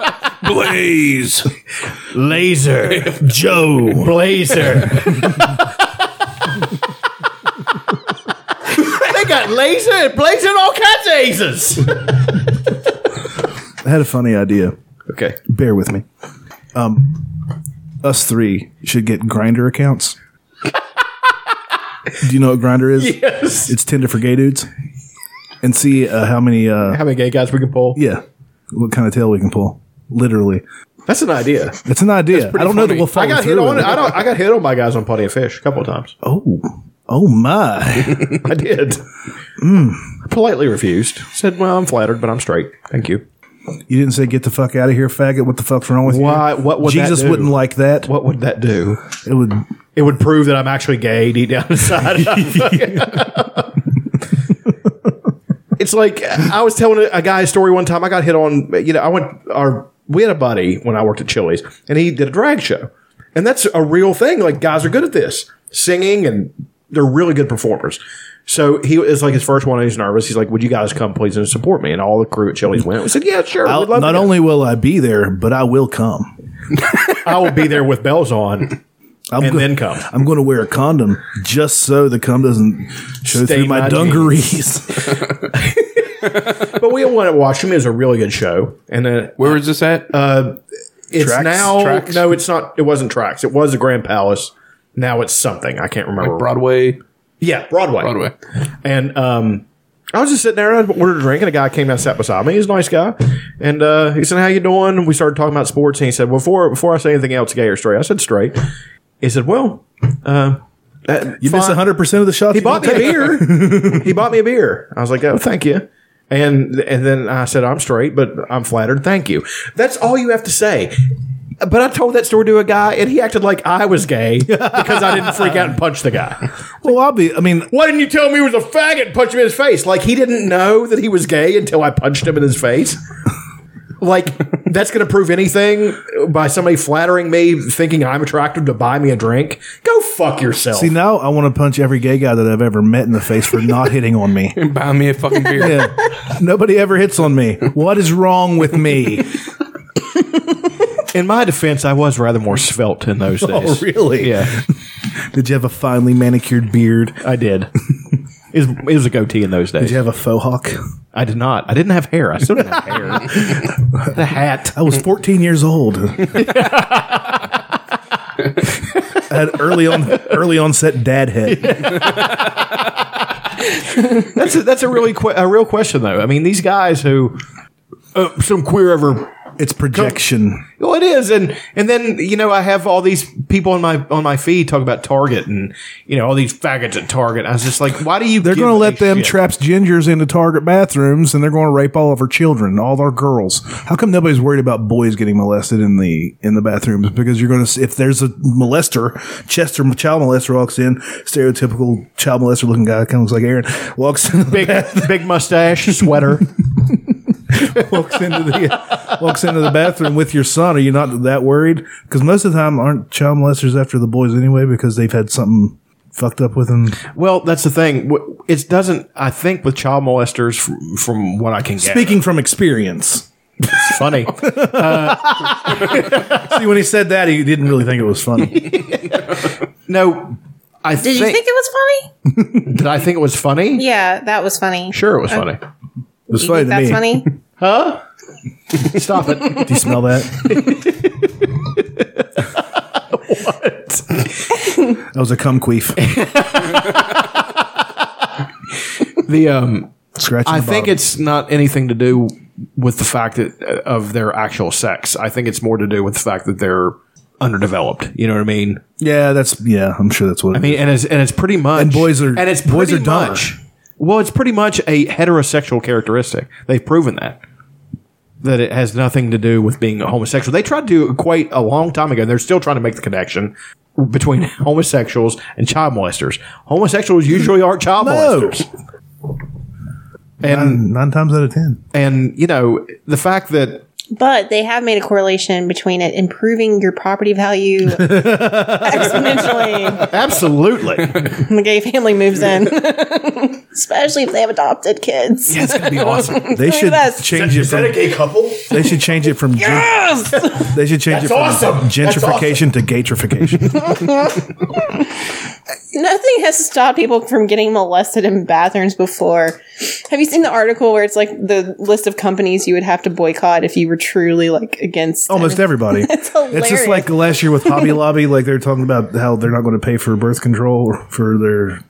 Speaker 5: Blaze,
Speaker 1: Laser,
Speaker 3: Joe,
Speaker 1: Blazer. they got laser and blazer and all kinds of lasers.
Speaker 3: I had a funny idea.
Speaker 1: Okay.
Speaker 3: Bear with me. Um, us three should get grinder accounts. Do you know what grinder is?
Speaker 1: Yes.
Speaker 3: It's Tinder for gay dudes. And see uh, how many. Uh,
Speaker 1: How many gay guys we can pull?
Speaker 3: yeah. What kind of tail we can pull. Literally.
Speaker 1: That's an idea.
Speaker 3: It's an idea. I
Speaker 1: pretty
Speaker 3: don't know that
Speaker 1: funny.
Speaker 3: we'll follow
Speaker 1: I got hit
Speaker 3: through
Speaker 1: on.
Speaker 3: with it.
Speaker 1: I don't. I got hit on by guys on Plenty of Fish a couple of times.
Speaker 3: Oh. Oh, my. Hmm.
Speaker 1: I did. I politely refused. Said, "Well, I'm flattered, but I'm straight. Thank you."
Speaker 3: You didn't say get the fuck out of here, faggot. What the fuck's wrong with
Speaker 1: Why?
Speaker 3: you?
Speaker 1: What would that
Speaker 3: Jesus
Speaker 1: do?
Speaker 3: wouldn't like that.
Speaker 1: What would that do?
Speaker 3: It would.
Speaker 1: It would prove that I'm actually gay deep down inside. it's like I was telling a guy a story one time. I got hit on. You know, I went. Our we had a buddy when I worked at Chili's, and he did a drag show, and that's a real thing. Like guys are good at this singing, and they're really good performers. So he it's like his first one, and he's nervous. He's like, "Would you guys come, please, and support me?" And all the crew at Chili's went. We said, "Yeah, sure."
Speaker 3: I'll-
Speaker 1: we'd love to
Speaker 3: not
Speaker 1: go."
Speaker 3: only will I be there, but I will come.
Speaker 1: I will be there with bells on.
Speaker 3: I'm
Speaker 1: and
Speaker 3: go-
Speaker 1: then come.
Speaker 3: I'm going to wear a condom just so the cum doesn't show
Speaker 1: Stain
Speaker 3: through my,
Speaker 1: my
Speaker 3: dungarees.
Speaker 1: but we all went and watched him. It was a really good show. And uh,
Speaker 5: where was this at?
Speaker 1: Uh, it's
Speaker 5: Trax?
Speaker 1: now
Speaker 5: Trax?
Speaker 1: no, it's not. It wasn't tracks. It was the Grand Palace. Now it's something I can't remember.
Speaker 5: Like Broadway.
Speaker 1: Yeah, Broadway.
Speaker 5: Broadway.
Speaker 1: And um, I was just sitting there. I ordered a drink, and a guy came out and sat beside me. He's a nice guy, and uh, he said, "How you doing?" And we started talking about sports, and he said, "Before before I say anything else, gay or straight?" I said, "Straight." He said, "Well." Uh,
Speaker 3: you miss 100 percent of the shots.
Speaker 1: He
Speaker 3: you
Speaker 1: bought me
Speaker 3: don't
Speaker 1: a
Speaker 3: take.
Speaker 1: beer. he bought me a beer. I was like, oh, thank you. And and then I said, I'm straight, but I'm flattered. Thank you. That's all you have to say. But I told that story to a guy, and he acted like I was gay because I didn't freak out and punch the guy.
Speaker 3: Well, I'll be. I mean,
Speaker 1: why didn't you tell me he was a faggot? and Punch him in his face. Like he didn't know that he was gay until I punched him in his face. Like that's going to prove anything by somebody flattering me, thinking I'm attractive to buy me a drink. Go fuck yourself.
Speaker 3: See, now I want to punch every gay guy that I've ever met in the face for not hitting on me.
Speaker 5: And buy me a fucking beer.
Speaker 3: Yeah. Nobody ever hits on me. What is wrong with me?
Speaker 1: In my defense, I was rather more svelte in those
Speaker 3: Oh,
Speaker 1: days.
Speaker 3: really?
Speaker 1: Yeah,
Speaker 3: Did you have a finely manicured beard?
Speaker 1: I did. It was, it was a goatee in those
Speaker 3: Did
Speaker 1: days.
Speaker 3: you have a faux hawk?
Speaker 1: I did not. I didn't have hair. I still didn't have hair. the hat.
Speaker 3: I was 14 years old. I had early on early onset dad head.
Speaker 1: That's a, that's a really que- a real question though. I mean, these guys who uh, some queer ever
Speaker 3: It's projection.
Speaker 1: Well, it is, and and then you know I have all these people on my on my feed talk about Target and you know all these faggots at Target. I was just like, why do you?
Speaker 3: They're
Speaker 1: give
Speaker 3: going to
Speaker 1: a
Speaker 3: let them
Speaker 1: shit?
Speaker 3: traps gingers into Target bathrooms, and they're going to rape all of our children, all of our girls. How come nobody's worried about boys getting molested in the in the bathrooms? Because you're going to if there's a molester, Chester child molester walks in, stereotypical child molester looking guy, kind of looks like Aaron, walks in the
Speaker 1: big big mustache sweater.
Speaker 3: walks into the walks into the bathroom with your son. Are you not that worried? Because most of the time, aren't child molesters after the boys anyway because they've had something fucked up with them.
Speaker 1: Well, that's the thing. W- It doesn't. I think with child molesters, from, from what I can get,
Speaker 3: Speaking from experience.
Speaker 1: it's funny.
Speaker 3: See, when he said that, he didn't really think it was funny.
Speaker 1: No, I
Speaker 2: Did you think it was funny?
Speaker 1: did I think it was funny?
Speaker 2: Yeah, that was funny.
Speaker 1: Sure, it was
Speaker 2: Uh,
Speaker 1: funny.
Speaker 3: It was
Speaker 2: You think that's funny?
Speaker 1: Huh? Stop it.
Speaker 3: Do you smell that?
Speaker 1: what?
Speaker 3: That was a cum queef.
Speaker 1: The um.
Speaker 3: Scratching.
Speaker 1: I
Speaker 3: the
Speaker 1: think
Speaker 3: bottom.
Speaker 1: it's not anything to do with the fact that uh, of their actual sex. I think it's more to do with the fact that they're underdeveloped. You know what I mean?
Speaker 3: yeah. That's yeah. I'm sure that's what.
Speaker 1: I
Speaker 3: it
Speaker 1: mean,
Speaker 3: is.
Speaker 1: and it's and it's pretty much
Speaker 3: And boys are-
Speaker 1: and it's
Speaker 3: boys
Speaker 1: pretty
Speaker 3: are dumber.
Speaker 1: much- Well, it's pretty much a heterosexual characteristic. They've proven that that it has nothing to do with being homosexual. They tried to equate a long time ago. and They're still trying to make the connection between homosexuals and child molesters. Homosexuals usually aren't child molesters. And
Speaker 3: nine, nine times out of ten.
Speaker 1: and you know the fact that
Speaker 2: But they have made a correlation between it improving your property value exponentially
Speaker 1: absolutely
Speaker 2: when the gay family moves in, especially if they have adopted kids.
Speaker 1: Yeah, it's gonna be awesome.
Speaker 3: They
Speaker 2: Look at
Speaker 3: should
Speaker 2: this.
Speaker 3: change it. From,
Speaker 1: gay couple?
Speaker 3: they should change it from. gen-
Speaker 2: Yes!
Speaker 3: They should change
Speaker 1: That's
Speaker 3: it from
Speaker 1: awesome. That's
Speaker 3: gentrification to gatrification.
Speaker 2: Nothing has stopped people from getting molested in bathrooms before. Have you seen the article where it's like the list of companies you would have to boycott if you were truly like against
Speaker 3: Almost everybody.
Speaker 2: It's
Speaker 3: It's just
Speaker 2: hilarious.
Speaker 3: like last year with Hobby Lobby, like they're talking about how they're not going to pay for birth control for their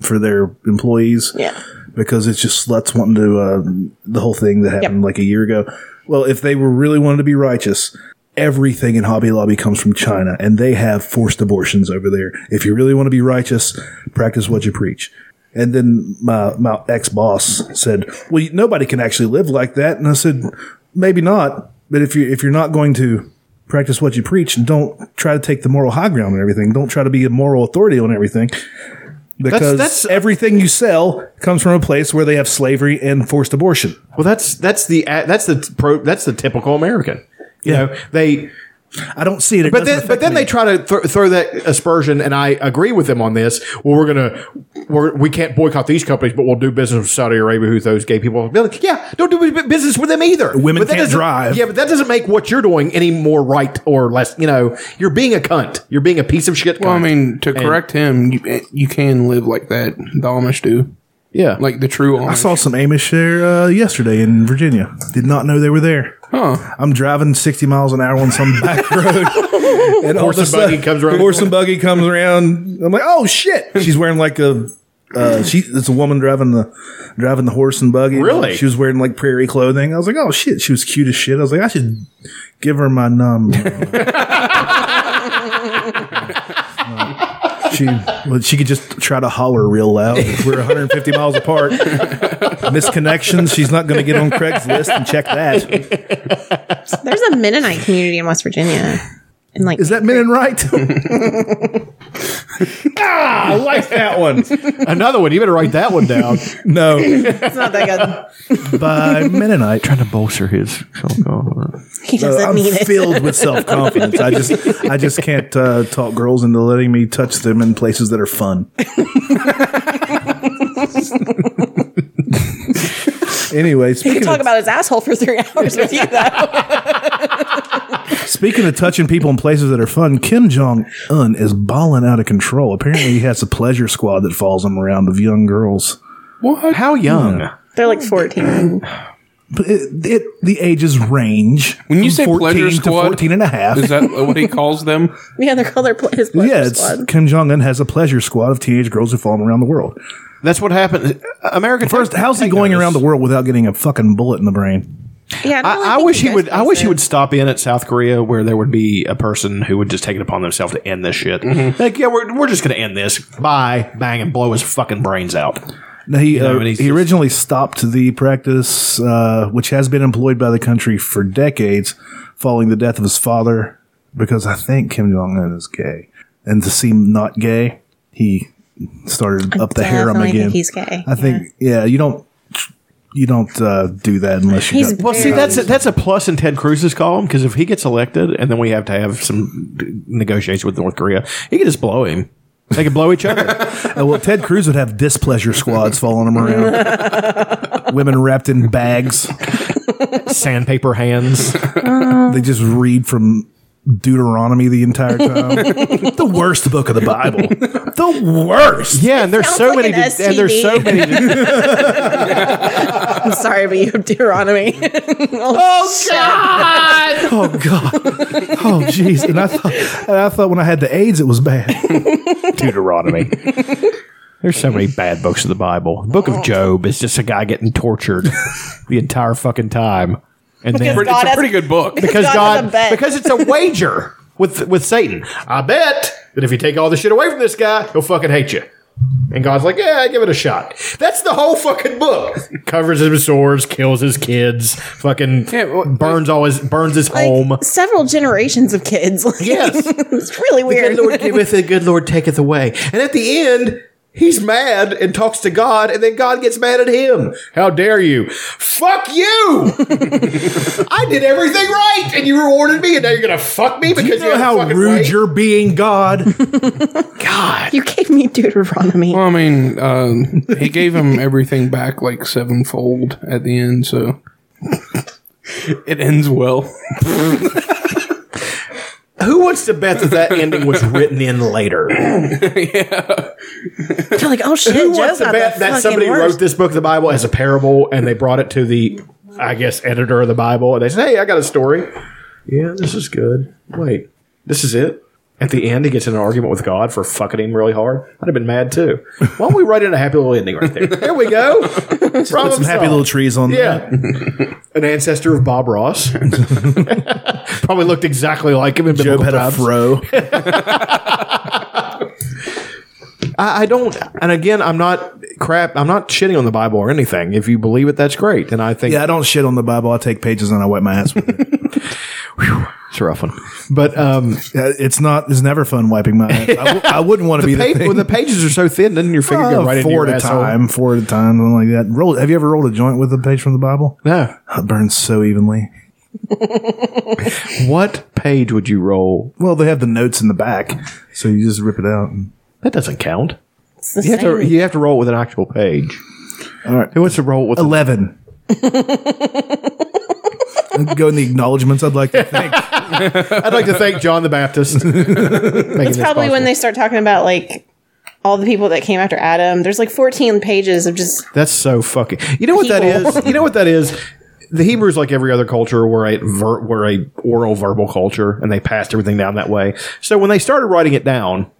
Speaker 3: for their employees.
Speaker 2: Yeah.
Speaker 3: Because it's just sluts wanting to uh, the whole thing that happened like a year ago. Well, if they were really wanted to be righteous, everything in Hobby Lobby comes from China, and they have forced abortions over there. If you really want to be righteous, practice what you preach. And then my my ex boss said, "Well, you- nobody can actually live like that." And I said, maybe not. But if you if you're not going to practice what you preach, don't try to take the moral high ground on everything. Don't try to be a moral authority on everything. Because
Speaker 1: that's-
Speaker 3: everything you sell comes from a place where they have slavery and forced abortion.
Speaker 1: Well, that's that's the that's the pro, that's the typical American. You know, they.
Speaker 3: I don't see it.
Speaker 1: but then, but then they try to th- throw that aspersion, and I agree with them on this. Well, we're gonna we're, we can't boycott these companies, but we'll do business with Saudi Arabia, who those gay people. Be like, yeah, don't do bu- business with them either. Women but that
Speaker 3: can't
Speaker 1: doesn't-
Speaker 3: drive.
Speaker 1: Yeah, but that doesn't make what you're doing any more right or less. You know, you're being a cunt. You're being a piece of shit.
Speaker 5: Well, I
Speaker 1: cunt.
Speaker 5: mean, to
Speaker 1: And-
Speaker 5: correct him, you, eh, you can live like that. The Amish do.
Speaker 1: Yeah,
Speaker 5: like the true
Speaker 3: I
Speaker 5: Amish.
Speaker 3: saw some Amish there uh, yesterday in Virginia. Did not know they were there. I'm driving 60 miles an hour on some back road. and all
Speaker 1: Horse
Speaker 3: of a
Speaker 1: and buggy
Speaker 3: sudden-
Speaker 1: comes around.
Speaker 3: Horse and buggy comes around. I'm like, oh shit! She's wearing like a. Uh, she it's a woman driving the driving the horse and buggy.
Speaker 1: Really?
Speaker 3: She was wearing like prairie clothing. I was like, oh shit, she was cute as shit. I was like, I should give her my number. she well, she could just try to holler real loud. We're 150 miles apart. Misconnections. She's not going to get on Craigslist and check that.
Speaker 2: There's a Mennonite community in West Virginia. And like,
Speaker 3: is that Mennonite? ah, I like that one.
Speaker 1: Another one. You better write that one down.
Speaker 3: no,
Speaker 2: it's not that good.
Speaker 3: by Mennonite.
Speaker 1: Trying to bolster his
Speaker 2: He doesn't
Speaker 3: Uh, I'm
Speaker 2: mean it.
Speaker 3: filled with self confidence. I just I just can't uh, talk girls into letting me touch them in places that are fun. anyway,
Speaker 2: He could
Speaker 3: speaking
Speaker 2: talk
Speaker 3: of,
Speaker 2: about his asshole for three hours with you, though.
Speaker 3: speaking of touching people in places that are fun, Kim Jong Un is balling out of control. Apparently, he has a pleasure squad that follows him around of young girls.
Speaker 1: What? How young?
Speaker 2: They're like 14.
Speaker 3: But it, it, the ages range.
Speaker 5: When you
Speaker 3: from
Speaker 5: say
Speaker 3: 14
Speaker 5: pleasure squad,
Speaker 3: to 14 and a half.
Speaker 5: Is that what he calls them?
Speaker 2: Yeah, they're called their pl- his pleasure
Speaker 3: yeah, it's
Speaker 2: squad.
Speaker 3: Kim Jong Un has a pleasure squad of teenage girls who follow him around the world.
Speaker 1: That's what happened. American
Speaker 3: first. How's he going around the world without getting a fucking bullet in the brain?
Speaker 2: Yeah,
Speaker 1: I, I wish he would. I wish he would stop in at South Korea, where there would be a person who would just take it upon themselves to end this shit.
Speaker 3: Mm-hmm.
Speaker 1: Like, yeah, we're, we're just going to end this. Bye, bang, and blow his fucking brains out.
Speaker 3: No, he
Speaker 1: know,
Speaker 3: uh,
Speaker 1: and
Speaker 3: he
Speaker 1: he's just-
Speaker 3: originally stopped the practice, uh, which has been employed by the country for decades, following the death of his father, because I think Kim Jong Un is gay, and to seem not gay, he started up the harem
Speaker 2: definitely
Speaker 3: again.
Speaker 2: think he's gay,
Speaker 3: I think. Yeah, you don't. You don't uh, do that unless you. got-
Speaker 1: well. See, that's a, that's a plus in Ted Cruz's column because if he gets elected, and then we have to have some negotiations with North Korea, he could just blow him. They could blow each other.
Speaker 3: Uh, well, Ted Cruz would have displeasure squads following him around. Women wrapped in bags,
Speaker 1: sandpaper hands.
Speaker 3: they just read from Deuteronomy the entire time. the worst book of the Bible. The worst.
Speaker 1: Yeah, and there's so
Speaker 2: like
Speaker 1: many.
Speaker 2: an
Speaker 1: to- and there's so
Speaker 2: STD.
Speaker 1: many. to-
Speaker 2: I'm sorry, but you have Deuteronomy. oh, God.
Speaker 3: Oh God. Oh jeez. And I thought and I thought when I had the AIDS it was bad.
Speaker 1: Deuteronomy. There's so many bad books of the Bible. The book
Speaker 2: Oh.
Speaker 1: of Job is just a guy getting tortured the entire fucking time. And then
Speaker 5: Pretty-
Speaker 2: God
Speaker 5: it's
Speaker 2: has-
Speaker 5: a pretty good book.
Speaker 1: because
Speaker 2: God
Speaker 1: God,
Speaker 2: has a bet.
Speaker 1: because it's a wager with with Satan. I bet that if you take all the shit away from this guy, he'll fucking hate you. And God's like, yeah, give it a shot. That's the whole fucking book. Covers his with sores, kills his kids, fucking burns all his burns his home.
Speaker 2: Several generations of kids. Like,
Speaker 1: Yes.
Speaker 2: it's really weird.
Speaker 1: The good Lord giveth, the good Lord taketh away. And at the end, he's mad and talks to God, and then God gets mad at him. How dare you? Fuck you! I did everything right, and you rewarded me, and now you're gonna fuck me because
Speaker 3: You know
Speaker 1: had a
Speaker 3: how
Speaker 1: fucking
Speaker 3: rude
Speaker 1: way?
Speaker 3: you're being, God.
Speaker 2: You gave me Deuteronomy.
Speaker 5: Well, I mean, um, he gave him everything back like sevenfold at the end, so it ends well.
Speaker 1: Who wants to bet that that ending was written in later?
Speaker 2: They're like, oh shit,
Speaker 1: Who
Speaker 2: Joe's
Speaker 1: wants to
Speaker 2: not
Speaker 1: bet
Speaker 2: the
Speaker 1: that
Speaker 2: fucking
Speaker 1: somebody
Speaker 2: worst.
Speaker 1: wrote this book of the Bible as a parable and they brought it to the, I guess, editor of the Bible, and they said, "Hey, I got a story. Yeah, this is good. Wait, this is it." At the end, he gets in an argument with God for fucking him really hard. I'd have been mad too. Why don't we write in a happy little ending right there? There we go. Problem
Speaker 3: Put some happy
Speaker 1: solved.
Speaker 3: little trees on
Speaker 1: Yeah. An ancestor of Bob Ross. Probably looked exactly like him in
Speaker 3: Job
Speaker 1: biblical
Speaker 3: had a
Speaker 1: times.
Speaker 3: fro.
Speaker 1: I, I don't, and again, I'm not crap. I'm not shitting on the Bible or anything. If you believe it, that's great. And I think
Speaker 3: Yeah, I don't shit on the Bible. I take pages and I wipe my ass with it.
Speaker 1: it's a rough one. But um,
Speaker 3: it's not. It's never fun wiping my ass. I w- I wouldn't want to be
Speaker 1: the, Ah,
Speaker 3: the
Speaker 1: pa-
Speaker 3: thing.
Speaker 1: well, the pages are so thin. Doesn't your finger go
Speaker 3: Uh,
Speaker 1: right into
Speaker 3: four
Speaker 1: your
Speaker 3: at a
Speaker 1: asshole?
Speaker 3: time, four at a time, something like that. Roll. Have you ever rolled a joint with a page from the Bible? Oh,
Speaker 1: No,
Speaker 3: it burns so evenly.
Speaker 1: what page would you roll?
Speaker 3: Well, they have the notes in the back, so you just rip it out. And
Speaker 1: that doesn't count.
Speaker 2: the
Speaker 1: you have to
Speaker 2: same.
Speaker 1: you have to roll with an actual page.
Speaker 3: All right,
Speaker 1: who wants to roll with
Speaker 3: eleven? Go in the acknowledgments. I'd like to thank.
Speaker 1: I'd like to thank John the Baptist.
Speaker 2: That's probably when they start talking about like all the people that came after Adam. There's like 14 pages of just
Speaker 1: That's so fucking. You know what that
Speaker 2: People.
Speaker 1: is? You know what that is? The Hebrews, like every other culture, were a ver- were a oral verbal culture, and they passed everything down that way. So when they started writing it down,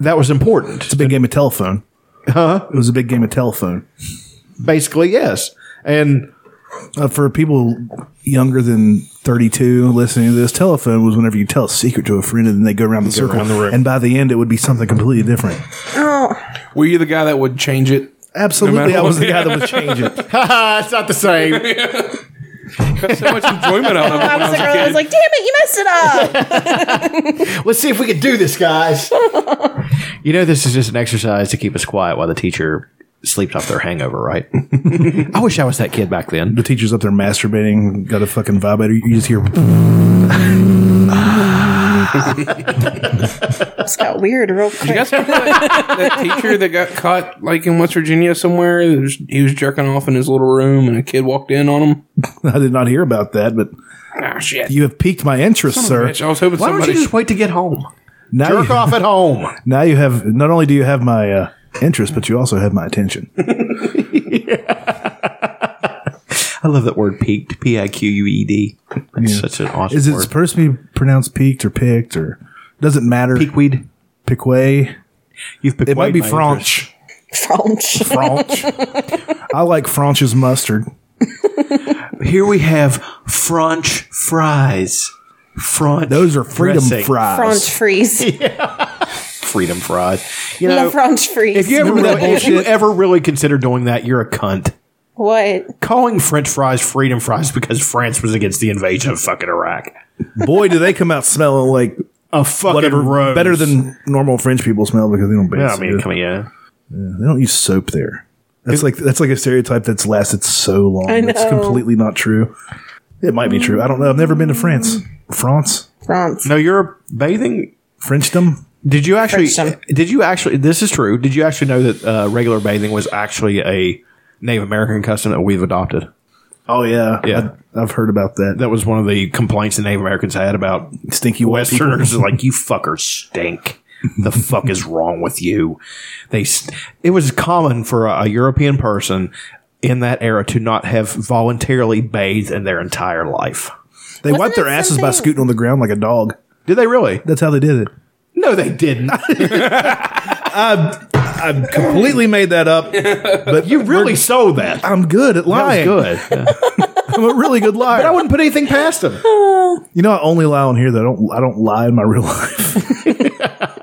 Speaker 1: that was important. It's a
Speaker 3: big game of telephone.
Speaker 1: Huh?
Speaker 3: It was a big game of telephone.
Speaker 1: Basically, yes. And
Speaker 3: uh, for people younger than 32 listening to this, telephone was whenever you tell a secret to a friend and then they go around the
Speaker 5: Go
Speaker 3: circle.
Speaker 5: around the room.
Speaker 3: And by the end, it would be something completely different.
Speaker 2: oh,
Speaker 5: Were you the guy that would change it?
Speaker 3: Absolutely, I was the guy that would change it.
Speaker 1: Haha, Uh, it's not the same.
Speaker 5: Got so much enjoyment out of it.
Speaker 2: I
Speaker 5: when
Speaker 2: was the
Speaker 5: a
Speaker 2: girl. that was
Speaker 5: kid.
Speaker 2: like, damn it, you messed it up.
Speaker 1: Let's see if we can do this, guys. you know, this is just an exercise to keep us quiet while the teacher sleeps off their hangover, right? I wish I was that kid back then.
Speaker 3: The teacher's up there masturbating, got a fucking vibrator. You just hear.
Speaker 2: It's got weird real quick.
Speaker 5: that teacher that got caught like in West Virginia somewhere. It was- He was jerking off in his little room, and a kid walked in on him.
Speaker 3: I did not hear about that, but
Speaker 5: Ah, shit!
Speaker 3: you have piqued my interest,
Speaker 5: Son of a
Speaker 3: sir.
Speaker 5: bitch, I was hoping
Speaker 1: Why
Speaker 5: somebody.
Speaker 1: don't you just wait to get home?
Speaker 3: Now
Speaker 1: Jerk off at home.
Speaker 3: Now you have. Not only do you have my uh, interest, but you also have my attention.
Speaker 1: I love that word peaked. P I Q U E D. It's such an awesome
Speaker 3: Is it
Speaker 1: word.
Speaker 3: supposed to be pronounced peaked or picked or does it matter?
Speaker 1: Peakweed.
Speaker 3: Piquet.
Speaker 1: You've
Speaker 3: It might be
Speaker 1: piqueted my
Speaker 3: French.
Speaker 2: French.
Speaker 3: French. I like French's mustard.
Speaker 1: Here we have French fries. French.
Speaker 3: Those are freedom
Speaker 1: dressing.
Speaker 3: fries.
Speaker 2: French freeze.
Speaker 1: Freedom fries. You
Speaker 2: La
Speaker 1: know,
Speaker 2: French freeze.
Speaker 1: if you ever really, if you ever really consider doing that, you're a cunt.
Speaker 2: what?
Speaker 1: Calling French fries freedom fries because France was against the invasion of fucking Iraq.
Speaker 3: Boy, do they come out smelling like
Speaker 1: a fucking
Speaker 3: whatever
Speaker 1: rose.
Speaker 3: better than normal French people smell because they don't.
Speaker 1: Yeah, I mean,
Speaker 3: base it.
Speaker 1: come on, yeah.
Speaker 3: Yeah, they don't use soap there. That's like that's like a stereotype that's lasted so long.
Speaker 2: I
Speaker 3: It's
Speaker 2: know.
Speaker 3: completely not true. It might be true. I don't know. I've never been to France. France.
Speaker 2: France.
Speaker 1: No, you're bathing
Speaker 3: Frenchdom.
Speaker 1: Did you actually? Did you actually? This is true. Did you actually know that uh, regular bathing was actually a Native American custom that we've adopted?
Speaker 3: Oh yeah,
Speaker 1: Yeah,
Speaker 3: I, have heard about that.
Speaker 1: That was one of the complaints the Native Americans had about
Speaker 3: stinky white people.
Speaker 1: Westerners. is like you fuckers stink. the fuck is wrong with you? They. St- it was common for a, a European person in that era to not have voluntarily bathed in their entire life.
Speaker 3: They wipe their asses by scooting on the ground like a dog.
Speaker 1: Did they really?
Speaker 3: That's how they did it.
Speaker 1: No, they didn't.
Speaker 3: I completely made that up. But
Speaker 1: you really sold that.
Speaker 3: I'm good at lying.
Speaker 1: good.
Speaker 3: I'm a really good liar.
Speaker 1: But I wouldn't put anything past them.
Speaker 3: You know, I only lie on here though. I don't I don't lie in my real life.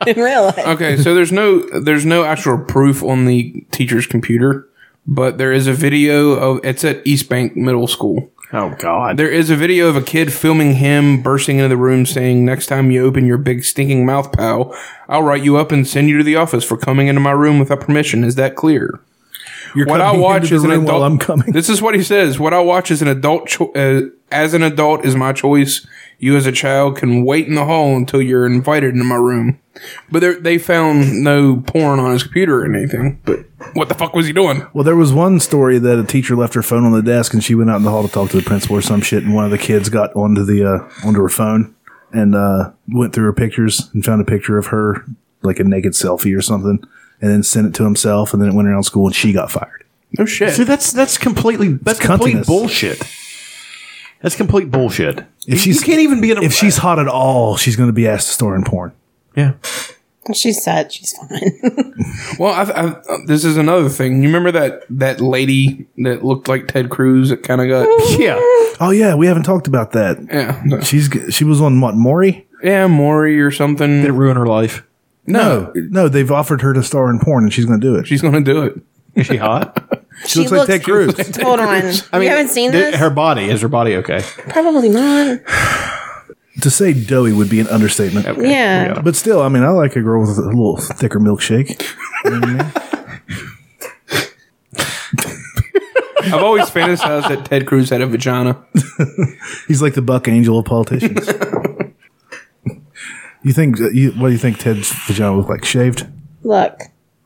Speaker 2: In real life.
Speaker 5: okay, so there's no there's no actual proof on the teacher's computer, but there is a video of it's at East Bank Middle School.
Speaker 1: Oh God!
Speaker 5: There is a video of a kid filming him bursting into the room, saying, "Next time you open your big stinking mouth, pal, I'll write you up and send you to the office for coming into my room without permission." Is that clear?
Speaker 3: You're
Speaker 5: what I
Speaker 3: coming
Speaker 5: watch
Speaker 3: into the
Speaker 5: is an
Speaker 3: room
Speaker 5: adult.
Speaker 3: while I'm coming.
Speaker 5: This is what he says. What I watch is an adult. Cho- uh, as an adult is my choice. You as a child can wait in the hall until you're invited into my room. But there- they found no porn on his computer or anything. But what the fuck was he doing?
Speaker 3: Well, there was one story that a teacher left her phone on the desk, and she went out in the hall to talk to the principal or some shit, and one of the kids got onto the uh, onto her phone and uh, went through her pictures and found a picture of her like a naked selfie or something, and then sent it to himself, and then it went around school, and she got fired.
Speaker 5: No shit.
Speaker 1: See, that's that's completely that's complete
Speaker 3: cuntiness.
Speaker 1: bullshit. That's complete bullshit.
Speaker 3: If she's
Speaker 1: you can't even be in a,
Speaker 3: if she's hot at all, she's going to be asked to star in porn.
Speaker 2: She's sad. She's fine.
Speaker 5: Well, I, I, uh, this is another thing. You remember that that lady that looked like Ted Cruz that kind of got
Speaker 1: yeah
Speaker 3: Oh yeah, we haven't talked about that.
Speaker 5: Yeah.
Speaker 3: she's g- she was on what Maury?
Speaker 5: yeah Maury or something.
Speaker 1: Did it ruin her life?
Speaker 5: No.
Speaker 3: no, they've offered her to star in porn, and she's going to do it.
Speaker 5: She's going to do it.
Speaker 1: Is she hot?
Speaker 2: She looks like looks- Ted Cruz. Hold on. You haven't seen
Speaker 1: did-
Speaker 2: this?
Speaker 1: Her body is her body okay?
Speaker 2: Probably not.
Speaker 3: To say doughy would be an understatement.
Speaker 2: Yeah. we got it.
Speaker 3: But still, I mean, I like a girl with a little thicker milkshake.
Speaker 5: I've always fantasized that Ted Cruz had a vagina.
Speaker 3: He's like the buck angel of politicians. you think, you, what do you think Ted's vagina looked like? Shaved?
Speaker 2: Look.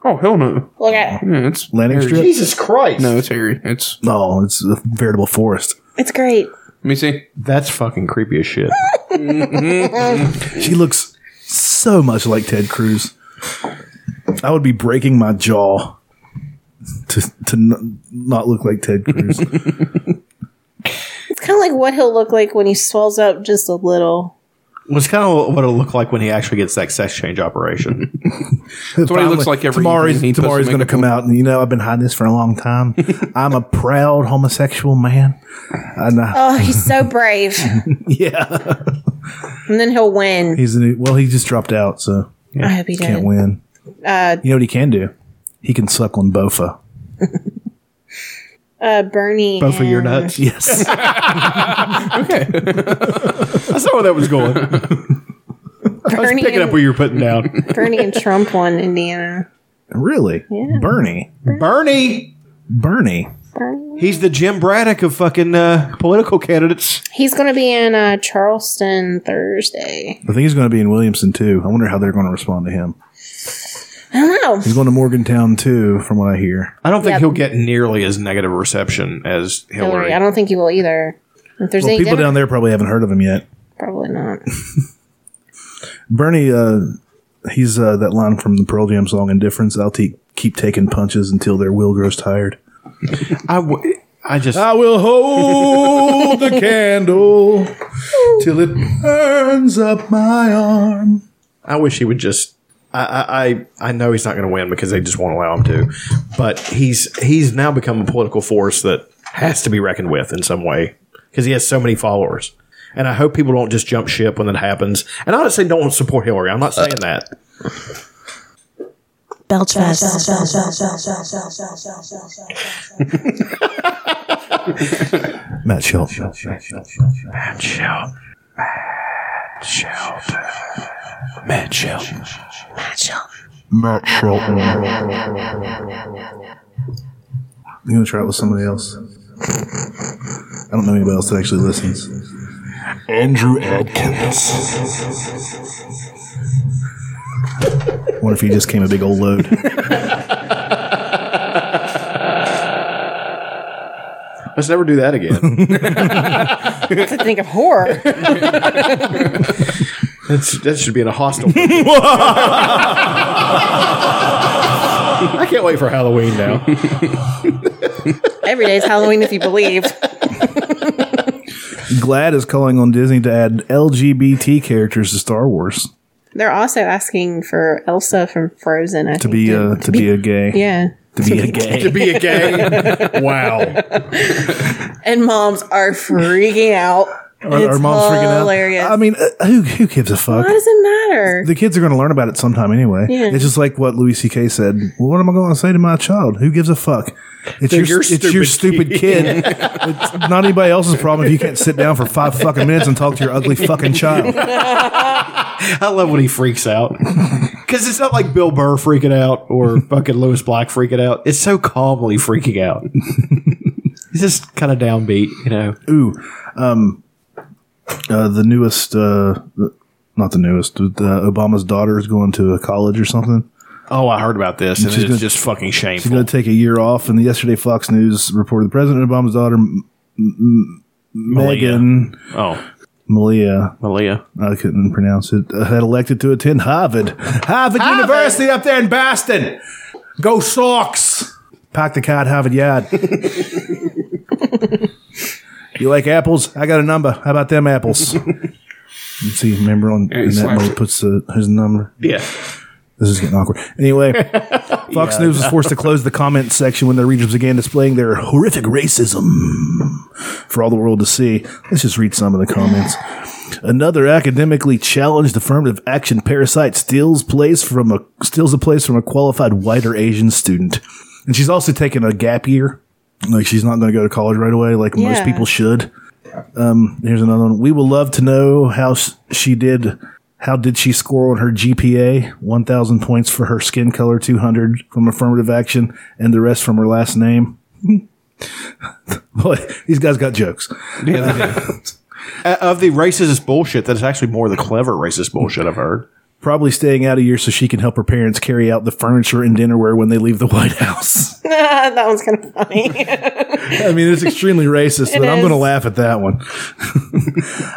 Speaker 5: Oh, hell no.
Speaker 2: Look at it.
Speaker 5: Yeah, it's
Speaker 3: Landing
Speaker 5: hairy.
Speaker 3: strip? Jesus Christ.
Speaker 5: No, it's hairy. It's
Speaker 3: No, it's a veritable forest.
Speaker 2: It's great.
Speaker 5: Let me see.
Speaker 1: That's fucking creepy as shit.
Speaker 3: She looks so much like Ted Cruz. I would be breaking my jaw to to n- not look like Ted Cruz.
Speaker 2: It's kind of like what he'll look like when he swells up just a little.
Speaker 1: Well, it's kind of what it'll look like when he actually gets that sex change operation.
Speaker 3: That's
Speaker 5: what he looks like every
Speaker 3: tomorrow.
Speaker 5: evening. He puts
Speaker 3: tomorrow's
Speaker 5: the
Speaker 3: going to
Speaker 5: makeup
Speaker 3: come out, and you know I've been hiding this for a long time. I'm a proud homosexual man. I know.
Speaker 2: Oh, he's so brave.
Speaker 3: yeah,
Speaker 2: And then he'll win.
Speaker 3: he's a new, well. He just dropped out, so
Speaker 2: I hope he
Speaker 3: can't
Speaker 2: did.
Speaker 3: win.
Speaker 2: Uh,
Speaker 3: You know what he can do? He can suck on Bofa.
Speaker 2: uh, Bernie. and-
Speaker 3: Yes.
Speaker 1: okay. I saw where that was going. I was
Speaker 2: Bernie
Speaker 1: picking up
Speaker 2: and-
Speaker 1: what you were putting down.
Speaker 2: Bernie and Trump won Indiana.
Speaker 3: Really?
Speaker 2: Yeah.
Speaker 3: Bernie.
Speaker 1: Bernie.
Speaker 3: Bernie.
Speaker 2: Bernie.
Speaker 1: He's the Jim Braddock of fucking uh, political candidates.
Speaker 2: He's going to be in uh, Charleston Thursday.
Speaker 3: I think he's going to be in Williamson too. I wonder how they're going to respond to him.
Speaker 2: I don't know.
Speaker 3: He's going to Morgantown too, from what I hear.
Speaker 1: I don't think
Speaker 2: Yep.
Speaker 1: he'll get nearly as negative reception as Hillary.
Speaker 2: Hillary. I don't think he will either. If there's
Speaker 3: Well,
Speaker 2: any
Speaker 3: people
Speaker 2: Demo-
Speaker 3: down there probably haven't heard of him yet.
Speaker 2: probably not.
Speaker 3: Bernie, uh, he's uh, that line from the Pearl Jam song "Indifference." I'll te- keep taking punches until their will grows tired.
Speaker 1: I, w- I just
Speaker 3: I will hold the candle till it burns up my arm.
Speaker 1: I wish he would just. I- I, I I know he's not going to win because they just won't allow him to, but he's he's now become a political force that has to be reckoned with in some way because he has so many followers. And I hope people don't just jump ship when that happens. And honestly, don't support Hillary. I'm not saying that.
Speaker 3: Matt Shelton.
Speaker 1: Matt Shelton. Matt Shelton. Matt Shelton.
Speaker 2: Matt Shelton.
Speaker 3: Matt Shelton. You gonna try it with somebody else? I don't know anybody else that actually listens. Andrew Adkins. Wonder if he just came a big old load.
Speaker 1: Let's never do that again.
Speaker 2: That's to think of horror.
Speaker 1: That's, that should be in a hostel. I can't wait for Halloween now.
Speaker 2: Every day is Halloween if you believe.
Speaker 3: Glad is calling on Disney to add LGBT characters to Star Wars
Speaker 2: They're also asking for Elsa from Frozen. I
Speaker 3: to be uh, to be a gay.
Speaker 2: yeah.
Speaker 3: To be a gay.
Speaker 1: To be a gay. wow.
Speaker 2: And moms are freaking out.
Speaker 3: Are, are moms freaking out? I mean, uh, who who gives a fuck?
Speaker 2: Why does it matter?
Speaker 3: The kids are going to learn about it sometime anyway.
Speaker 2: Yeah.
Speaker 3: It's just like what Louis C.K. said. Well, what am I going to say to my child? Who gives a fuck? It's
Speaker 1: They're
Speaker 3: your,
Speaker 1: your
Speaker 3: it's your
Speaker 1: stupid
Speaker 3: stupid
Speaker 1: kid.
Speaker 3: kid. it's not anybody else's problem if you can't sit down for five fucking minutes and talk to your ugly fucking child.
Speaker 1: I love when he freaks out. Because it's not like Bill Burr freaking out or fucking Lewis Black freaking out. It's so calmly freaking out. He's just kind of downbeat, you know.
Speaker 3: Ooh, um, uh, the newest, uh, the- not the newest, the, the Obama's daughter is going to a college or something.
Speaker 1: Oh, I heard about this, and
Speaker 3: She's
Speaker 1: it's
Speaker 3: gonna-
Speaker 1: just fucking
Speaker 3: She's
Speaker 1: shameful.
Speaker 3: going to take a year off. And yesterday, Fox News reported the president Obama's daughter, M- M- Megan.
Speaker 1: Oh,
Speaker 3: Malia.
Speaker 1: Malia.
Speaker 3: I couldn't pronounce it. Uh, had elected to attend Harvard. Harvard, University up there in Boston. Go Sox. Pack the card, Harvard Yard. you like apples? I got a number. How about them apples? Let's see. Remember on
Speaker 5: Yeah, he
Speaker 3: and that
Speaker 5: slaps
Speaker 3: one
Speaker 5: it.
Speaker 3: puts uh, his number.
Speaker 1: Yeah.
Speaker 3: This is getting awkward. Anyway, Fox
Speaker 1: Yeah.
Speaker 3: News was forced to close the comment section when their readers began displaying their horrific racism for all the world to see. Let's just read some of the comments. Another academically challenged affirmative action parasite steals place from a steals a place from a qualified white or Asian student. And she's also taking a gap year. Like she's not going to go to college right away, like
Speaker 2: Yeah.
Speaker 3: most people should. Um, here's another one. We will love to know how s- she did. How did she score on her GPA? One thousand points for her skin color, two hundred from affirmative action, and the rest from her last name. Boy, these guys got jokes.
Speaker 1: Uh, of the racist bullshit, that's actually more the clever racist bullshit I've heard.
Speaker 3: Probably staying out a year so she can help her parents carry out the furniture and dinnerware when they leave the White House.
Speaker 2: that one's kind of funny.
Speaker 3: I mean, it's extremely racist,
Speaker 2: It
Speaker 3: but I'm
Speaker 2: is.
Speaker 3: going to laugh at that one.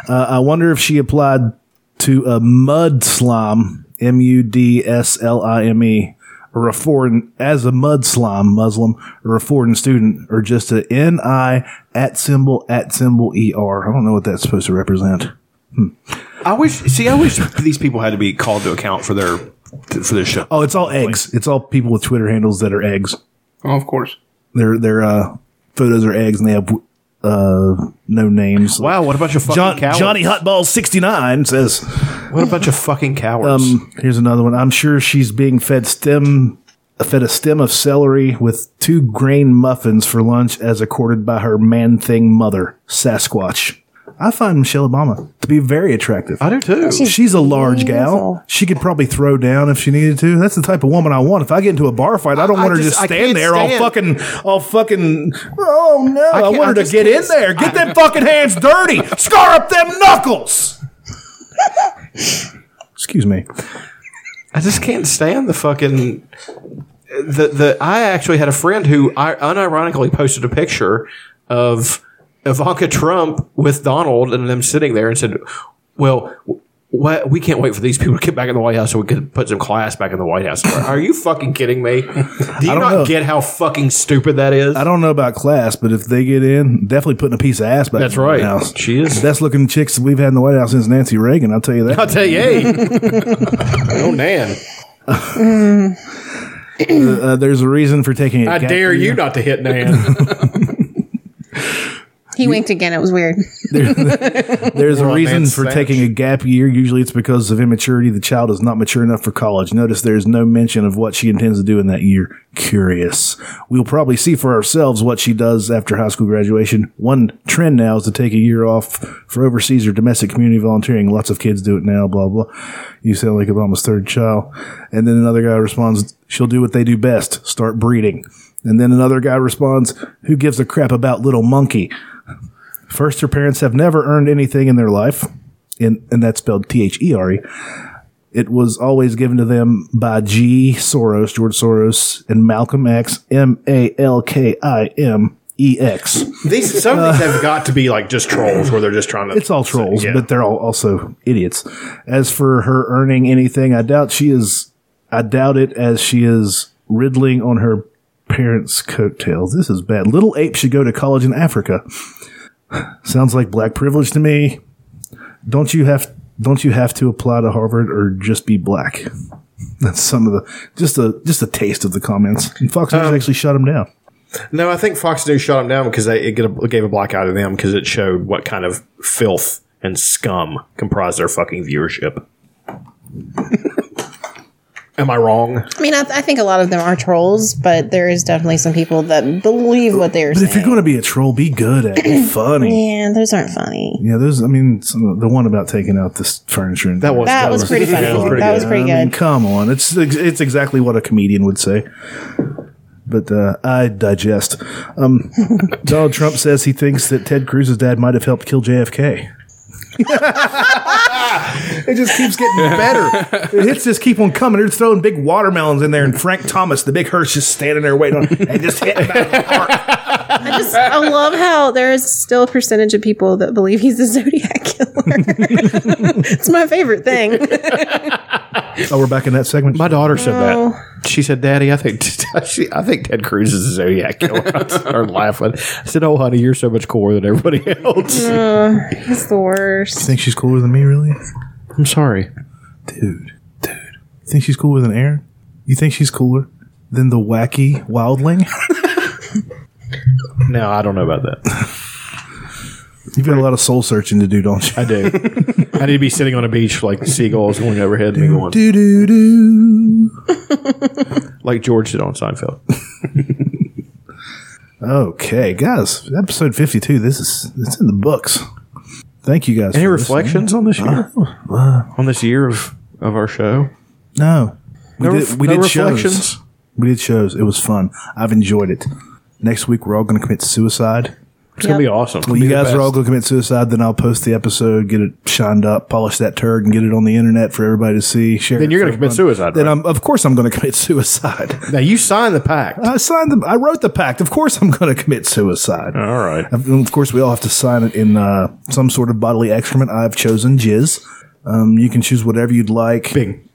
Speaker 3: uh, I wonder if she applied to a mud slime, M U D S L I M E, or a foreign, as a mud slime Muslim, or a foreign student, or just a N I at symbol at symbol E R. I don't know what that's supposed to represent.
Speaker 1: I wish. See, I wish these people had to be called to account for their for their shit.
Speaker 3: Oh, it's all eggs. It's all people with Twitter handles that are eggs.
Speaker 5: Oh, of course.
Speaker 3: Their their uh, photos are eggs, and they have uh, no names. Wow,
Speaker 1: what about your fucking
Speaker 3: John,
Speaker 1: cowards?
Speaker 3: Johnny Hotball sixty nine says,
Speaker 1: "What a bunch of fucking cowards."
Speaker 3: Um, here's another one. I'm sure she's being fed stem, fed a stem of celery with two grain muffins for lunch, as accorded by her man thing mother, Sasquatch. I find Michelle Obama to be very attractive. I
Speaker 1: do too.
Speaker 3: She's, a large gal. She could probably throw down if she needed to. That's the type of woman I want. If I get into a bar fight, I don't
Speaker 1: I
Speaker 3: want her
Speaker 1: just-
Speaker 3: just
Speaker 1: I
Speaker 3: stand
Speaker 1: can't
Speaker 3: there
Speaker 1: stand-
Speaker 3: all fucking, all fucking. Oh no! I,
Speaker 1: can't-
Speaker 3: want her
Speaker 1: I
Speaker 3: to
Speaker 1: just
Speaker 3: get
Speaker 1: can't
Speaker 3: in there, get them fucking hands dirty, scar up them knuckles. Excuse me.
Speaker 1: I just can't stand the fucking the the. I actually had a friend who I unironically posted a picture of Ivanka Trump with Donald and them sitting there and said, "Well." What, we can't wait for these people to get back in the White House so we can put some class back in the White House. Are you fucking kidding me? Do you
Speaker 3: don't
Speaker 1: not
Speaker 3: know.
Speaker 1: get how fucking stupid that is?
Speaker 3: I don't know about class, but if they get in, definitely putting a piece of ass back.
Speaker 1: That's
Speaker 3: in the
Speaker 1: right.
Speaker 3: White House.
Speaker 1: She is.
Speaker 3: Best looking chicks we've had in the White House since Nancy Reagan. I'll tell you that.
Speaker 1: I'll tell you. hey. oh, Nan.
Speaker 3: Uh, uh, there's a reason for taking. I
Speaker 1: I dare
Speaker 3: uh,
Speaker 1: you not to hit Nan.
Speaker 2: he winked again. It was weird.
Speaker 3: There's a
Speaker 2: Well,
Speaker 3: reason
Speaker 2: that's
Speaker 3: for
Speaker 2: Spanish.
Speaker 3: taking a gap year. Usually, it's because of immaturity. The child is not mature enough for college. Notice there's no mention of what she intends to do in that year. Curious. We'll probably see for ourselves what she does after high school graduation. One trend now is to take a year off for overseas or domestic community volunteering. Lots of kids do it now. Blah blah. You sound like Obama's third child. And then another guy responds, "She'll do what they do best: start breeding." And then another guy responds, "Who gives a crap about little monkey?" First, her parents have never earned anything in their life, and, and that's spelled T H E R E. It was always given to them by G. Soros, George Soros, and Malcolm X, M A L K I M E X.
Speaker 1: These some of these have got to be like just trolls where they're just trying to.
Speaker 3: Uh, It's all trolls,
Speaker 1: Yeah.
Speaker 3: but they're all also idiots. As for her earning anything, I doubt she is. I doubt it, as she is riddling on her parents' coattails. This is bad. Little ape should go to college in Africa. Sounds like black privilege to me. Don't you have? Don't you have to apply to Harvard or just be black? That's some of the just a just a taste of the comments. And Fox News actually shut him down.
Speaker 1: No, I think Fox News shut them down because they it, get a, it gave a black eye to them because it showed what kind of filth and scum comprised their fucking viewership. Am I wrong?
Speaker 2: I mean, I, I think a lot of them are trolls, but there is definitely some people that believe what they're
Speaker 3: But if
Speaker 2: saying.
Speaker 3: you're going to be a troll, be good at it. Be funny.
Speaker 2: Yeah, those aren't funny.
Speaker 3: Yeah, there's. I mean, some, the one about taking out this furniture. And
Speaker 2: That was- That that was was- pretty funny. That was pretty
Speaker 3: I mean,
Speaker 2: good.
Speaker 3: come on, it's it's exactly what a comedian would say. But uh, I digest. Um, Donald Trump says he thinks that Ted Cruz's dad might have helped kill JFK. it just keeps getting better. The hits just keep on coming. They're just throwing big watermelons in there, and Frank Thomas, the big hearse, just standing there waiting on. And just hit.
Speaker 2: I just I love how there is still a percentage of people that believe he's a Zodiac killer. it's my favorite thing.
Speaker 3: Oh, we're back in that segment.
Speaker 1: My daughter said
Speaker 2: No.
Speaker 1: that. She said, "Daddy, I think she, I think Ted Cruz is a Zodiac killer." I started laughing. I said, "Oh, honey, you're so much cooler than everybody else."
Speaker 2: Uh, he's the worst.
Speaker 3: You think she's cooler than me, really?
Speaker 1: I'm sorry.
Speaker 3: You think she's cooler than Aaron? You think she's cooler than the wacky wildling?
Speaker 1: No, I don't know about that.
Speaker 3: You've got a lot of soul searching to do, don't you?
Speaker 1: I do. I need to be sitting on a beach like seagulls going overhead and me going
Speaker 3: Do do do.
Speaker 1: like George did on Seinfeld.
Speaker 3: Okay, guys, episode fifty-two. This is it's in the books. Thank you guys.
Speaker 1: Any
Speaker 3: for listening.
Speaker 1: reflections on this year?
Speaker 3: Uh,
Speaker 1: on this year of, of our show?
Speaker 3: No, we
Speaker 1: No
Speaker 3: did,
Speaker 1: ref-
Speaker 3: we
Speaker 1: no
Speaker 3: did
Speaker 1: reflections?
Speaker 3: shows. We did shows. It was fun. I've enjoyed it. Next week we're all going to commit suicide.
Speaker 1: It's gonna be awesome.
Speaker 3: When you guys are all going to commit suicide, then I'll post the episode, get it shined up, polish that turd, and get it on the internet for everybody to see. Share.
Speaker 1: Then
Speaker 3: it
Speaker 1: you're
Speaker 3: for
Speaker 1: gonna commit
Speaker 3: everyone.
Speaker 1: suicide,
Speaker 3: Then
Speaker 1: right?
Speaker 3: I'm, of course, I'm going to commit suicide.
Speaker 1: Now you signed the pact.
Speaker 3: I signed the. I wrote the pact. Of course, I'm going to commit suicide. All
Speaker 1: right.
Speaker 3: Of, of course, we all have to sign it in uh, some sort of bodily excrement. I've chosen jizz. Um, you can choose whatever you'd like.
Speaker 1: Big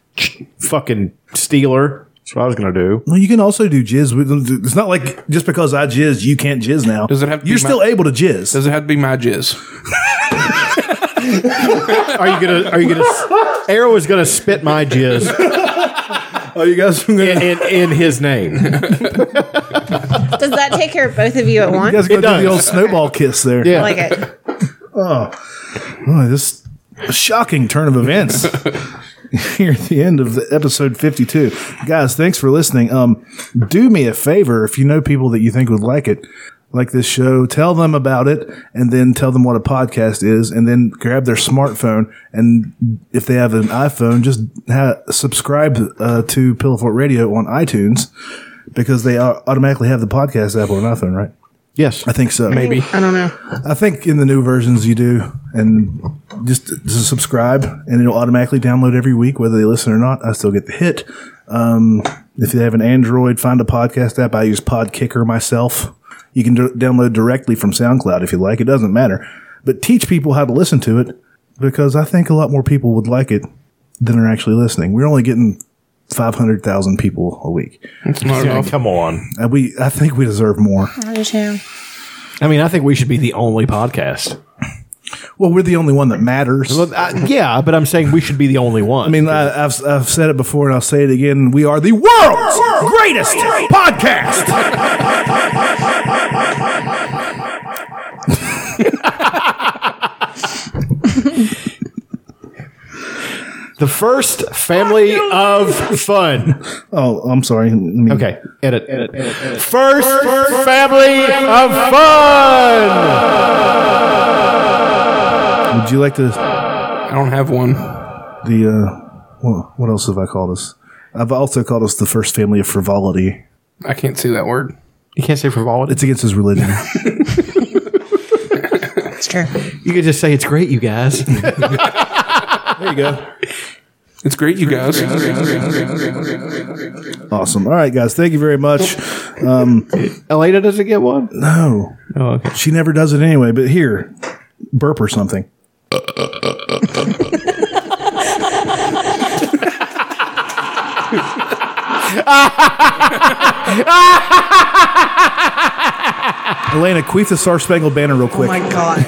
Speaker 1: fucking stealer. That's what I was gonna do.
Speaker 3: Well, you can also do jizz. with- It's not like just because I jizz, you can't jizz now.
Speaker 5: Does it have to be
Speaker 3: You're
Speaker 5: my-
Speaker 3: still able to jizz.
Speaker 5: Does it have to be my jizz?
Speaker 1: Are you gonna? Are you gonna? Arrow is gonna spit my jizz.
Speaker 3: Oh, you guys in,
Speaker 1: in, in his name.
Speaker 2: Does that take care of both of you at
Speaker 3: You
Speaker 2: once?
Speaker 3: guys are going to do the old snowball kiss there.
Speaker 2: I like it.
Speaker 3: Oh, oh this shocking turn of events here at the end of the episode 52. Guys, thanks for listening. Um, do me a favor if you know people that you think would like it, like this show, tell them about it and then tell them what a podcast is and then grab their smartphone. And if they have an iPhone, just ha- subscribe uh, to Pillowfort Radio on iTunes because they au- automatically have the podcast app on iPhone, right?
Speaker 1: Yes.
Speaker 3: I think so.
Speaker 5: Maybe.
Speaker 2: I don't know.
Speaker 3: I think in the new versions you do, and just, just subscribe, and it'll automatically download every week, whether they listen or not. I still get the hit. Um, if you have an Android, find a podcast app. I use Podkicker myself. You can do- download directly from SoundCloud if you like. It doesn't matter, but teach people how to listen to it because I think a lot more people would like it than are actually listening. We're only getting five hundred thousand people a week.
Speaker 5: It's
Speaker 1: not Yeah, enough. come on.
Speaker 3: And we, I think we deserve more.
Speaker 2: I do too.
Speaker 1: I mean, I think we should be the only podcast.
Speaker 3: Well, we're the only one that matters.
Speaker 1: yeah, but I'm saying we should be the only one.
Speaker 3: I mean, I, I've, I've said it before and I'll say it again. We are the world's greatest podcast.
Speaker 1: the first family of fun.
Speaker 3: Oh, I'm sorry.
Speaker 1: Okay, edit. edit, First, family of fun.
Speaker 3: Would you like to?
Speaker 5: I don't have one.
Speaker 3: The uh, well, what else have I called us? I've also called us the first family of frivolity.
Speaker 5: I can't say that word.
Speaker 1: You can't say frivolity.
Speaker 3: It's against his religion.
Speaker 2: It's true.
Speaker 1: You could just say it's great, you guys.
Speaker 3: there you go.
Speaker 5: It's great, you guys.
Speaker 3: Awesome. All right, guys. Thank you very much. Um,
Speaker 1: Elena doesn't get one.
Speaker 3: No.
Speaker 1: Oh, okay.
Speaker 3: She never does it anyway. But here, burp or something. Elena, queef the Star Spangled Banner real quick.
Speaker 2: Oh my god.